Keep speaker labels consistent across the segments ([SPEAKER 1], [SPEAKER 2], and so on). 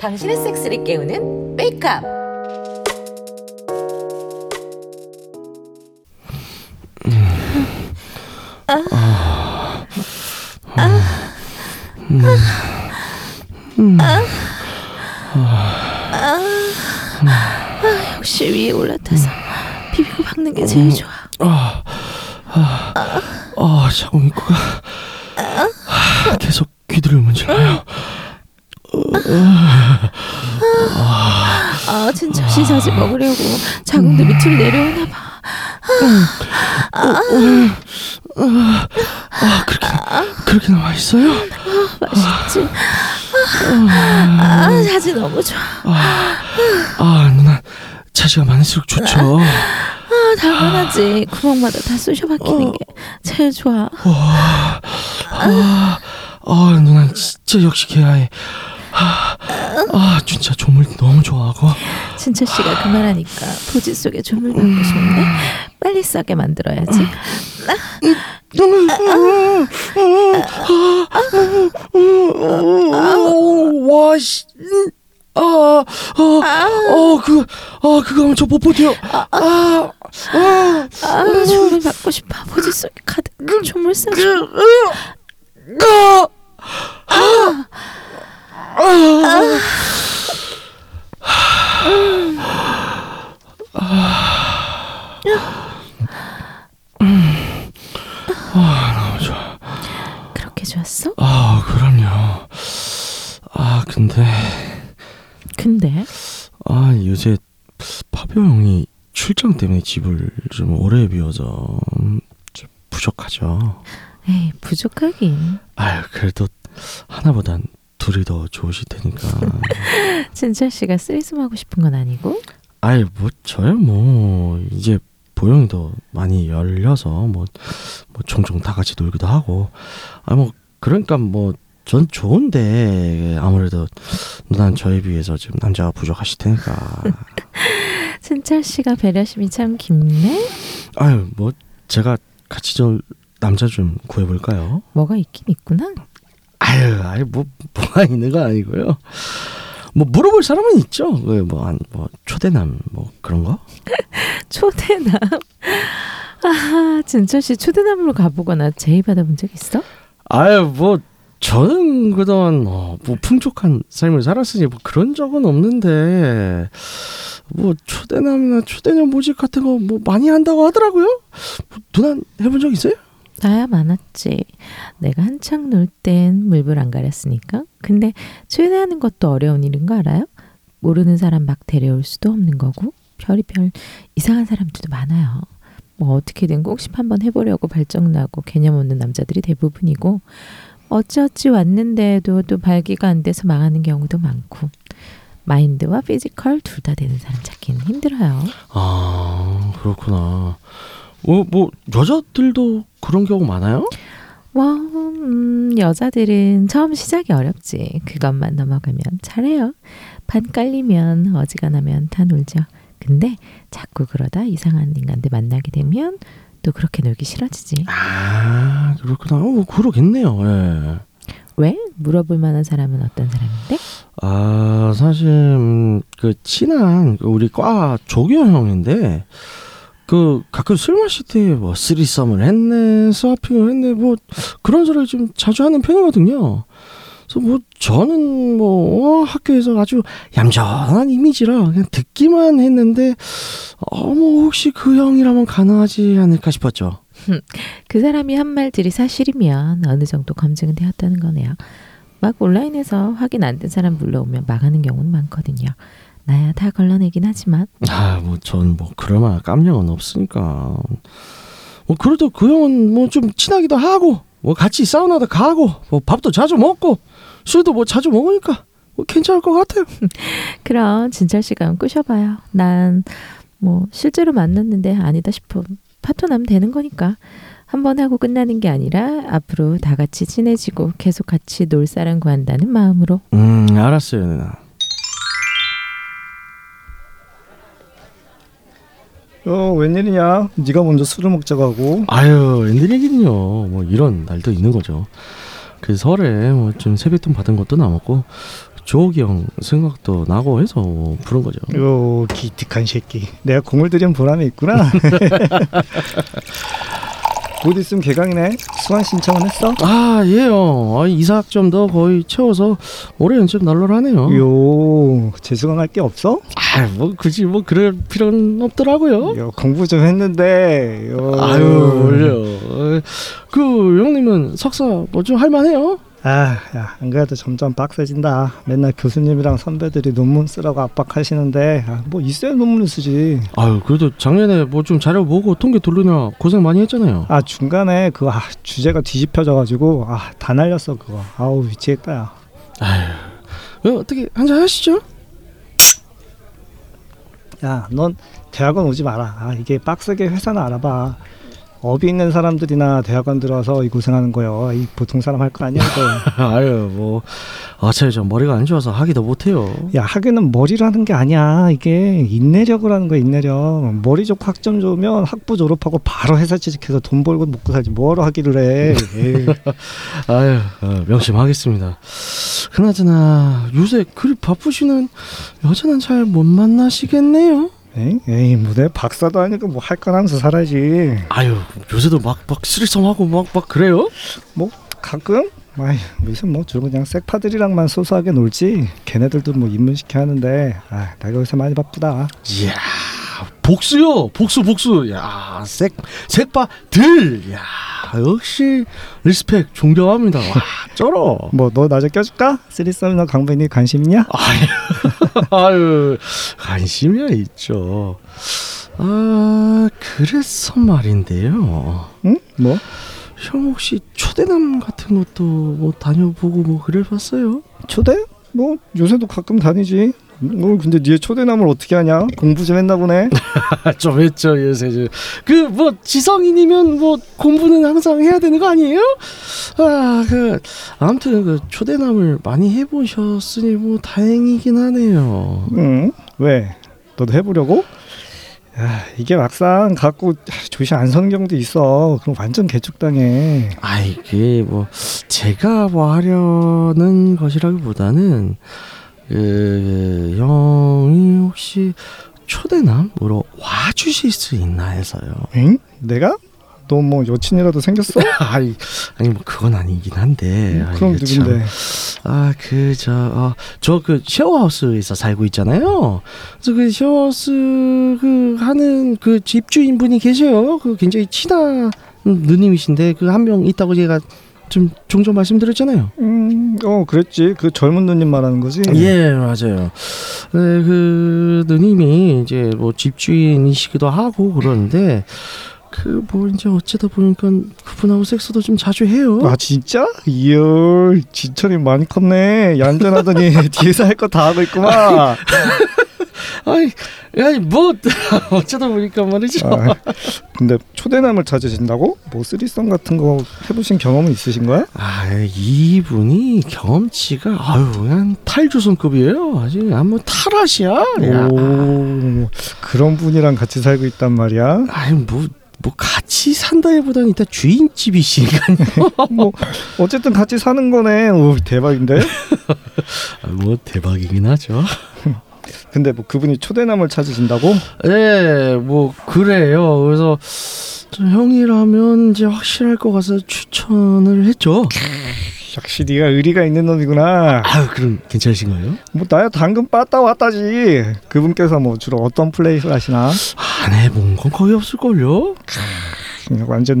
[SPEAKER 1] 당신의 섹스를 깨우는 메이크업.
[SPEAKER 2] 아, 역시 위에 올라타서 비비고 박는 게 제일 좋아.
[SPEAKER 3] 아, 아, 아, 자궁 입구가 아, 계속 귀들을 문질러요.
[SPEAKER 2] 아, 음. 진짜 시사지 먹으려고 자궁도 밑으로 내려오나 봐.
[SPEAKER 3] 아, 그렇게 그렇게 나와 있어요?
[SPEAKER 2] 맛있지. 아, 자지 너무 좋아.
[SPEAKER 3] 아, 누나 자지가 많을수록 좋죠.
[SPEAKER 2] 아, 어. 당연하지. 구멍마다 다 쑤셔 박히는 게 제일 좋아.
[SPEAKER 3] 아, 누나 진짜 역시 개아이. 아, 아, 진짜 조물 너무 좋아하고.
[SPEAKER 2] 진철 씨가 그 말하니까 도지 속에 조물 넣고 싶네. 빨리 싸게 만들어야지.
[SPEAKER 3] 와, 씨. 음, 아, 아, 어, 그, 아, 그거 하면 저 못 버텨. 아, 아, 아,
[SPEAKER 2] 아, 그, 조물 받고 싶어. 도지 속에 가득 조물 싸.
[SPEAKER 3] 아, 아,
[SPEAKER 2] 그렇게 좋았어?
[SPEAKER 3] 아, 그럼요. 아, 근데,
[SPEAKER 2] 근데
[SPEAKER 3] 아, 요새 파비오 형이 출장 때문에 집을 좀 오래 비워서 좀 부족하죠.
[SPEAKER 2] 에이, 부족하긴.
[SPEAKER 3] 아유, 그래도 하나보단 둘이 더 좋으실 테니까.
[SPEAKER 2] 진철 씨가 쓰리썸 하고 싶은 건 아니고?
[SPEAKER 3] 아이 뭐 저야 뭐 이제 보영이 더 많이 열려서 뭐 뭐 종종 다 같이 놀기도 하고 아 뭐 그러니까 뭐 전 좋은데 아무래도 누난 저에 비해서 지금 남자가 부족하실 테니까
[SPEAKER 2] 진철 씨가 배려심이 참 깊네.
[SPEAKER 3] 아유 뭐 제가 같이 저 남자 좀 구해볼까요?
[SPEAKER 2] 뭐가 있긴 있구나.
[SPEAKER 3] 아유 아유 뭐 뭐가 있는 건 아니고요 뭐 물어볼 사람은 있죠 그 뭐한뭐 초대남 뭐 그런 거?
[SPEAKER 2] 초대남. 아, 진철 씨 초대남으로 가보거나 제의 받아본 적 있어?
[SPEAKER 3] 아유 뭐 저는 그동안 어, 뭐 풍족한 삶을 살았으니 뭐 그런 적은 없는데 뭐 초대남이나 초대녀 모집 같은 거 뭐 많이 한다고 하더라고요. 뭐 누나 해본 적 있어요?
[SPEAKER 2] 나야 아, 많았지. 내가 한창 놀 땐 물불 안 가렸으니까. 근데 초대하는 것도 어려운 일인 거 알아요? 모르는 사람 막 데려올 수도 없는 거고 별이 별 이상한 사람들도 많아요. 뭐 어떻게든 꽁십 한번 해보려고 발정나고 개념 없는 남자들이 대부분이고 어찌어찌 왔는데도 또 발기가 안 돼서 망하는 경우도 많고 마인드와 피지컬 둘 다 되는 사람 찾기는 힘들어요.
[SPEAKER 3] 아 그렇구나. 어뭐 여자들도 그런 경우 많아요?
[SPEAKER 2] 와, 음, 여자들은 처음 시작이 어렵지. 그것만 넘어가면 잘해요. 반 깔리면 어지간하면 다 놀죠. 근데 자꾸 그러다 이상한 인간들 만나게 되면 또 그렇게 놀기 싫어지지.
[SPEAKER 3] 아 그렇구나. 어 그러겠네요. 예.
[SPEAKER 2] 왜? 물어볼 만한 사람은 어떤 사람인데?
[SPEAKER 3] 아 사실 음, 그 친한 그 우리 과 조교 형인데 그 가끔 술 마실 때 뭐 쓰리썸을 했네 스와핑을 했네 뭐 그런 소리를 좀 자주 하는 편이거든요. 그래서 뭐 저는 뭐 어, 학교에서 아주 얌전한 이미지라 그냥 듣기만 했는데 어뭐 혹시 그 형이라면 가능하지 않을까 싶었죠.
[SPEAKER 2] 그 사람이 한 말들이 사실이면 어느 정도 검증은 되었다는 거네요. 막 온라인에서 확인 안 된 사람 불러오면 망하는 경우는 많거든요. 나야 다 걸러내긴 하지만
[SPEAKER 3] 아뭐 전 뭐 그럴 만한 깜냥은 없으니까 뭐 그래도 그 형은 뭐 좀 친하기도 하고 뭐 같이 사우나도 가고 뭐 밥도 자주 먹고 술도 뭐 자주 먹으니까 뭐 괜찮을 것 같아요
[SPEAKER 2] 그럼 진철 씨가 한번 꾸셔봐요. 난 뭐 실제로 만났는데 아니다 싶어 파토나면 되는 거니까 한 번 하고 끝나는 게 아니라 앞으로 다 같이 친해지고 계속 같이 놀 사람 구한다는 마음으로
[SPEAKER 3] 음 알았어요 누나
[SPEAKER 4] 어 웬일이냐? 네가 먼저 술을 먹자고 하고
[SPEAKER 3] 아유, 웬일이긴요. 뭐 이런 날도 있는 거죠. 그 설에 뭐 좀 세뱃돈 받은 것도 남았고 조옥이 형 생각도 나고 해서 뭐 부른 거죠.
[SPEAKER 4] 이거 기특한 새끼. 내가 공을 들인 보람이 있구나. 곧 있으면 개강이네. 수강 신청은 했어?
[SPEAKER 3] 아, 예요. 아, 이삭 좀 더 거의 채워서 올해 연습 날로하네요.
[SPEAKER 4] 요 재수강 할 게 없어?
[SPEAKER 3] 아, 뭐 굳이 뭐 그럴 필요는 없더라고요.
[SPEAKER 4] 요, 공부 좀 했는데. 요.
[SPEAKER 3] 어? 아유, 올려. 그 형님은 석사 뭐 좀 할만해요?
[SPEAKER 4] 아, 야, 안 그래도 점점 빡세진다. 맨날 교수님이랑 선배들이 논문 쓰라고 압박하시는데, 아, 뭐 있어야 논문을 쓰지.
[SPEAKER 3] 아유, 그래도 작년에 뭐 좀 자료 보고 통계 돌리느라 고생 많이 했잖아요.
[SPEAKER 4] 아 중간에 그 아, 주제가 뒤집혀져가지고 아 다 날렸어 그거. 아우 미치겠다야.
[SPEAKER 3] 왜 어떻게 한잔 하시죠?
[SPEAKER 4] 야, 넌 대학원 오지 마라. 아, 이게 빡세게 회사나 알아봐. 업이 있는 사람들이나 대학원 들어와서 이 고생하는 거요. 이 보통 사람 할 거 아니야. 이거.
[SPEAKER 3] 아유, 뭐 아차이 좀 머리가 안 좋아서 하기도 못해요.
[SPEAKER 4] 야, 학위는 머리로 하는 게 아니야. 이게 인내력을 하는 거야, 인내력. 머리 좋고 학점 좋으면 학부 졸업하고 바로 회사 취직해서 돈 벌고 먹고 살지 뭐하러 하기를 해. 에이.
[SPEAKER 3] 아유, 어, 명심하겠습니다. 그나저나 요새 그리 바쁘시는 여자는 잘 못 만나시겠네요.
[SPEAKER 4] 에이, 에이, 뭐 내 박사도 아니고 뭐 할 건 하면서 살아야지.
[SPEAKER 3] 아유, 요새도 막막 쓰리썸하고 막 막 그래요?
[SPEAKER 4] 뭐 가끔 아이 무슨 뭐 주로 그냥 섹파들이랑만 소소하게 놀지 걔네들도 뭐 입문시켜 하는데 아 나 여기서 많이 바쁘다
[SPEAKER 3] 이야, 복수요, 복수 복수. 야, 색 색바들. 야, 역시 리스펙 존경합니다. 와, 쩔어.
[SPEAKER 4] 뭐 너 나저 껴줄까? 쓰리썸이나 강백이 관심 있냐?
[SPEAKER 3] 아유 관심이야 있죠. 아 그래서 말인데요.
[SPEAKER 4] 응? 뭐?
[SPEAKER 3] 형 혹시 초대남 같은 것도 뭐 다녀보고 뭐 그래봤어요?
[SPEAKER 4] 초대? 뭐 요새도 가끔 다니지 뭐 근데 니네 초대남을 어떻게 하냐? 공부 좀 했나 보네
[SPEAKER 3] 아, 좀 했죠 요새 그 뭐 지성인이면 뭐 공부는 항상 해야 되는 거 아니에요? 아그 아무튼 그 초대남을 많이 해보셨으니 뭐 다행이긴 하네요.
[SPEAKER 4] 응? 왜? 너도 해보려고? 야 이게 막상 갖고 조시 안 서는 경우도 있어 그럼 완전 개축당해
[SPEAKER 3] 아이 그게 뭐 제가 뭐 하려는 것이라기보다는 그 형이 혹시 초대남으로 와주실 수 있나 해서요.
[SPEAKER 4] 응? 내가? 너 뭐 여친이라도 생겼어?
[SPEAKER 3] 아니 아니 뭐 그건 아니긴 한데. 아이,
[SPEAKER 4] 음, 그럼
[SPEAKER 3] 그 참.
[SPEAKER 4] 누군데?
[SPEAKER 3] 아, 그, 저, 어, 저, 그, 쉐어하우스에서 살고 있잖아요. 그래서 그 쉐어하우스, 그, 하는 그 집주인분이 계세요. 그 굉장히 친한 누님이신데, 그 한 명 있다고 제가 좀 종종 말씀드렸잖아요.
[SPEAKER 4] 음, 어, 그랬지. 그 젊은 누님 말하는 거지.
[SPEAKER 3] 예, 맞아요. 네, 그 누님이 이제 뭐 집주인이시기도 하고 그러는데, 그 뭐 이제 어쩌다 보니까 그분하고 섹스도 좀 자주 해요.
[SPEAKER 4] 아 진짜? 이얼 진천이 많이 컸네. 얌전하더니 뒤에서 할 거 다 하고 있구만. 아,
[SPEAKER 3] 아니, 아니 뭐 어쩌다 보니까 말이죠.
[SPEAKER 4] 아, 근데 초대남을 찾으신다고? 뭐 쓰리썸 같은 거 해보신 경험은 있으신 거야?
[SPEAKER 3] 아 이분이 경험치가 아유 그냥 탈조선급이에요 아직 아무 탈아시야 야.
[SPEAKER 4] 오, 뭐 그런 분이랑 같이 살고 있단 말이야.
[SPEAKER 3] 아니 뭐 뭐 같이 산다기보다는 일단 주인집이시니까
[SPEAKER 4] 뭐 어쨌든 같이 사는 거네. 오, 대박인데.
[SPEAKER 3] 아, 뭐 대박이긴 하죠.
[SPEAKER 4] 근데 뭐 그분이 초대남을 찾으신다고?
[SPEAKER 3] 예, 뭐 그래요. 그래서 좀 형이라면 이제 확실할 것 같아서 추천을 했죠.
[SPEAKER 4] 역시 네가 의리가 있는 놈이구나.
[SPEAKER 3] 아유 그럼 괜찮으신 거예요?
[SPEAKER 4] 뭐 나야 당근 빠따 왔다지. 그분께서 뭐 주로 어떤 플레이를 하시나?
[SPEAKER 3] 안 해본 건 거의 없을걸요.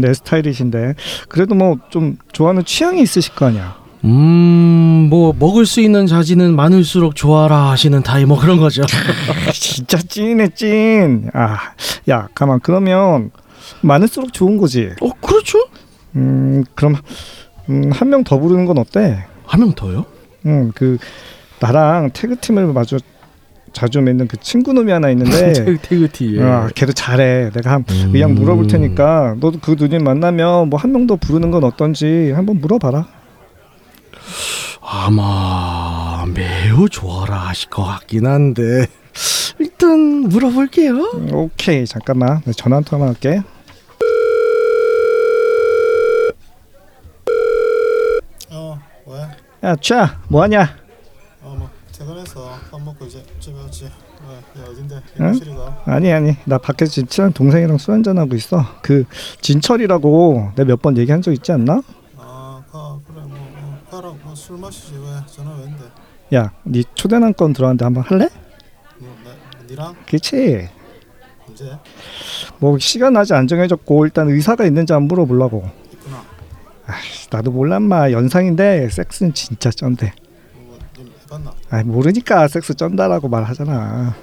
[SPEAKER 4] 완전 내 스타일이신데 그래도 뭐 좀 좋아하는 취향이 있으실 거 아니야.
[SPEAKER 3] 음, 뭐 먹을 수 있는 자지는 많을수록 좋아라 하시는 타이 뭐 그런 거죠.
[SPEAKER 4] 아, 진짜 찐해 찐. 아, 야 가만 그러면 많을수록 좋은 거지.
[SPEAKER 3] 어, 그렇죠.
[SPEAKER 4] 음 그럼 음, 한 명 더 부르는 건 어때?
[SPEAKER 3] 한 명 더요?
[SPEAKER 4] 음그 나랑 태그 팀을 마주 자주 맺는 그 친구 놈이 하나 있는데.
[SPEAKER 3] 태그티.
[SPEAKER 4] 아, 걔도 잘해. 내가 한
[SPEAKER 3] 예. 음.
[SPEAKER 4] 의향 물어볼 테니까 너도 그 누님 만나면 뭐 한 명 더 부르는 건 어떤지 한번 물어봐라.
[SPEAKER 3] 아마 매우 좋아라 하실 것 같긴 한데 어쨌든 물어볼게요.
[SPEAKER 4] 오케이 잠깐만 나 전화 한 통만 할게
[SPEAKER 5] 어 왜?
[SPEAKER 4] 야 쥐야 뭐하냐
[SPEAKER 5] 어뭐 퇴근해서 밥 먹고 이제 집에 오지 왜? 야 어딘데?
[SPEAKER 4] 응?
[SPEAKER 5] 일실이가
[SPEAKER 4] 아니 아니 나 밖에서 지금 친한 동생이랑 술 한잔하고 있어 그 진철이라고 내가 몇 번 얘기한 적 있지 않나?
[SPEAKER 5] 아가 그래 뭐 어, 가라고 뭐술 마시지 왜? 전화 왜인데?
[SPEAKER 4] 야네 초대난 건 들어왔는데 한번 할래?
[SPEAKER 5] 뭐 나, 니랑?
[SPEAKER 4] 그치
[SPEAKER 5] 언제?
[SPEAKER 4] 뭐 시간 아직 안 정해졌고 일단 의사가 있는지 안 물어보려고
[SPEAKER 5] 있구나
[SPEAKER 4] 나도 몰라 마 연상인데 섹스는 진짜 쩐대
[SPEAKER 5] 뭐좀 해봤나?
[SPEAKER 4] 아이 모르니까 섹스 쩐다라고 말하잖아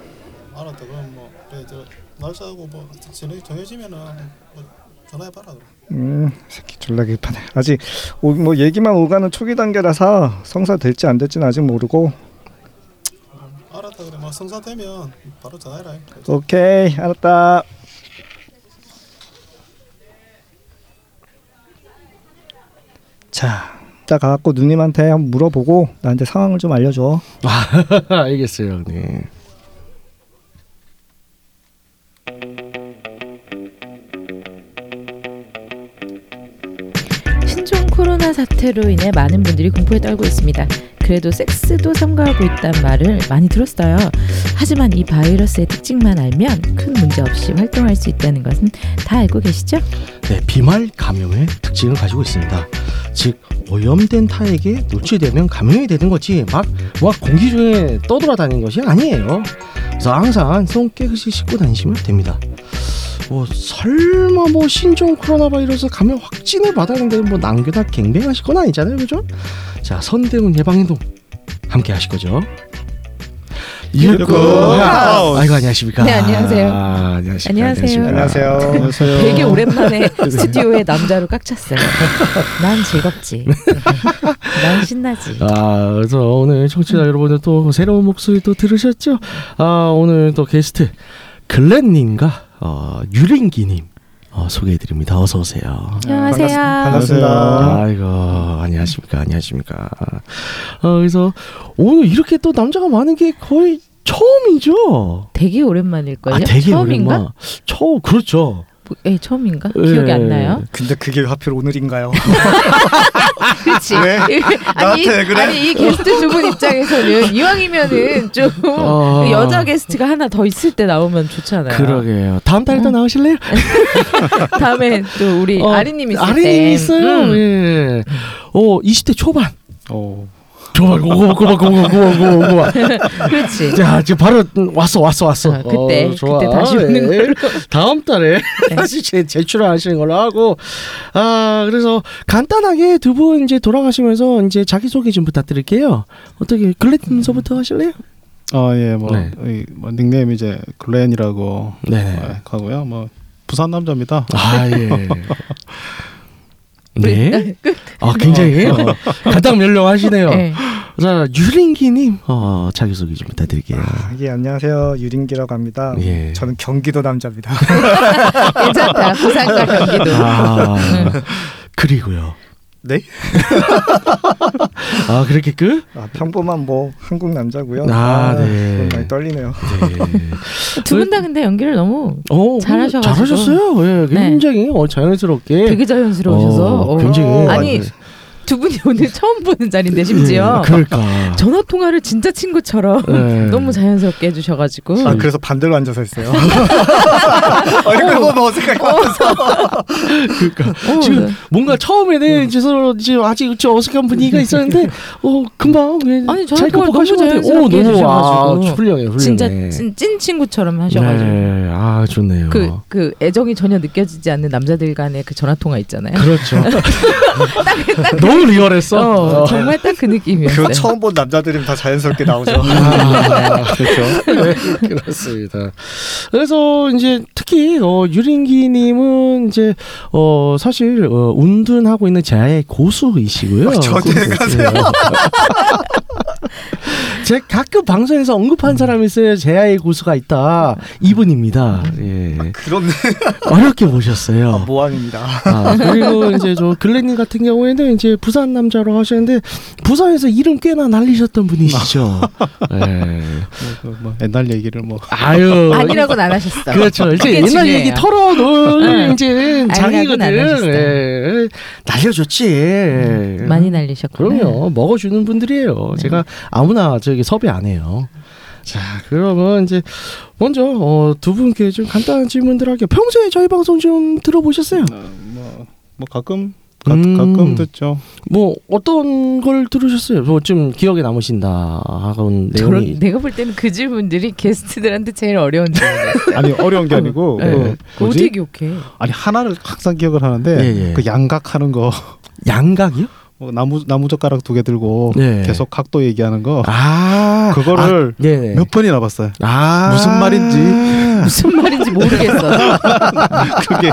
[SPEAKER 5] 알았다 그럼 뭐 그래 저 날짜하고 뭐 진행 정해지면은 뭐 전화해봐라 그럼
[SPEAKER 4] 음 새끼 졸라 길파네 아직 오, 뭐 얘기만 오가는 초기 단계라서 성사 될지 안 될지는 아직 모르고
[SPEAKER 5] 알았다 그래 뭐 성사되면 바로 전화해라 그래.
[SPEAKER 4] 오케이 알았다 자 이따 가갖고 누님한테 한번 물어보고 나한테 상황을 좀 알려줘
[SPEAKER 3] 알겠어요, 형님.
[SPEAKER 2] 신종 코로나 사태로 인해 많은 분들이 공포에 떨고 있습니다. 그래도 섹스도 삼가하고 있다는 말을 많이 들었어요. 하지만 이 바이러스의 특징만 알면 큰 문제 없이 활동할 수 있다는 것은 다 알고 계시죠?
[SPEAKER 3] 네, 비말 감염의 특징을 가지고 있습니다. 즉 오염된 타액에 노출되면 감염이 되는 거지 막 막 공기 중에 떠돌아다니는 것이 아니에요. 그래서 항상 손 깨끗이 씻고 다니시면 됩니다. 뭐 설마 뭐 신종 코로나 바이러스 감염 확진을 받았는데 뭐 남겨다 갱뱅하실 건 아니잖아요, 그죠? 자 선대문 예방행동 함께 하실 거죠?
[SPEAKER 4] 육구 하우스.
[SPEAKER 3] 아이고 안녕하십니까?
[SPEAKER 2] 네, 안녕하세요.
[SPEAKER 3] 아, 안녕하십니까?
[SPEAKER 2] 안녕하세요.
[SPEAKER 3] 안녕하십니까?
[SPEAKER 4] 안녕하세요
[SPEAKER 2] 되게 오랜만에 스튜디오에 남자로 꽉 찼어요. 난 즐겁지. 난
[SPEAKER 3] 네.
[SPEAKER 2] 신나지.
[SPEAKER 3] 아, 그래서 오늘 청취자 여러분들 또 새로운 목소리 또 들으셨죠? 아, 오늘 또 게스트 글렌님과 어, 유린기님 어, 소개해드립니다. 어서 오세요.
[SPEAKER 2] 안녕하세요.
[SPEAKER 4] 반갑습니다, 반갑습니다.
[SPEAKER 3] 아이고 안녕하십니까 안녕하십니까. 어, 그래서 오늘 이렇게 또 남자가 많은 게 거의 처음이죠.
[SPEAKER 2] 되게 오랜만일걸요?
[SPEAKER 3] 아 되게
[SPEAKER 2] 처음인가?
[SPEAKER 3] 오랜만. 처음 그렇죠.
[SPEAKER 2] 뭐, 예, 처음인가? 기억이
[SPEAKER 3] 예.
[SPEAKER 2] 안 나요.
[SPEAKER 4] 근데 그게 하필 오늘인가요?
[SPEAKER 2] 그렇지.
[SPEAKER 3] 네.
[SPEAKER 4] 왜?
[SPEAKER 2] 아니,
[SPEAKER 4] 나한테 왜 그래?
[SPEAKER 2] 아니 이 게스트 두 분 입장에서는 이왕이면은 좀
[SPEAKER 3] 아.
[SPEAKER 2] 여자 게스트가 하나 더 있을 때 나오면 좋잖아요.
[SPEAKER 3] 그러게요. 다음 달에 또 나오실래요?
[SPEAKER 2] 다음에 또 우리
[SPEAKER 3] 어,
[SPEAKER 2] 어? 네, 아리님 있을 때.
[SPEAKER 3] 아리님 있어요.
[SPEAKER 2] 음.
[SPEAKER 3] 예. 어 20대 초반.
[SPEAKER 4] 오.
[SPEAKER 3] 좋아, 고고, 고고, 고고, 고고, 고고.
[SPEAKER 2] 그렇지.
[SPEAKER 3] 자, 아, 지금 바로 왔어, 왔어, 왔어.
[SPEAKER 2] 아, 그때, 그때 다시 오는 네.
[SPEAKER 3] 예. 다음 달에 다시 제, 제출을 하시는 걸로 하고. 아, 그래서 간단하게 두 분 이제 돌아가시면서 이제 자기 소개 좀 부탁드릴게요. 어떻게 글래팀서부터 하실래요?
[SPEAKER 4] 아,
[SPEAKER 5] 어예 뭐,
[SPEAKER 3] 네.
[SPEAKER 5] 이, 뭐 닉네임 이제 글렌이라고
[SPEAKER 4] 아,
[SPEAKER 3] 네.
[SPEAKER 5] 가고요 뭐 부산 남자입니다
[SPEAKER 3] 아, 예. 네. 아, 굉장히 어, 가장 멸령하시네요.
[SPEAKER 2] 예.
[SPEAKER 3] 자, 유린기님, 어, 자기 소개 좀 부탁드릴게요.
[SPEAKER 4] 예, 안녕하세요. 유린기라고 합니다.
[SPEAKER 3] 예.
[SPEAKER 4] 저는 경기도 남자입니다.
[SPEAKER 2] 괜찮다. 부산과 경기도.
[SPEAKER 3] 아, 그리고요.
[SPEAKER 4] 네?
[SPEAKER 3] 아 그렇게 끝?
[SPEAKER 4] 아, 평범한 뭐 한국 남자고요.
[SPEAKER 3] 아, 네.
[SPEAKER 4] 그건 많이 떨리네요.
[SPEAKER 3] 네.
[SPEAKER 2] 두 분 다 근데 연기를 너무
[SPEAKER 3] 어,
[SPEAKER 2] 잘하셔가지고. 네.
[SPEAKER 3] 잘하셨어요. 예, 굉장히 어, 자연스럽게.
[SPEAKER 2] 되게 자연스러우셔서.
[SPEAKER 3] 어,
[SPEAKER 2] 어,
[SPEAKER 3] 굉장히.
[SPEAKER 2] 아니, 두 분이 오늘 처음 보는 자리인데 심지어
[SPEAKER 3] 예, 그러니까.
[SPEAKER 2] 전화 통화를 진짜 친구처럼
[SPEAKER 3] 예.
[SPEAKER 2] 너무 자연스럽게 해주셔가지고
[SPEAKER 3] 음.
[SPEAKER 4] 아, 그래서 반대로 앉아서 했어요. 아, 얼굴 보면 뭐 어색할 것 같아서.
[SPEAKER 3] 그러니까.
[SPEAKER 2] 어,
[SPEAKER 3] 지금
[SPEAKER 2] 네.
[SPEAKER 3] 뭔가 처음에는 이제 서로 지금 아직 좀 어색한 분위기가 있었는데, 어 금방 예,
[SPEAKER 2] 네. 아니,
[SPEAKER 3] 잘
[SPEAKER 2] 저는 그걸
[SPEAKER 3] 극복하신
[SPEAKER 2] 너무
[SPEAKER 3] 것 같아요.
[SPEAKER 2] 자연스럽게
[SPEAKER 3] 오, 너무 와,
[SPEAKER 2] 해주셔가지고.
[SPEAKER 3] 훌륭해, 훌륭해.
[SPEAKER 2] 진짜 찐, 찐 친구처럼 하셔가지고
[SPEAKER 3] 네, 아 좋네요.
[SPEAKER 2] 그 그 애정이 전혀 느껴지지 않는 남자들 간의 그 전화 통화 있잖아요.
[SPEAKER 3] 그렇죠. 너무 리얼했어.
[SPEAKER 2] 어,
[SPEAKER 3] 어.
[SPEAKER 2] 정말 딱 그 느낌이었어요.
[SPEAKER 4] 그
[SPEAKER 3] 네.
[SPEAKER 4] 처음 본 남자들이면 다 자연스럽게 나오죠.
[SPEAKER 3] 아, 그렇죠. 네, 그렇습니다. 그래서 이제 특히 어, 유린기님은 이제 어, 사실 어, 운둔하고 어, 있는 제아의 고수이시고요.
[SPEAKER 4] 저한테
[SPEAKER 3] 고수.
[SPEAKER 4] 가세요.
[SPEAKER 3] 네. 제 가끔 방송에서 언급한 사람이 있어요. 제아의 고수가 있다. 이분입니다. 예.
[SPEAKER 5] 그런
[SPEAKER 3] 어렵게 보셨어요.
[SPEAKER 5] 모함입니다.
[SPEAKER 3] 아, 그리고 이제 저 글래님 같은 경우에는 이제 부산 남자로 하시는데 부산에서 이름 꽤나 날리셨던 분이시죠. 예.
[SPEAKER 5] 뭐, 뭐 옛날 얘기를 뭐
[SPEAKER 3] 아유.
[SPEAKER 2] 아니라고는 안 하셨어.
[SPEAKER 3] 그렇죠. 이제
[SPEAKER 2] 그게
[SPEAKER 3] 옛날
[SPEAKER 2] 중요해요.
[SPEAKER 3] 얘기 털어놓은
[SPEAKER 2] 응.
[SPEAKER 3] 이제
[SPEAKER 2] 아니라고는 안
[SPEAKER 3] 장이거든.
[SPEAKER 2] 하셨어요. 음.
[SPEAKER 3] 예. 날려줬지. 예.
[SPEAKER 2] 네. 많이 날리셨구나.
[SPEAKER 3] 그럼요. 먹어주는 분들이에요. 제가 아무나 저기 섭외 안 해요. 자, 그러면 이제 먼저 어, 두 분께 좀 간단한 질문들 할게요. 평소에 저희 방송 좀 들어보셨어요?
[SPEAKER 5] 어, 뭐, 뭐 가끔 가,
[SPEAKER 3] 음.
[SPEAKER 5] 가끔 듣죠.
[SPEAKER 3] 뭐 어떤 걸 들으셨어요? 뭐 좀 기억에 남으신다 하는
[SPEAKER 2] 저런,
[SPEAKER 3] 내용이.
[SPEAKER 2] 내가 볼 때는 그 질문들이 게스트들한테 제일 어려운 질문이었어.
[SPEAKER 5] 아니 어려운 게 아니고
[SPEAKER 3] 네.
[SPEAKER 5] 그
[SPEAKER 2] 어떻게
[SPEAKER 5] 뭐지?
[SPEAKER 2] 기억해?
[SPEAKER 5] 아니 하나를 항상 기억을 하는데
[SPEAKER 3] 예, 예.
[SPEAKER 5] 그 양각하는 거
[SPEAKER 3] 양각이요?
[SPEAKER 5] 뭐 나무 나무 젓가락 두 개 들고
[SPEAKER 3] 네.
[SPEAKER 5] 계속 각도 얘기하는 거
[SPEAKER 3] 아,
[SPEAKER 5] 그거를
[SPEAKER 3] 아, 네네.
[SPEAKER 5] 몇 번이나 봤어요.
[SPEAKER 3] 아,
[SPEAKER 5] 무슨 말인지.
[SPEAKER 2] 무슨 말인지 모르겠어.
[SPEAKER 5] 그게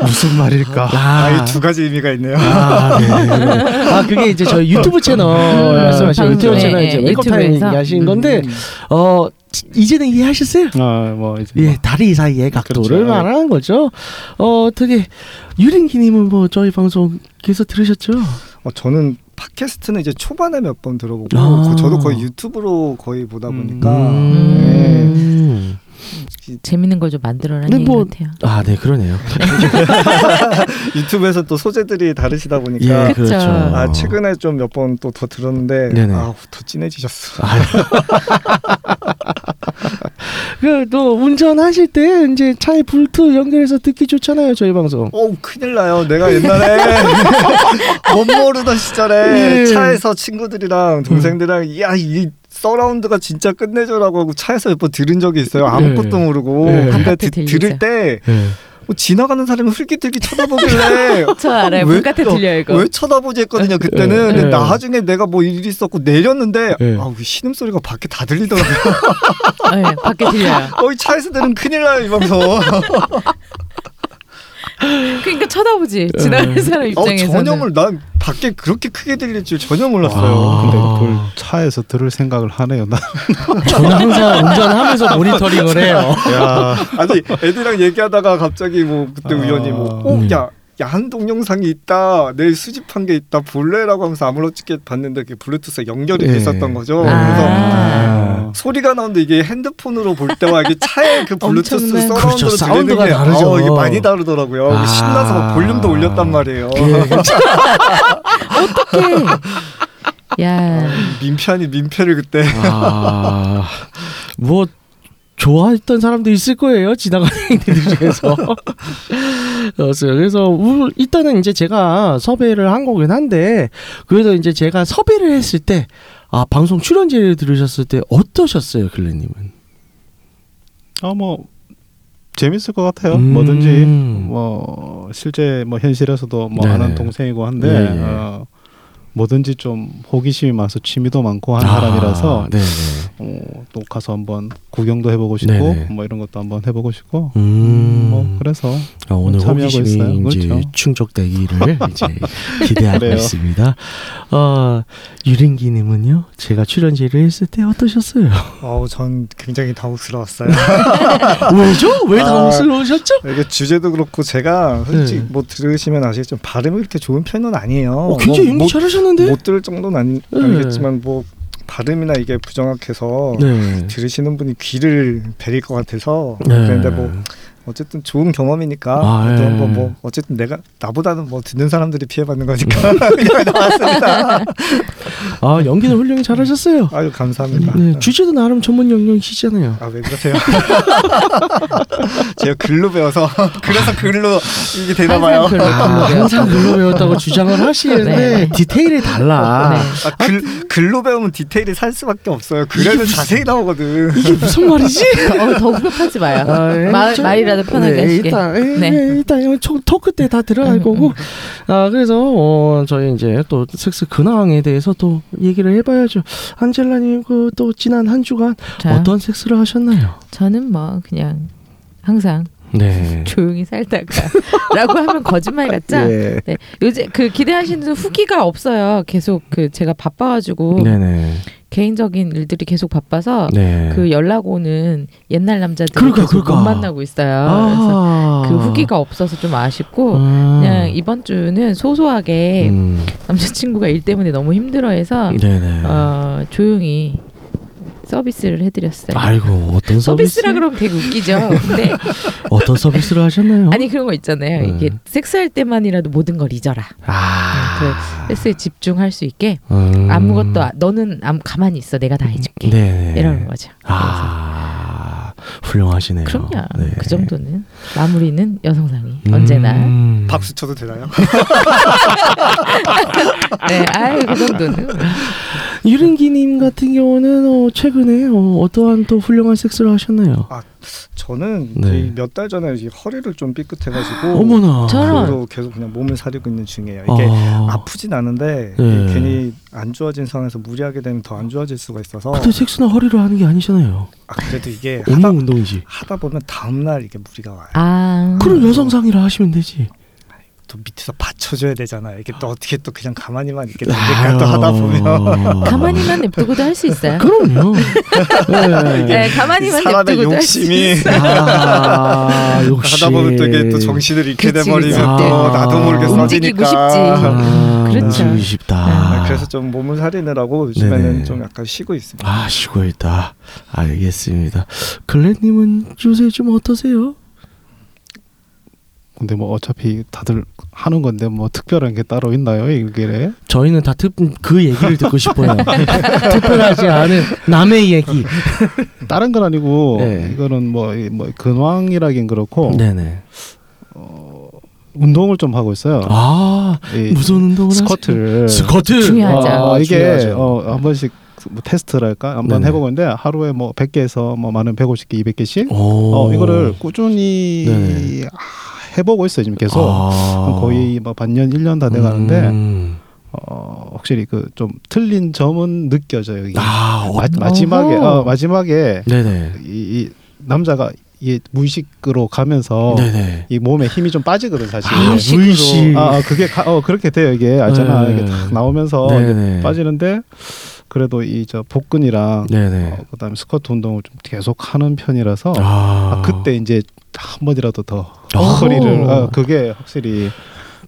[SPEAKER 5] 무슨 말일까?
[SPEAKER 3] 아.
[SPEAKER 5] 아, 이두 가지 의미가 있네요.
[SPEAKER 3] 아, 네. 아, 그게 이제 저희 유튜브 채널 말씀하신
[SPEAKER 2] 방금,
[SPEAKER 3] 유튜브
[SPEAKER 2] 네,
[SPEAKER 3] 채널 이제
[SPEAKER 2] 네,
[SPEAKER 3] 웨이크업 타임
[SPEAKER 2] 유튜브에서.
[SPEAKER 3] 얘기하신 건데 어 지- 이제는 이해하셨어요?
[SPEAKER 6] 음.
[SPEAKER 5] 아, 뭐 이제 뭐
[SPEAKER 3] 예, 다리 사이의
[SPEAKER 5] 그렇죠.
[SPEAKER 3] 각도를 말하는 거죠. 어, 되게 유린기님은 뭐 저희 방송 계속 들으셨죠?
[SPEAKER 4] 어, 저는 팟캐스트는 이제 초반에 몇 번 들어보고
[SPEAKER 3] 아.
[SPEAKER 4] 그- 저도 거의 유튜브로 거의 보다
[SPEAKER 5] 음.
[SPEAKER 4] 보니까
[SPEAKER 3] 음.
[SPEAKER 2] 재밌는 걸 좀 만들어라는
[SPEAKER 3] 근데
[SPEAKER 2] 얘기
[SPEAKER 3] 뭐-
[SPEAKER 2] 같아요.
[SPEAKER 3] 아, 네, 그러네요.
[SPEAKER 4] 유튜브에서 또 소재들이 다르시다 보니까
[SPEAKER 3] 예,
[SPEAKER 2] 그쵸.
[SPEAKER 3] 그렇죠.
[SPEAKER 4] 아 최근에 좀 몇 번 또 더 들었는데
[SPEAKER 3] 네네.
[SPEAKER 4] 아우 더 진해지셨어.
[SPEAKER 3] 아, 그또 운전하실 때 이제 차에 블루투스 연결해서 듣기 좋잖아요, 저희 방송.
[SPEAKER 4] 어우 큰일 나요. 내가 옛날에 못 모르던 시절에
[SPEAKER 3] 예.
[SPEAKER 4] 차에서 친구들이랑 동생들이랑 야 이 서라운드가 진짜 끝내줘라고 하고 차에서 몇 번 들은 적이 있어요. 아무것도
[SPEAKER 3] 예.
[SPEAKER 4] 모르고
[SPEAKER 3] 예.
[SPEAKER 4] 근데
[SPEAKER 2] 바깥에
[SPEAKER 4] 드-
[SPEAKER 2] 들리죠.
[SPEAKER 4] 들을 때 뭐 지나가는 사람이 훌기들기 쳐다보길래
[SPEAKER 2] 저 알아요.
[SPEAKER 4] 왜
[SPEAKER 2] 물가에
[SPEAKER 3] 어,
[SPEAKER 4] 또-
[SPEAKER 2] 들려 이거.
[SPEAKER 4] 왜 쳐다보지 했거든요 그때는
[SPEAKER 3] 예.
[SPEAKER 4] 근데 나중에 내가 뭐 일이 있었고 내렸는데
[SPEAKER 3] 예.
[SPEAKER 4] 아우 이 신음소리가 밖에 다 들리더라고요
[SPEAKER 2] 네, 밖에 들려요.
[SPEAKER 4] 어이 차에서 들으면 큰일 나요 이 방송
[SPEAKER 2] 그러니까 쳐다보지.
[SPEAKER 3] 네.
[SPEAKER 2] 지나가는 사람
[SPEAKER 4] 어
[SPEAKER 2] 입장에서는.
[SPEAKER 4] 전염을 난 밖에 그렇게 크게 들릴 줄 전혀 몰랐어요
[SPEAKER 3] 아.
[SPEAKER 5] 뭐. 근데 그걸 차에서 들을 생각을 하네요. 나.
[SPEAKER 3] 저는 항상 운전하면서 모니터링을 해요.
[SPEAKER 5] 야.
[SPEAKER 4] 아니 애들이랑 얘기하다가 갑자기 뭐 그때
[SPEAKER 5] 아.
[SPEAKER 4] 우연히
[SPEAKER 3] 음.
[SPEAKER 4] 뭐어야 야한 동영상이 있다 내 수집한 게 있다 볼래라고 하면서 아무렇지게 봤는데 그게 블루투스에 연결이 돼
[SPEAKER 3] 예.
[SPEAKER 4] 있었던 거죠
[SPEAKER 3] 예.
[SPEAKER 4] 그래서
[SPEAKER 2] 아.
[SPEAKER 4] 소리가 나오는데 이게 핸드폰으로 볼 때와 이게 차의 그 블루투스
[SPEAKER 2] 엄청난-
[SPEAKER 4] 서라운드로
[SPEAKER 3] 그렇죠.
[SPEAKER 4] 들리는
[SPEAKER 3] 사운드가
[SPEAKER 4] 게
[SPEAKER 3] 다르죠.
[SPEAKER 4] 어, 이게 많이 다르더라고요.
[SPEAKER 3] 아. 예.
[SPEAKER 4] 신나서 막 볼륨도 올렸단 말이에요.
[SPEAKER 2] 어떡해. 예. 야.
[SPEAKER 4] 민폐아니 민폐를 그때
[SPEAKER 3] 아, 뭐 좋아했던 사람도 있을 거예요 지나가는 인들 중에서. 그래서 그래서 우- 일단은 이제 제가 섭외를 한 거긴 한데 그래서 이제 제가 섭외를 했을 때 아 방송 출연제를 들으셨을 때 어떠셨어요 글래님은?
[SPEAKER 5] 아뭐 재밌을 것 같아요.
[SPEAKER 3] 음.
[SPEAKER 5] 뭐든지 뭐 실제 뭐 현실에서도 뭐
[SPEAKER 3] 네네.
[SPEAKER 5] 아는 동생이고 한데
[SPEAKER 3] 예, 예.
[SPEAKER 5] 어, 뭐든지 좀 호기심이 많아서 취미도 많고 하는
[SPEAKER 3] 아,
[SPEAKER 5] 사람이라서
[SPEAKER 3] 네네.
[SPEAKER 5] 어, 또 가서 한번 구경도 해보고 싶고
[SPEAKER 3] 네네.
[SPEAKER 5] 뭐 이런 것도 한번 해보고 싶고
[SPEAKER 3] 음.
[SPEAKER 5] 뭐 그래서
[SPEAKER 3] 어, 오늘
[SPEAKER 5] 참여하고
[SPEAKER 3] 호기심이
[SPEAKER 5] 있어요.
[SPEAKER 3] 이제
[SPEAKER 5] 그렇죠.
[SPEAKER 3] 충족되기를 이제 기대하고
[SPEAKER 5] 그래요.
[SPEAKER 3] 있습니다. 어, 유린기님은요, 제가 출연제를 했을 때 어떠셨어요?
[SPEAKER 4] 어우 전 굉장히 당혹스러웠어요.
[SPEAKER 3] 왜죠? 왜
[SPEAKER 4] 아.
[SPEAKER 3] 당황스러우셨죠?
[SPEAKER 4] 이게 주제도 그렇고 제가 솔직히
[SPEAKER 3] 네.
[SPEAKER 4] 뭐 들으시면 아시겠지만 발음이 그렇게 좋은 편은 아니에요.
[SPEAKER 3] 어, 굉장히
[SPEAKER 4] 뭐
[SPEAKER 3] 연기 잘하셨는데.
[SPEAKER 4] 못 들을 정도는 아니,
[SPEAKER 3] 네.
[SPEAKER 4] 아니겠지만 뭐 발음이나 이게 부정확해서
[SPEAKER 3] 네.
[SPEAKER 4] 들으시는 분이 귀를 베릴 것 같아서
[SPEAKER 3] 네.
[SPEAKER 4] 그런데 뭐 어쨌든 좋은 경험이니까
[SPEAKER 3] 아,
[SPEAKER 4] 또
[SPEAKER 3] 예.
[SPEAKER 4] 한번 뭐 어쨌든 내가 나보다는 뭐 듣는 사람들이 피해받는 거니까 그냥 나왔습니다.
[SPEAKER 3] 아 연기는 훌륭히 잘하셨어요.
[SPEAKER 4] 아유 감사합니다.
[SPEAKER 3] 네, 주제도 나름 전문 영역이시잖아요.
[SPEAKER 4] 아 왜 그러세요? 제가 글로 배워서 그래서 글로 이게 되나 봐요.
[SPEAKER 2] 항상
[SPEAKER 3] 아,
[SPEAKER 2] 그럴
[SPEAKER 3] 항상 글로 배웠다고 주장을 하시는데
[SPEAKER 2] 네.
[SPEAKER 3] 디테일이 달라.
[SPEAKER 2] 네.
[SPEAKER 4] 아, 글, 글로 배우면 디테일이 살 수밖에 없어요. 그래도 자세히 나오거든.
[SPEAKER 3] 이게 무슨 말이지?
[SPEAKER 2] 어, 더 후벼파지 마요.
[SPEAKER 3] 아, 예.
[SPEAKER 2] 말,
[SPEAKER 3] 저-
[SPEAKER 2] 말이라도 편하게
[SPEAKER 3] 네,
[SPEAKER 2] 하시게.
[SPEAKER 3] 일단 예,
[SPEAKER 2] 네. 음,
[SPEAKER 3] 예, 일단 이거 초- 토크 때 다 들어갈 거고. 아 그래서 어, 저희 이제 또 섹스 근황에 대해서 또 얘기를 해봐야죠. 안젤라님 그 또 지난 한 주간
[SPEAKER 2] 자,
[SPEAKER 3] 어떤 섹스를 하셨나요?
[SPEAKER 2] 저는 뭐 그냥 항상
[SPEAKER 3] 네.
[SPEAKER 2] 조용히 살다가라고 하면 거짓말 같죠.
[SPEAKER 3] 예.
[SPEAKER 2] 네. 요새 그 기대하시는 후기가 없어요. 계속 그 제가 바빠가지고
[SPEAKER 3] 네네.
[SPEAKER 2] 개인적인 일들이 계속 바빠서
[SPEAKER 3] 네.
[SPEAKER 2] 그 연락 오는 옛날 남자들
[SPEAKER 3] 그러니까,
[SPEAKER 2] 계속
[SPEAKER 3] 그러니까.
[SPEAKER 2] 못 만나고 있어요. 그래서 그 후기가 없어서 좀 아쉽고
[SPEAKER 3] 아.
[SPEAKER 2] 그냥 이번 주는 소소하게 아,
[SPEAKER 3] 음.
[SPEAKER 2] 남자친구가 일 때문에 너무 힘들어해서
[SPEAKER 3] 네네.
[SPEAKER 2] 어, 조용히 서비스를 해드렸어요.
[SPEAKER 3] 아이고 어떤 서비스?
[SPEAKER 2] 네. 서비스라 그러면 되게 웃기죠. 근데
[SPEAKER 3] 어떤 서비스를 하셨나요?
[SPEAKER 2] 아니 그런 거 있잖아요.
[SPEAKER 3] 네.
[SPEAKER 2] 이게 섹스할 때만이라도 모든 걸 잊어라.
[SPEAKER 3] 아.
[SPEAKER 2] 섹스에 집중할 수 있게
[SPEAKER 3] 음.
[SPEAKER 2] 네. 아무것도 아- 너는 아무 가만히 있어. 내가 다 해줄게.
[SPEAKER 3] 네네.
[SPEAKER 2] 이러는 거죠.
[SPEAKER 3] 아 훌륭하시네요.
[SPEAKER 2] 그럼요.
[SPEAKER 3] 네.
[SPEAKER 2] 그 정도는 마무리는 여성상이
[SPEAKER 3] 음.
[SPEAKER 2] 언제나.
[SPEAKER 5] 박수 쳐도 되나요?
[SPEAKER 2] 네, 아유 그 정도는.
[SPEAKER 3] 유린기님 같은 경우는 어, 최근에 어, 어떠한 또 훌륭한 섹스를 하셨나요?
[SPEAKER 4] 저는
[SPEAKER 3] 네.
[SPEAKER 4] 몇 달 전에 이 허리를 좀 삐끗해가지고
[SPEAKER 3] 어머나.
[SPEAKER 2] 저런.
[SPEAKER 4] 그걸로 계속 그냥 몸을 사리고 있는 중이에요. 이게
[SPEAKER 3] 아.
[SPEAKER 4] 아프진 않은데
[SPEAKER 3] 네.
[SPEAKER 4] 괜히 안 좋아진 상황에서 무리하게 되면 더 안 좋아질 수가 있어서
[SPEAKER 3] 그때 섹스나 허리로 하는 게 아니잖아요.
[SPEAKER 4] 아, 그래도 이게
[SPEAKER 3] 운동
[SPEAKER 4] 하다,
[SPEAKER 3] 운동이지.
[SPEAKER 4] 하다 보면 다음 날 이게 무리가 와요.
[SPEAKER 2] 아
[SPEAKER 3] 그럼 여성상의라 하시면 되지.
[SPEAKER 4] 또 밑에서 받쳐줘야 되잖아요. 이게 또 어떻게 또 그냥 가만히만 이렇게 냅니까 또 하다 보면
[SPEAKER 2] 가만히만 냅두고도 할 수 있어요.
[SPEAKER 3] 그럼요. 네.
[SPEAKER 2] 네, 가만히만
[SPEAKER 4] 사람의
[SPEAKER 2] 냅두고도 할 수
[SPEAKER 4] 욕심이
[SPEAKER 2] 있어요.
[SPEAKER 3] 아, 역시.
[SPEAKER 4] 하다 보면 또 이게 또 정신을 잃게
[SPEAKER 2] 그치,
[SPEAKER 4] 돼버리면
[SPEAKER 3] 그치.
[SPEAKER 4] 또
[SPEAKER 3] 아.
[SPEAKER 4] 나도 모르게
[SPEAKER 2] 움직이고
[SPEAKER 4] 써지니까.
[SPEAKER 2] 싶지.
[SPEAKER 3] 아,
[SPEAKER 2] 그렇죠.
[SPEAKER 3] 움직이기 쉽다.
[SPEAKER 4] 아, 그래서 좀 몸을 사리느라고 요즘에는
[SPEAKER 3] 네네.
[SPEAKER 4] 좀 약간 쉬고 있습니다.
[SPEAKER 3] 아, 쉬고 있다. 알겠습니다. 글렌님은 요새 좀 어떠세요?
[SPEAKER 6] 근데 뭐 어차피 다들 하는 건데 뭐 특별한 게 따로 있나요 이 길에?
[SPEAKER 3] 저희는 다그 얘기를 듣고 싶어요. 특별하지 않은 남의 얘기.
[SPEAKER 6] 다른 건 아니고
[SPEAKER 3] 네.
[SPEAKER 6] 이거는 뭐, 이- 뭐 근황이라긴 그렇고
[SPEAKER 3] 네네.
[SPEAKER 6] 운동을 좀 하고 있어요.
[SPEAKER 3] 아,
[SPEAKER 6] 이
[SPEAKER 3] 무슨 운동을
[SPEAKER 6] 스쿼트를
[SPEAKER 3] 하세요? 스쿼트.
[SPEAKER 2] 중요하죠.
[SPEAKER 6] 아,
[SPEAKER 3] 아,
[SPEAKER 6] 이게
[SPEAKER 3] 중요하죠.
[SPEAKER 6] 어, 한 번씩 뭐 테스트랄까 한번
[SPEAKER 3] 네네.
[SPEAKER 6] 해보는데 하루에 뭐 100개에서 뭐 많은 150개, 200개씩
[SPEAKER 3] 오.
[SPEAKER 6] 어, 이거를 꾸준히
[SPEAKER 3] 네네.
[SPEAKER 6] 아, 해보고 있어요 지금 계속
[SPEAKER 3] 아.
[SPEAKER 6] 한 거의 뭐 반년, 1년 다 돼가는데
[SPEAKER 3] 음.
[SPEAKER 6] 어, 확실히 그 좀 틀린 점은 느껴져요. 이게.
[SPEAKER 3] 아, 어,
[SPEAKER 6] 마, 마지막에
[SPEAKER 2] 어허.
[SPEAKER 6] 어, 마지막에
[SPEAKER 3] 네네.
[SPEAKER 6] 이, 이 남자가 이 무의식으로 가면서
[SPEAKER 3] 네네.
[SPEAKER 6] 이 몸에 힘이 좀 빠지거든 사실.
[SPEAKER 3] 아, 물씬.
[SPEAKER 6] 아, 아, 그게 가, 어 그렇게 돼요 이게 알잖아
[SPEAKER 3] 네.
[SPEAKER 6] 이게 탁 나오면서
[SPEAKER 3] 네네.
[SPEAKER 6] 어, 빠지는데 그래도 이 저 복근이랑
[SPEAKER 3] 네네.
[SPEAKER 6] 어, 그다음에 스쿼트 운동을 좀 계속 하는 편이라서
[SPEAKER 3] 아,
[SPEAKER 6] 아, 그때 이제 한 번이라도 더
[SPEAKER 3] 어.
[SPEAKER 6] 허리를 아, 그게 확실히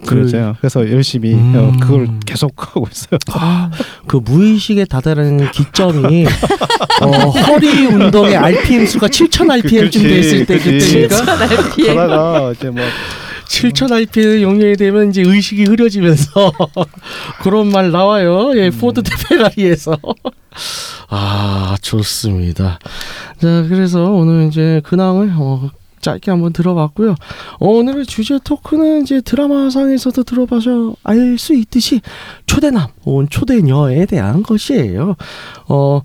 [SPEAKER 3] 그-
[SPEAKER 6] 그렇죠. 그래서 열심히
[SPEAKER 3] 음.
[SPEAKER 6] 어, 그걸 계속 하고 있어요.
[SPEAKER 3] 아, 그 무의식에 다다른 기점이 어, 허리 운동의 RPM 수가 7,000 RPM쯤
[SPEAKER 6] 그치,
[SPEAKER 3] 됐을 때
[SPEAKER 6] 그치.
[SPEAKER 3] 그때니까
[SPEAKER 6] 그러다가 이제 뭐
[SPEAKER 3] 7,000 RPM 용량이 되면 이제 의식이 흐려지면서 그런 말 나와요. 예, 포드
[SPEAKER 6] 음.
[SPEAKER 3] 대 페라리에서. 아, 좋습니다. 자, 그래서 오늘 이제 근황을 어, 짧게 한번 들어봤고요. 오늘의 주제 토크는 이제 드라마상에서도 들어봐서 알 수 있듯이 초대남 혹은 초대녀에 대한 것이에요. 어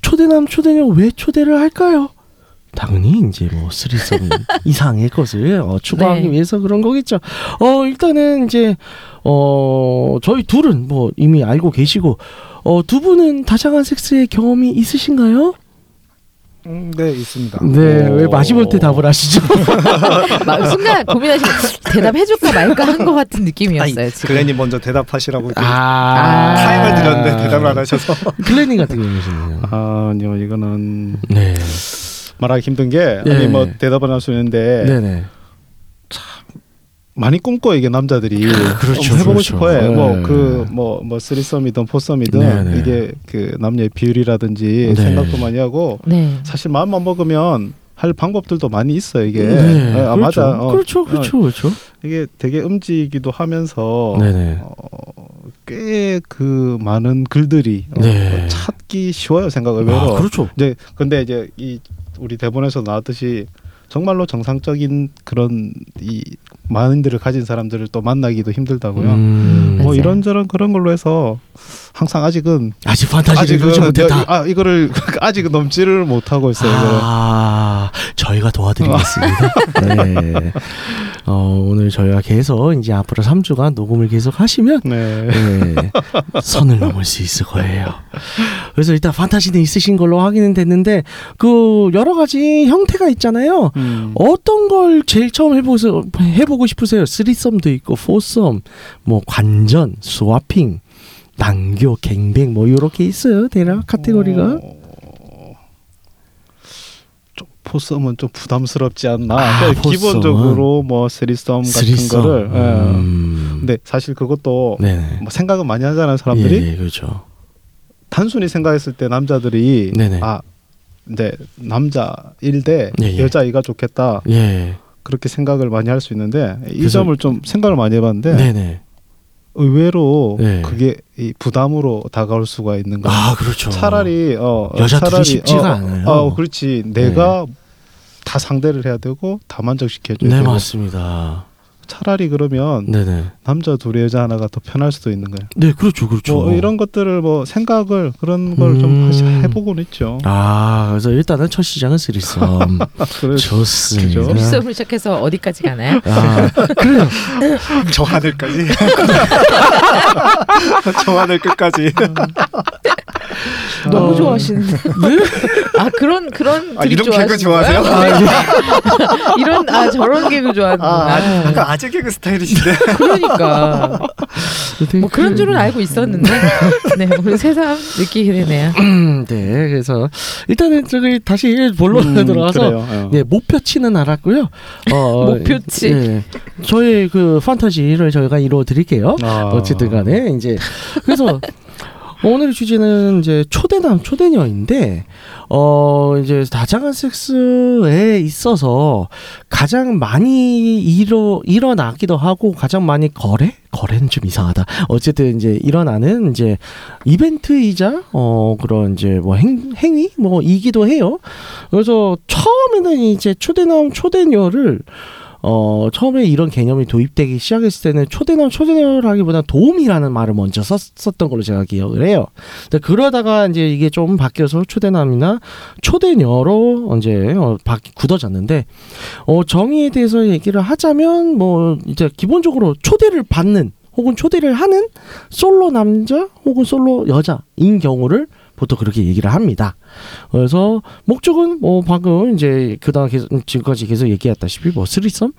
[SPEAKER 3] 초대남 초대녀 왜 초대를 할까요? 당연히 이제 뭐 스리섬 이상의 것을 어, 추구하기
[SPEAKER 2] 네.
[SPEAKER 3] 위해서 그런 거겠죠. 어 일단은 이제 어 저희 둘은 뭐 이미 알고 계시고 어두 분은 다자간 섹스의 경험이 있으신가요?
[SPEAKER 4] 음, 네 있습니다.
[SPEAKER 3] 네, 왜 마지못해 답을 하시죠?
[SPEAKER 2] 막 순간 고민하시고 대답해줄까 말까 한 것 같은 느낌이었어요. 지금.
[SPEAKER 4] 글렌이 먼저 대답하시라고 이렇게
[SPEAKER 3] 아,
[SPEAKER 4] 타임을 드렸는데 대답을 안 하셔서
[SPEAKER 3] 글래닝 같은 경우는
[SPEAKER 6] 아, 아니요 이거는
[SPEAKER 3] 네,
[SPEAKER 6] 말하기 힘든 게
[SPEAKER 3] 예.
[SPEAKER 6] 아니 뭐 대답은 할 수 있는데
[SPEAKER 3] 네, 네.
[SPEAKER 6] 많이 꿈꿔 이게 남자들이
[SPEAKER 3] 그렇죠,
[SPEAKER 6] 뭐 해보고
[SPEAKER 3] 그렇죠.
[SPEAKER 6] 싶어해
[SPEAKER 3] 네.
[SPEAKER 6] 뭐그뭐뭐 쓰리썸이든 포썸이든
[SPEAKER 3] 네, 네.
[SPEAKER 6] 이게 그 남녀의
[SPEAKER 3] 네.
[SPEAKER 6] 비율이라든지 생각도 많이 하고
[SPEAKER 2] 네.
[SPEAKER 6] 사실 마음만 먹으면 할 방법들도 많이 있어 이게
[SPEAKER 3] 네,
[SPEAKER 6] 예,
[SPEAKER 3] 그렇죠.
[SPEAKER 6] 아, 맞아 어, 어.
[SPEAKER 3] 그렇죠, 그렇죠, 그렇죠.
[SPEAKER 6] 이게 되게 음지이기도 하면서
[SPEAKER 3] 네네.
[SPEAKER 6] 어, 꽤 그 많은 글들이 어,
[SPEAKER 3] 네.
[SPEAKER 6] 찾기 쉬워요 생각 의외로
[SPEAKER 3] 아, 그렇죠.
[SPEAKER 6] 이제 근데 이제 이 우리 대본에서 나왔듯이 정말로 정상적인 그런 이 마인드를 가진 사람들을 또 만나기도 힘들다고요.
[SPEAKER 3] 음,
[SPEAKER 6] 뭐
[SPEAKER 2] 맞아요.
[SPEAKER 6] 이런저런 그런 걸로 해서 항상 아직은
[SPEAKER 3] 아직 판타지를 이루지 못했다.
[SPEAKER 6] 아 이거를 아직은 넘지를 못하고 있어요. 이거를.
[SPEAKER 3] 아, 저희가 도와드리겠습니다. 네. 어, 오늘 저희가 계속 이제 앞으로 3주간 녹음을 계속 하시면
[SPEAKER 6] 네.
[SPEAKER 3] 네, 선을 넘을 수 있을 거예요. 그래서 일단 판타지는 있으신 걸로 확인은 됐는데 그 여러 가지 형태가 있잖아요.
[SPEAKER 6] 음.
[SPEAKER 3] 어떤 걸 제일 처음 해보세요, 해보고 싶으세요? 쓰리썸도 있고 포썸, 뭐 관전, 스와핑 난교, 갱뱅 뭐 요렇게 있어요. 대략 카테고리가.
[SPEAKER 6] 어, 좀 포썸은 좀 부담스럽지 않나.
[SPEAKER 3] 아,
[SPEAKER 6] 그러니까
[SPEAKER 3] 포썸은.
[SPEAKER 6] 기본적으로 뭐 스리썸 같은
[SPEAKER 3] 스리썸.
[SPEAKER 6] 거를. 예.
[SPEAKER 3] 음.
[SPEAKER 6] 근데 사실 그것도
[SPEAKER 3] 네네.
[SPEAKER 6] 뭐 생각은 많이 하잖아요 사람들이.
[SPEAKER 3] 예, 예, 그렇죠.
[SPEAKER 6] 단순히 생각했을 때 남자들이
[SPEAKER 3] 네네.
[SPEAKER 6] 아 이제 남자 일대
[SPEAKER 3] 예, 예.
[SPEAKER 6] 여자이가 좋겠다
[SPEAKER 3] 예.
[SPEAKER 6] 그렇게 생각을 많이 할 수 있는데 이
[SPEAKER 3] 그래서-
[SPEAKER 6] 점을 좀 생각을 많이 해봤는데
[SPEAKER 3] 네, 네.
[SPEAKER 6] 의외로
[SPEAKER 3] 네.
[SPEAKER 6] 그게 이 부담으로 다가올 수가 있는 거예요.
[SPEAKER 3] 아, 그렇죠.
[SPEAKER 6] 차라리 어
[SPEAKER 3] 여자들이
[SPEAKER 6] 차라리,
[SPEAKER 3] 쉽지가
[SPEAKER 6] 어,
[SPEAKER 3] 않아요.
[SPEAKER 6] 어, 그렇지 내가 다 상대를 해야 되고 다 만족시켜줘야
[SPEAKER 3] 네,
[SPEAKER 6] 되고
[SPEAKER 3] 맞습니다.
[SPEAKER 6] 차라리 그러면
[SPEAKER 3] 네, 네.
[SPEAKER 6] 남자 둘에 여자 하나가 더 편할 수도 있는 거예요.
[SPEAKER 3] 네, 그렇죠. 그렇죠.
[SPEAKER 6] 뭐 이런 것들을 뭐 생각을 그런 걸 좀
[SPEAKER 3] 음.
[SPEAKER 6] 해보곤 있죠.
[SPEAKER 3] 아, 그래서 일단은 첫 시장은 쓰리썸. 그렇죠.
[SPEAKER 6] 그래서 음,
[SPEAKER 3] 좋습니다.
[SPEAKER 6] 그죠?
[SPEAKER 2] 수업을 시작해서 어디까지 가나요?
[SPEAKER 3] 아,
[SPEAKER 6] 저 하늘까지 저 하늘 끝까지
[SPEAKER 2] 너무 좋아하시는데. 아 그런 그런 드립 어. 좋아하시는 거야? 이런 아 저런 개그 좋아하는구나.
[SPEAKER 7] 약간 아재 개그 스타일이신데
[SPEAKER 2] 그러니까 뭐 그런 줄은 알고 있었는데 네 오늘 새삼 느끼게 되네요.
[SPEAKER 3] 음, 네, 그래서 일단은 저기 다시 본론에
[SPEAKER 6] 음,
[SPEAKER 3] 들어가서 네, 목표치는 알았고요. 어,
[SPEAKER 2] 목표치.
[SPEAKER 3] 예. 저희 그 판타지를 저희가 이루어 드릴게요.
[SPEAKER 6] 아,
[SPEAKER 3] 어쨌든 간에 이제 그래서 뭐 오늘의 주제는 이제 초대남 초대녀인데 어 이제 다자간 섹스에 있어서 가장 많이 일어 일어나기도 하고 가장 많이 거래 거래는 좀 이상하다 어쨌든 이제 일어나는 이제 이벤트이자 어 그런 이제 뭐 행, 행위 뭐 이기도 해요 그래서 처음에는 이제 초대남 초대녀를 어, 처음에 이런 개념이 도입되기 시작했을 때는 초대남 초대녀라기보다 도움이라는 말을 먼저 썼었던 걸로 제가 기억을 해요. 근데 그러다가 이제 이게 좀 바뀌어서 초대남이나 초대녀로 이제 어, 바, 굳어졌는데 어, 정의에 대해서 얘기를 하자면 뭐 이제 기본적으로 초대를 받는 혹은 초대를 하는 솔로 남자 혹은 솔로 여자인 경우를 보통 그렇게 얘기를 합니다. 그래서 목적은 뭐 방금 이제 그다음 계속 지금까지 계속 얘기했다시피 뭐 스리썸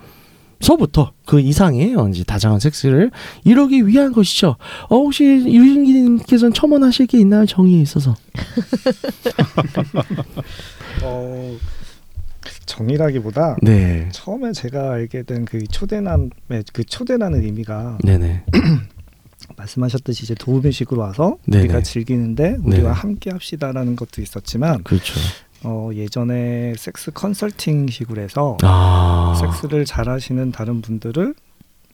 [SPEAKER 3] 서부터 그 이상의 이제 다양한 섹스를 이루기 위한 것이죠. 어, 혹시 유진기님께서는 첨언하실 게 있나요 정의에 있어서?
[SPEAKER 4] 어, 정의라기보다
[SPEAKER 3] 네,
[SPEAKER 4] 처음에 제가 알게 된 그 초대남의 그 초대라는 의미가
[SPEAKER 3] 네네,
[SPEAKER 4] 말씀하셨듯이 이제 도움의식으로 와서
[SPEAKER 3] 네네.
[SPEAKER 4] 우리가 즐기는데 우리와
[SPEAKER 3] 네네.
[SPEAKER 4] 함께 합시다라는 것도 있었지만
[SPEAKER 3] 그렇죠.
[SPEAKER 4] 어, 예전에 섹스 컨설팅식으로 해서
[SPEAKER 3] 아,
[SPEAKER 4] 섹스를 잘하시는 다른 분들을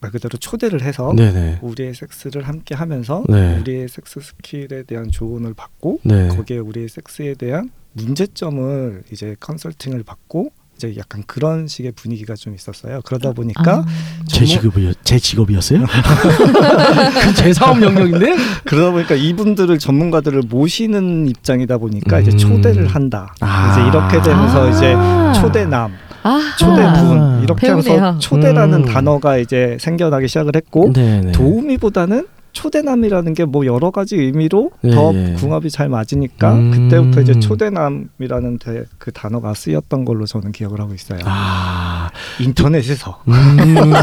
[SPEAKER 4] 말 그대로 초대를 해서
[SPEAKER 3] 네네,
[SPEAKER 4] 우리의 섹스를 함께 하면서
[SPEAKER 3] 네.
[SPEAKER 4] 우리의 섹스 스킬에 대한 조언을 받고
[SPEAKER 3] 네,
[SPEAKER 4] 거기에 우리의 섹스에 대한 문제점을 이제 컨설팅을 받고 이제 약간 그런 식의 분위기가 좀 있었어요. 그러다 보니까
[SPEAKER 3] 제
[SPEAKER 4] 전문-
[SPEAKER 3] 직업이 제 직업이었어요? 그제 사업 영역인데?
[SPEAKER 4] 그러다 보니까 이분들을 전문가들을 모시는 입장이다 보니까
[SPEAKER 3] 음.
[SPEAKER 4] 이제 초대를 한다.
[SPEAKER 3] 아.
[SPEAKER 4] 이제 이렇게 되면서
[SPEAKER 2] 아.
[SPEAKER 4] 이제 초대남,
[SPEAKER 2] 아
[SPEAKER 3] 아.
[SPEAKER 4] 초대분 이렇게
[SPEAKER 2] 배우네요.
[SPEAKER 4] 하면서
[SPEAKER 3] 음.
[SPEAKER 4] 초대라는 단어가 이제 생겨나기 시작을 했고
[SPEAKER 3] 네네.
[SPEAKER 4] 도우미보다는 초대남이라는 게 뭐 여러 가지 의미로
[SPEAKER 3] 예,
[SPEAKER 4] 더
[SPEAKER 3] 예.
[SPEAKER 4] 궁합이 잘 맞으니까
[SPEAKER 3] 음.
[SPEAKER 4] 그때부터 이제 초대남이라는 대- 그 단어가 쓰였던 걸로 저는 기억을 하고 있어요.
[SPEAKER 3] 아,
[SPEAKER 4] 인터넷에서
[SPEAKER 3] 음.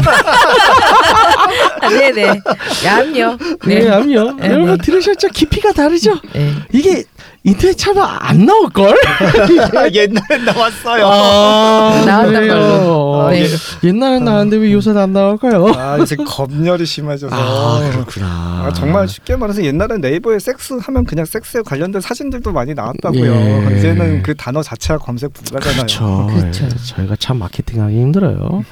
[SPEAKER 2] 아, 네네 얌요.
[SPEAKER 3] 네,
[SPEAKER 2] 네.
[SPEAKER 3] 암요.
[SPEAKER 2] 네,
[SPEAKER 3] 여러분
[SPEAKER 2] 네.
[SPEAKER 3] 들으셨죠? 깊이가 다르죠?
[SPEAKER 2] 네.
[SPEAKER 3] 이게 인터넷 차면 안 나올 걸?
[SPEAKER 7] 옛날엔 나왔어요.
[SPEAKER 3] 아,
[SPEAKER 2] 나왔단
[SPEAKER 3] 그래요.
[SPEAKER 2] 걸로.
[SPEAKER 3] 아,
[SPEAKER 2] 네.
[SPEAKER 3] 예. 옛날엔 나왔는데 왜 요새는 안 나올까요?
[SPEAKER 4] 아 이제 검열이 심해져서
[SPEAKER 3] 아, 그렇구나.
[SPEAKER 4] 아, 정말 쉽게 말해서 옛날에 네이버에 섹스 하면 그냥 섹스에 관련된 사진들도 많이 나왔다고요.
[SPEAKER 3] 예.
[SPEAKER 4] 이제는 그 단어 자체가 검색 불가잖아요.
[SPEAKER 3] 그렇죠.
[SPEAKER 2] 그렇죠.
[SPEAKER 3] 예, 저희가 참 마케팅하기 힘들어요.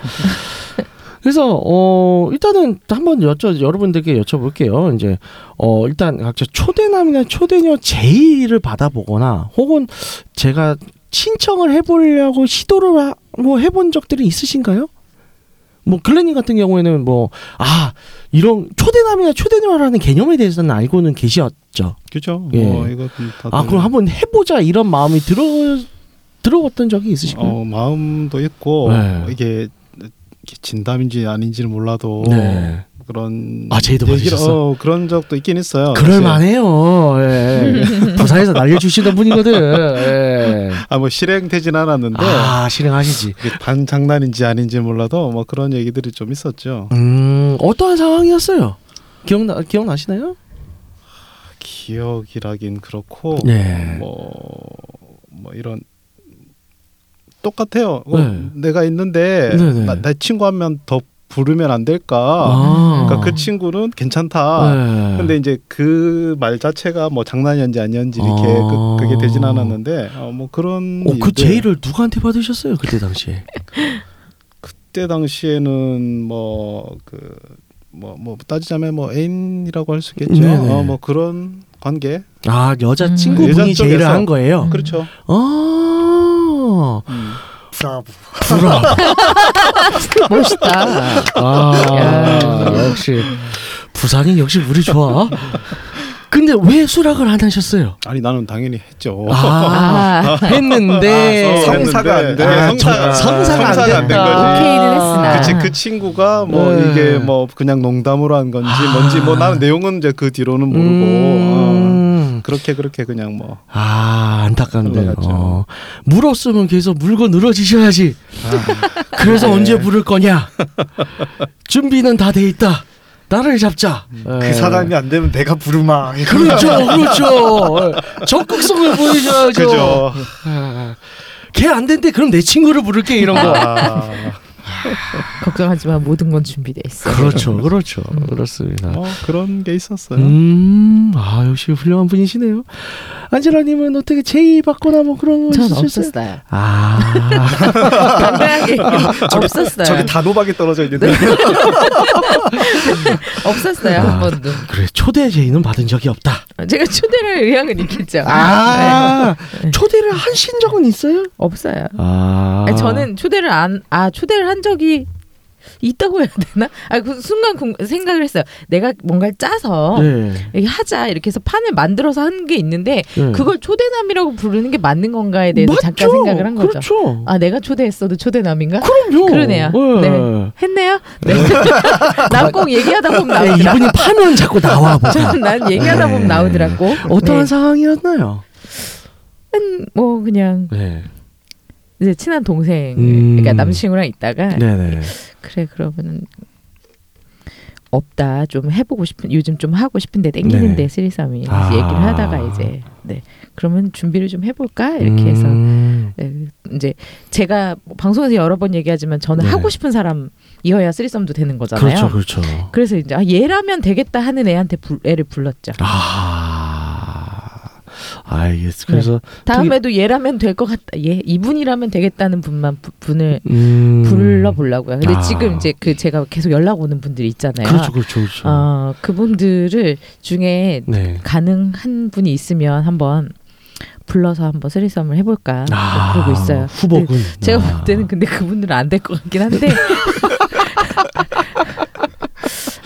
[SPEAKER 3] 그래서 어 일단은 한번 여쭤 여러분들께 여쭤볼게요. 이제 어 일단 각자 초대남이나 초대녀 제의를 받아보거나 혹은 제가 신청을 해보려고 시도를 하- 뭐 해본 적들이 있으신가요? 뭐 글래닝 같은 경우에는 뭐 아 이런 초대남이나 초대녀라는 개념에 대해서는 알고는 계셨죠.
[SPEAKER 6] 그죠?
[SPEAKER 3] 예.
[SPEAKER 6] 뭐 이거 다들
[SPEAKER 3] 아
[SPEAKER 4] 네.
[SPEAKER 3] 그럼 한번 해보자 이런 마음이 들어 들어봤던 적이 있으신가요?
[SPEAKER 6] 어, 마음도 있고
[SPEAKER 3] 네.
[SPEAKER 6] 이게 이게 진담인지 아닌지는 몰라도
[SPEAKER 3] 네.
[SPEAKER 6] 그런
[SPEAKER 3] 아, 제의도
[SPEAKER 6] 얘기를-
[SPEAKER 3] 받으셨어?
[SPEAKER 6] 어, 그런 적도 있긴 있어요.
[SPEAKER 3] 그럴 만해요. 예. 부산에서 날려주시던 분이거든. 예.
[SPEAKER 6] 아뭐 실행되진 않았는데
[SPEAKER 3] 아 실행하시지.
[SPEAKER 6] 이게 반 장난인지 아닌지 몰라도 뭐 그런 얘기들이 좀 있었죠.
[SPEAKER 3] 음 어떠한 상황이었어요? 기억나 기억나시나요?
[SPEAKER 6] 기억이라긴 그렇고
[SPEAKER 3] 네.
[SPEAKER 6] 뭐, 뭐 이런 똑같아요. 어,
[SPEAKER 3] 네.
[SPEAKER 6] 내가 있는데
[SPEAKER 3] 네네.
[SPEAKER 6] 나, 내 친구 한 명 더 부르면 안 될까?
[SPEAKER 3] 아.
[SPEAKER 6] 그러니까 그 친구는 괜찮다.
[SPEAKER 3] 네.
[SPEAKER 6] 근데 이제 그 말 자체가 뭐 장난이었는지 아니었는지 이렇게
[SPEAKER 3] 아.
[SPEAKER 6] 그, 그게 되진 않았는데 어, 뭐 그런
[SPEAKER 3] 어, 그
[SPEAKER 6] 일들.
[SPEAKER 3] 제의를 누구한테 받으셨어요 그때 당시에?
[SPEAKER 6] 그때 당시에는 뭐 그 뭐 뭐 따지자면 뭐 애인이라고 할 수 있겠죠.
[SPEAKER 3] 네네.
[SPEAKER 6] 어, 뭐 그런 관계.
[SPEAKER 3] 아 여자 친구분이
[SPEAKER 6] 여자
[SPEAKER 3] 제의를
[SPEAKER 6] 쪽에서.
[SPEAKER 3] 한 거예요.
[SPEAKER 6] 그렇죠.
[SPEAKER 3] 아
[SPEAKER 6] 음.
[SPEAKER 5] 브라보.
[SPEAKER 3] 브라.
[SPEAKER 2] 멋있다.
[SPEAKER 3] 아 역시 부산이 역시 우리 좋아. 근데 왜 수락을 안 하셨어요?
[SPEAKER 6] 아니 나는 당연히 했죠.
[SPEAKER 3] 아, 했는데
[SPEAKER 6] 아, 성-
[SPEAKER 7] 성사가 안 돼.
[SPEAKER 6] 네,
[SPEAKER 3] 아, 정-
[SPEAKER 6] 성사가-
[SPEAKER 3] 성사가
[SPEAKER 6] 성사가
[SPEAKER 3] 안
[SPEAKER 6] 안된
[SPEAKER 3] 됐다.
[SPEAKER 6] 거지.
[SPEAKER 2] 오케이는 했으나.
[SPEAKER 6] 그치 그 친구가 뭐
[SPEAKER 3] 네. 아.
[SPEAKER 6] 이게 뭐 그냥 농담으로 한 건지 뭔지 뭐 나는 내용은 이제 그 뒤로는 모르고 어,
[SPEAKER 3] 음.
[SPEAKER 6] 그렇게 그렇게 그냥 뭐
[SPEAKER 3] 아 안타깝네요.
[SPEAKER 6] 올라갔죠.
[SPEAKER 3] 어. 물었으면 계속 물고 늘어지셔야지. 그래서
[SPEAKER 6] 네.
[SPEAKER 3] 언제 부를 거냐? 준비는 다 돼 있다. 나를 잡자.
[SPEAKER 6] 음.
[SPEAKER 3] 예.
[SPEAKER 7] 그 사람이 안 되면 내가 부르마.
[SPEAKER 3] 그렇죠, 그렇죠. 예. 적극성을 보이셔야죠. 예.
[SPEAKER 6] 그죠.
[SPEAKER 3] 걔안 된대. 그럼 내 친구를 부를게 이런 거.
[SPEAKER 6] 아,
[SPEAKER 2] 걱정하지 마. 모든 건 준비돼 있어.
[SPEAKER 3] 그렇죠, 그렇죠, 그렇습니다.
[SPEAKER 6] 뭐 그런 게 있었어요.
[SPEAKER 3] 음, 아 역시 훌륭한 분이시네요. 안젤라님은 어떻게 제의 받거나 뭐 그런 거
[SPEAKER 2] 전
[SPEAKER 3] 있으셨어요?
[SPEAKER 2] 없었어요.
[SPEAKER 3] 아.
[SPEAKER 2] 당당하게 없었어요.
[SPEAKER 7] 저기 단호박이 떨어져 있는데.
[SPEAKER 2] 없었어요 한
[SPEAKER 3] 아.
[SPEAKER 2] 번도.
[SPEAKER 3] 그래 초대 제의는 받은 적이 없다.
[SPEAKER 2] 제가 초대를 의향은 있겠죠.
[SPEAKER 3] 아
[SPEAKER 2] 네.
[SPEAKER 3] 초대를 하신 적은 있어요?
[SPEAKER 2] 없어요.
[SPEAKER 3] 아
[SPEAKER 2] 아니, 저는 초대를 안 아 초대를 한 적이 있다고 해야 되나? 아그 순간 궁- 생각을 했어요. 내가 뭔가를 짜서
[SPEAKER 3] 네.
[SPEAKER 2] 이렇게 하자 이렇게 해서 판을 만들어서 하는 게 있는데
[SPEAKER 3] 네.
[SPEAKER 2] 그걸 초대남이라고 부르는 게 맞는 건가에 대해서 잠깐 생각을 한 거죠.
[SPEAKER 3] 그렇죠.
[SPEAKER 2] 아 내가 초대했어도 초대남인가?
[SPEAKER 3] 그럼요.
[SPEAKER 2] 그러네요.
[SPEAKER 3] 네.
[SPEAKER 2] 네. 했네요. 네. 난 꼭 얘기하다 보면
[SPEAKER 3] 네,
[SPEAKER 2] 나오더라.
[SPEAKER 3] 이분이 파면 자꾸 나와 보자.
[SPEAKER 2] 난 얘기하다
[SPEAKER 3] 네.
[SPEAKER 2] 보면 나오더라고.
[SPEAKER 3] 어떠한
[SPEAKER 2] 네.
[SPEAKER 3] 상황이었나요?
[SPEAKER 2] 음, 뭐 그냥
[SPEAKER 3] 네.
[SPEAKER 2] 이제 친한 동생,
[SPEAKER 3] 음.
[SPEAKER 2] 그러니까 남친구랑 있다가
[SPEAKER 3] 네네.
[SPEAKER 2] 그래 그러면은 없다 좀 해보고 싶은 요즘 좀 하고 싶은데 땡기는데
[SPEAKER 3] 네네.
[SPEAKER 2] 스리섬이
[SPEAKER 3] 아.
[SPEAKER 2] 얘기를 하다가 이제 네 그러면 준비를 좀 해볼까 이렇게 해서
[SPEAKER 3] 음.
[SPEAKER 2] 네, 이제 제가 뭐 방송에서 여러 번 얘기하지만 저는
[SPEAKER 3] 네네.
[SPEAKER 2] 하고 싶은 사람이어야 쓰리썸도 되는 거잖아요.
[SPEAKER 3] 그렇죠, 그렇죠.
[SPEAKER 2] 래서 이제 아, 얘라면 되겠다 하는 애한테 불- 애를 불렀죠.
[SPEAKER 3] 아, 알겠어. 그래서
[SPEAKER 2] 다음에도 얘라면 될 것 같다. 얘 이분이라면 되겠다는 분만 부- 분을
[SPEAKER 3] 음.
[SPEAKER 2] 불러 보려고요. 근데
[SPEAKER 3] 아.
[SPEAKER 2] 지금 이제 그 제가 계속 연락 오는 분들이 있잖아요.
[SPEAKER 3] 그렇죠, 그렇죠, 그렇죠.
[SPEAKER 2] 어, 그분들을 중에
[SPEAKER 3] 네.
[SPEAKER 2] 가능한 분이 있으면 한번 불러서 한번 쓰리썸을 해볼까 아, 그러고 있어요.
[SPEAKER 3] 아, 후보군.
[SPEAKER 2] 근데 제가
[SPEAKER 3] 아.
[SPEAKER 2] 볼 때는 근데 그분들은 안 될 것 같긴 한데.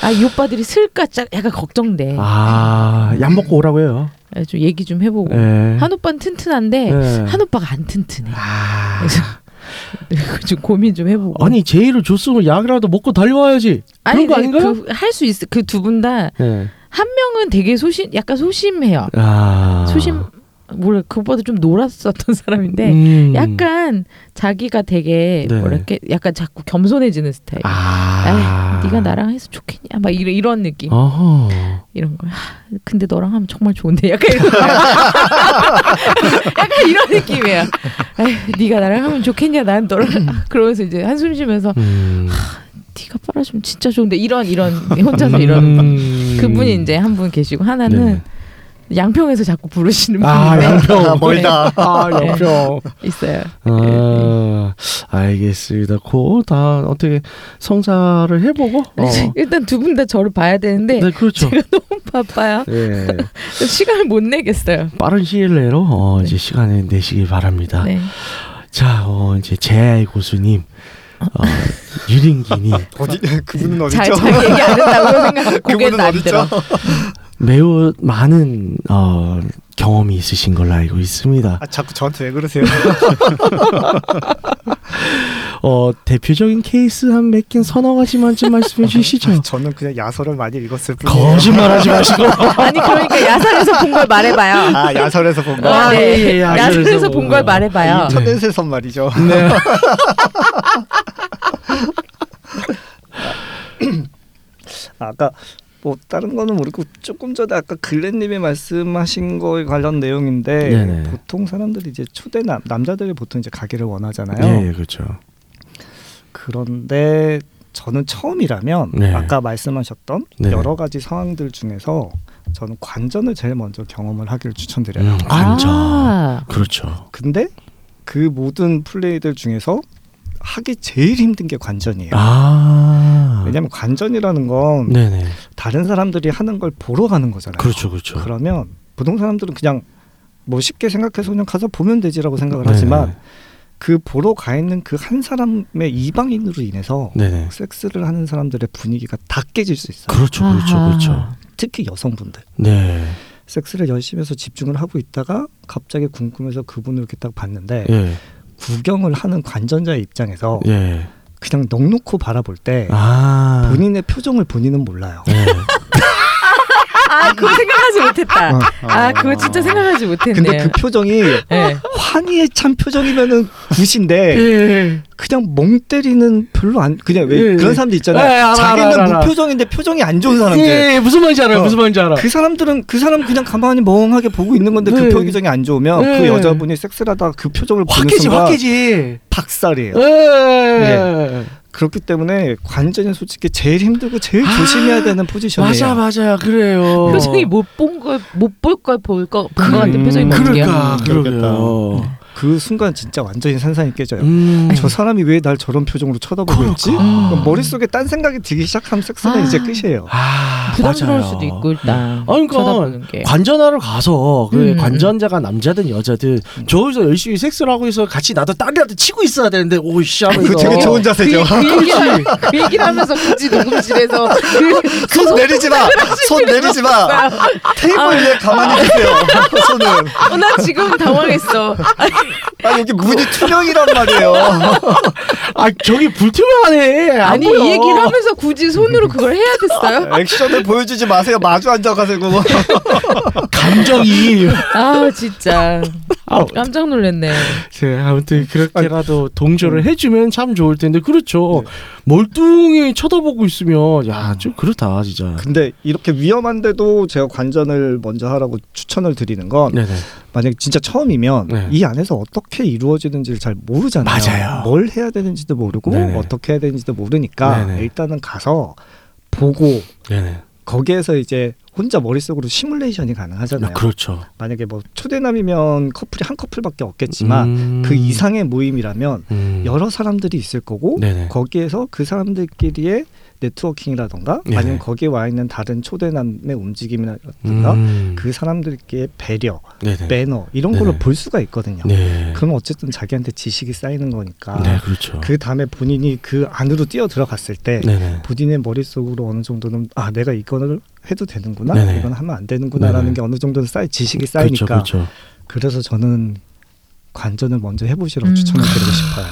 [SPEAKER 2] 아, 이 오빠들이 슬까 짝 약간 걱정돼.
[SPEAKER 3] 아, 약 먹고 오라고 해요.
[SPEAKER 2] 좀 얘기 좀 해보고.
[SPEAKER 3] 네.
[SPEAKER 2] 네. 한 오빠는 튼튼한데
[SPEAKER 3] 네.
[SPEAKER 2] 한 오빠가 안 튼튼해.
[SPEAKER 3] 아.
[SPEAKER 2] 그래서 좀 고민 좀 해보고.
[SPEAKER 3] 아니 제의를 줬으면 약이라도 먹고 달려와야지. 그런 거 아닌가요?
[SPEAKER 2] 할수 있어. 네, 그 두 분 다 한
[SPEAKER 3] 네.
[SPEAKER 2] 명은 되게 소심, 약간 소심해요.
[SPEAKER 3] 아.
[SPEAKER 2] 소심 뭐랄 그보다 좀 놀았었던 사람인데
[SPEAKER 3] 음.
[SPEAKER 2] 약간 자기가 되게
[SPEAKER 3] 네.
[SPEAKER 2] 뭐랄까 약간 자꾸 겸손해지는 스타일.
[SPEAKER 3] 아.
[SPEAKER 2] 에이, 네가 나랑 해서 좋겠냐? 막 이런 이런 느낌
[SPEAKER 3] 어허.
[SPEAKER 2] 이런 거. 하, 근데 너랑 하면 정말 좋은데 약간 이런 거. 약간 이런 느낌이에요. 에이, 네가 나랑 하면 좋겠냐? 난 너랑 그러면서 이제 한숨 쉬면서
[SPEAKER 3] 음.
[SPEAKER 2] 네가 빨아주면 진짜 좋은데 이런 이런 혼자서 이런
[SPEAKER 3] 음.
[SPEAKER 2] 그분이 이제 한 분 계시고 하나는 양평에서 자꾸 부르시는 분인데 네.
[SPEAKER 3] 아, 양평.
[SPEAKER 7] 아, 멀다.
[SPEAKER 3] 아,
[SPEAKER 2] 양평. 있어요.
[SPEAKER 3] 아, 알겠습니다. 고다 어떻게 성사를 해보고. 어.
[SPEAKER 2] 일단 두 분 다 저를 봐야 되는데
[SPEAKER 3] 네, 그렇죠.
[SPEAKER 2] 제가 너무 바빠요.
[SPEAKER 3] 예,
[SPEAKER 2] 시간을 못 내겠어요.
[SPEAKER 3] 빠른 시일 내로 어,
[SPEAKER 2] 네.
[SPEAKER 3] 이제 시간을 내시길 바랍니다.
[SPEAKER 2] 네.
[SPEAKER 3] 자, 어, 이제 제아의 고수님, 어, 유린기님
[SPEAKER 7] 어디 그분은
[SPEAKER 2] 잘,
[SPEAKER 7] 어디죠?
[SPEAKER 2] 잘 얘기 안 한다고 생각하고 고개는
[SPEAKER 7] 그분은
[SPEAKER 2] 안 들어.
[SPEAKER 7] 어디죠?
[SPEAKER 3] 매우 많은 어, 경험이 있으신 걸로 알고 있습니다.
[SPEAKER 7] 아, 자꾸 저한테 왜 그러세요?
[SPEAKER 3] 어, 대표적인 케이스 한 몇 개 서너 가지만쯤 말씀해 주시죠.
[SPEAKER 7] 저는 그냥 야설을 많이 읽었을 뿐이에요.
[SPEAKER 3] 거짓말하지 마시고.
[SPEAKER 2] 아니 그러니까 야산에서 본 걸 말해봐요.
[SPEAKER 7] 아 야설에서 본 거.
[SPEAKER 2] 아,
[SPEAKER 3] 아,
[SPEAKER 2] 네.
[SPEAKER 3] 예, 예, 야산에서
[SPEAKER 2] 야산에서
[SPEAKER 3] 본
[SPEAKER 2] 본 걸
[SPEAKER 3] 거.
[SPEAKER 2] 말해봐요.
[SPEAKER 3] 네.
[SPEAKER 7] 천연세선 말이죠. 아까
[SPEAKER 4] 뭐 다른 거는 모르고 조금 전에 아까 글렌님이 말씀하신 거에 관련 내용인데
[SPEAKER 3] 네네.
[SPEAKER 4] 보통 사람들이 이제 초대 남, 남자들이 보통 이제 가게를 원하잖아요.
[SPEAKER 3] 예, 예, 그렇죠.
[SPEAKER 4] 그런데 저는 처음이라면
[SPEAKER 3] 네.
[SPEAKER 4] 아까 말씀하셨던
[SPEAKER 3] 네.
[SPEAKER 4] 여러 가지 상황들 중에서 저는 관전을 제일 먼저 경험을 하기를 추천드려요.
[SPEAKER 3] 음, 관전.
[SPEAKER 2] 아,
[SPEAKER 3] 그렇죠.
[SPEAKER 4] 근데 그 모든 플레이들 중에서 하기 제일 힘든 게 관전이에요.
[SPEAKER 3] 아.
[SPEAKER 4] 예. 왜냐하면 뭐 관전이라는 건
[SPEAKER 3] 네네.
[SPEAKER 4] 다른 사람들이 하는 걸 보러 가는 거잖아요.
[SPEAKER 3] 그렇죠, 그렇죠.
[SPEAKER 4] 러면 보통 사람들은 그냥 뭐 쉽게 생각해서 그냥 가서 보면 되지라고 생각을
[SPEAKER 3] 네네.
[SPEAKER 4] 하지만 그 보러 가 있는 그 한 사람의 이방인으로 인해서
[SPEAKER 3] 네네.
[SPEAKER 4] 섹스를 하는 사람들의 분위기가 다 깨질 수 있어요.
[SPEAKER 3] 그렇죠, 그렇죠,
[SPEAKER 2] 아하.
[SPEAKER 3] 그렇죠.
[SPEAKER 4] 특히 여성분들.
[SPEAKER 3] 네.
[SPEAKER 4] 섹스를 열심히 해서 집중을 하고 있다가 갑자기 궁금해서 그분을 이렇게 딱 봤는데
[SPEAKER 3] 예.
[SPEAKER 4] 구경을 하는 관전자의 입장에서
[SPEAKER 3] 예.
[SPEAKER 4] 그냥 넋놓고 바라볼 때
[SPEAKER 3] 아.
[SPEAKER 4] 네. 본인의 표정을 본인은 몰라요.
[SPEAKER 3] 네.
[SPEAKER 2] 아 그거 생각하지 못했다. 아 그거 진짜 생각하지 못했네요.
[SPEAKER 4] 어, 근데 그 표정이
[SPEAKER 2] 네.
[SPEAKER 4] 환희에 찬 표정이면은 굿인데
[SPEAKER 3] 예.
[SPEAKER 4] 그냥 멍 때리는 별로 안 그냥 왜
[SPEAKER 3] 예, 예.
[SPEAKER 4] 그런 사람들 있잖아요.
[SPEAKER 3] 예, 알아,
[SPEAKER 4] 자기는
[SPEAKER 3] 알아, 알아.
[SPEAKER 4] 무표정인데 표정이 안 좋은 사람들.
[SPEAKER 3] 예, 무슨 말인지 알아요.
[SPEAKER 4] 어.
[SPEAKER 3] 무슨 말인지 알아.
[SPEAKER 4] 그 사람들은 그 사람 그냥 가만히 멍하게 보고 있는 건데
[SPEAKER 3] 네.
[SPEAKER 4] 그 표정이 안 좋으면
[SPEAKER 3] 네.
[SPEAKER 4] 그 여자분이 섹스를 하다가 그 표정을 보는
[SPEAKER 3] 확해지, 예.
[SPEAKER 4] 순간 네.
[SPEAKER 3] 확해지.
[SPEAKER 4] 박살이에요. 네.
[SPEAKER 3] 예.
[SPEAKER 4] 그렇기 때문에 관전이 솔직히 제일 힘들고 제일 조심해야 되는 포지션이에요.
[SPEAKER 3] 아, 맞아, 맞아. 그래요.
[SPEAKER 2] 표정이 뭐 못 본 걸 못 볼 걸 볼 거 본 것 같은
[SPEAKER 6] 음,
[SPEAKER 2] 표정이 뭔
[SPEAKER 3] 그럴까,
[SPEAKER 6] 음,
[SPEAKER 3] 그러게요.
[SPEAKER 4] 그 순간 진짜 완전히 산산이 깨져요.
[SPEAKER 3] 음.
[SPEAKER 4] 저 사람이 왜 날 저런 표정으로 쳐다보고
[SPEAKER 3] 그러니까.
[SPEAKER 4] 있지? 뭐
[SPEAKER 3] 음.
[SPEAKER 4] 머릿속에 딴 생각이 들기 시작하면 섹스는
[SPEAKER 2] 아.
[SPEAKER 4] 이제 끝이에요.
[SPEAKER 3] 아,
[SPEAKER 2] 부담스러울
[SPEAKER 3] 맞아요.
[SPEAKER 2] 수도 있고 일단
[SPEAKER 3] 아니, 그러니까
[SPEAKER 2] 쳐다보는 게.
[SPEAKER 3] 관전하러 가서 그
[SPEAKER 2] 음.
[SPEAKER 3] 관전자가 남자든 여자든
[SPEAKER 4] 음.
[SPEAKER 3] 저기서 열심히 섹스를 하고 있어 같이 나도 딸이라도 치고 있어야 되는데 오씨
[SPEAKER 4] 아,
[SPEAKER 3] 하면서
[SPEAKER 7] 이거 되게 좋은 자세죠.
[SPEAKER 2] 그, 그, 얘기를, 그 얘기를 하면서 굳이 녹음실에서 그
[SPEAKER 7] 손 내리지 마. 손 내리지 마. 테이블 위에
[SPEAKER 6] 아.
[SPEAKER 7] 가만히 계세요. 손은.
[SPEAKER 2] 어, 나 지금 당황했어.
[SPEAKER 7] 아 여기 문이 투명이란 말이에요.
[SPEAKER 3] 아 저기 불투명하네 안
[SPEAKER 2] 아니
[SPEAKER 3] 보여.
[SPEAKER 2] 이 얘기를 하면서 굳이 손으로 그걸 해야 됐어요?
[SPEAKER 7] 액션을 보여주지 마세요. 마주 앉아가지고.
[SPEAKER 3] 감정이
[SPEAKER 2] 아 진짜
[SPEAKER 3] 아,
[SPEAKER 2] 깜짝 놀랐네.
[SPEAKER 3] 네, 아무튼 음. 그렇게라도 동조를 해주면 참 좋을 텐데 그렇죠 멀뚱히 쳐다보고 있으면 야 좀 아. 그렇다 진짜
[SPEAKER 4] 근데 이렇게 위험한데도 제가 관전을 먼저 하라고 추천을 드리는 건
[SPEAKER 3] 네네
[SPEAKER 4] 만약 진짜 처음이면
[SPEAKER 3] 네.
[SPEAKER 4] 이 안에서 어떻게 이루어지는지를 잘 모르잖아요.
[SPEAKER 3] 맞아요.
[SPEAKER 4] 뭘 해야 되는지도 모르고
[SPEAKER 3] 네네.
[SPEAKER 4] 어떻게 해야 되는지도 모르니까
[SPEAKER 3] 네네.
[SPEAKER 4] 일단은 가서 보고
[SPEAKER 3] 네네
[SPEAKER 4] 거기에서 이제 혼자 머릿속으로 시뮬레이션이 가능하잖아요.
[SPEAKER 3] 아, 그렇죠
[SPEAKER 4] 만약에 뭐 초대남이면 커플이 한 커플밖에 없겠지만
[SPEAKER 3] 음.
[SPEAKER 4] 그 이상의 모임이라면 여러 사람들이 있을 거고
[SPEAKER 3] 네네
[SPEAKER 4] 거기에서 그 사람들끼리의 네트워킹이라던가
[SPEAKER 3] 네네.
[SPEAKER 4] 아니면 거기에 와 있는 다른 초대남의 움직임이라던가
[SPEAKER 3] 예. 음.
[SPEAKER 4] 그 사람들끼리의 배려,
[SPEAKER 3] 네네
[SPEAKER 4] 매너 이런
[SPEAKER 3] 네네.
[SPEAKER 4] 걸로 볼 수가 있거든요.
[SPEAKER 3] 네.
[SPEAKER 4] 그럼 어쨌든 자기한테 지식이 쌓이는 거니까
[SPEAKER 3] 네 그렇죠
[SPEAKER 4] 그 다음에 본인이 그 안으로 뛰어 들어갔을 때
[SPEAKER 3] 네네
[SPEAKER 4] 본인의 머릿속으로 어느 정도는 아 내가 이거를 해도 되는구나
[SPEAKER 3] 네네.
[SPEAKER 4] 이건 하면 안 되는구나라는
[SPEAKER 3] 네네.
[SPEAKER 4] 게 어느 정도는 쌓이 지식이 쌓이니까
[SPEAKER 3] 그렇죠 그렇죠
[SPEAKER 4] 그래서 저는 관전을 먼저 해보시라고
[SPEAKER 2] 음.
[SPEAKER 4] 추천을 드리고 싶어요.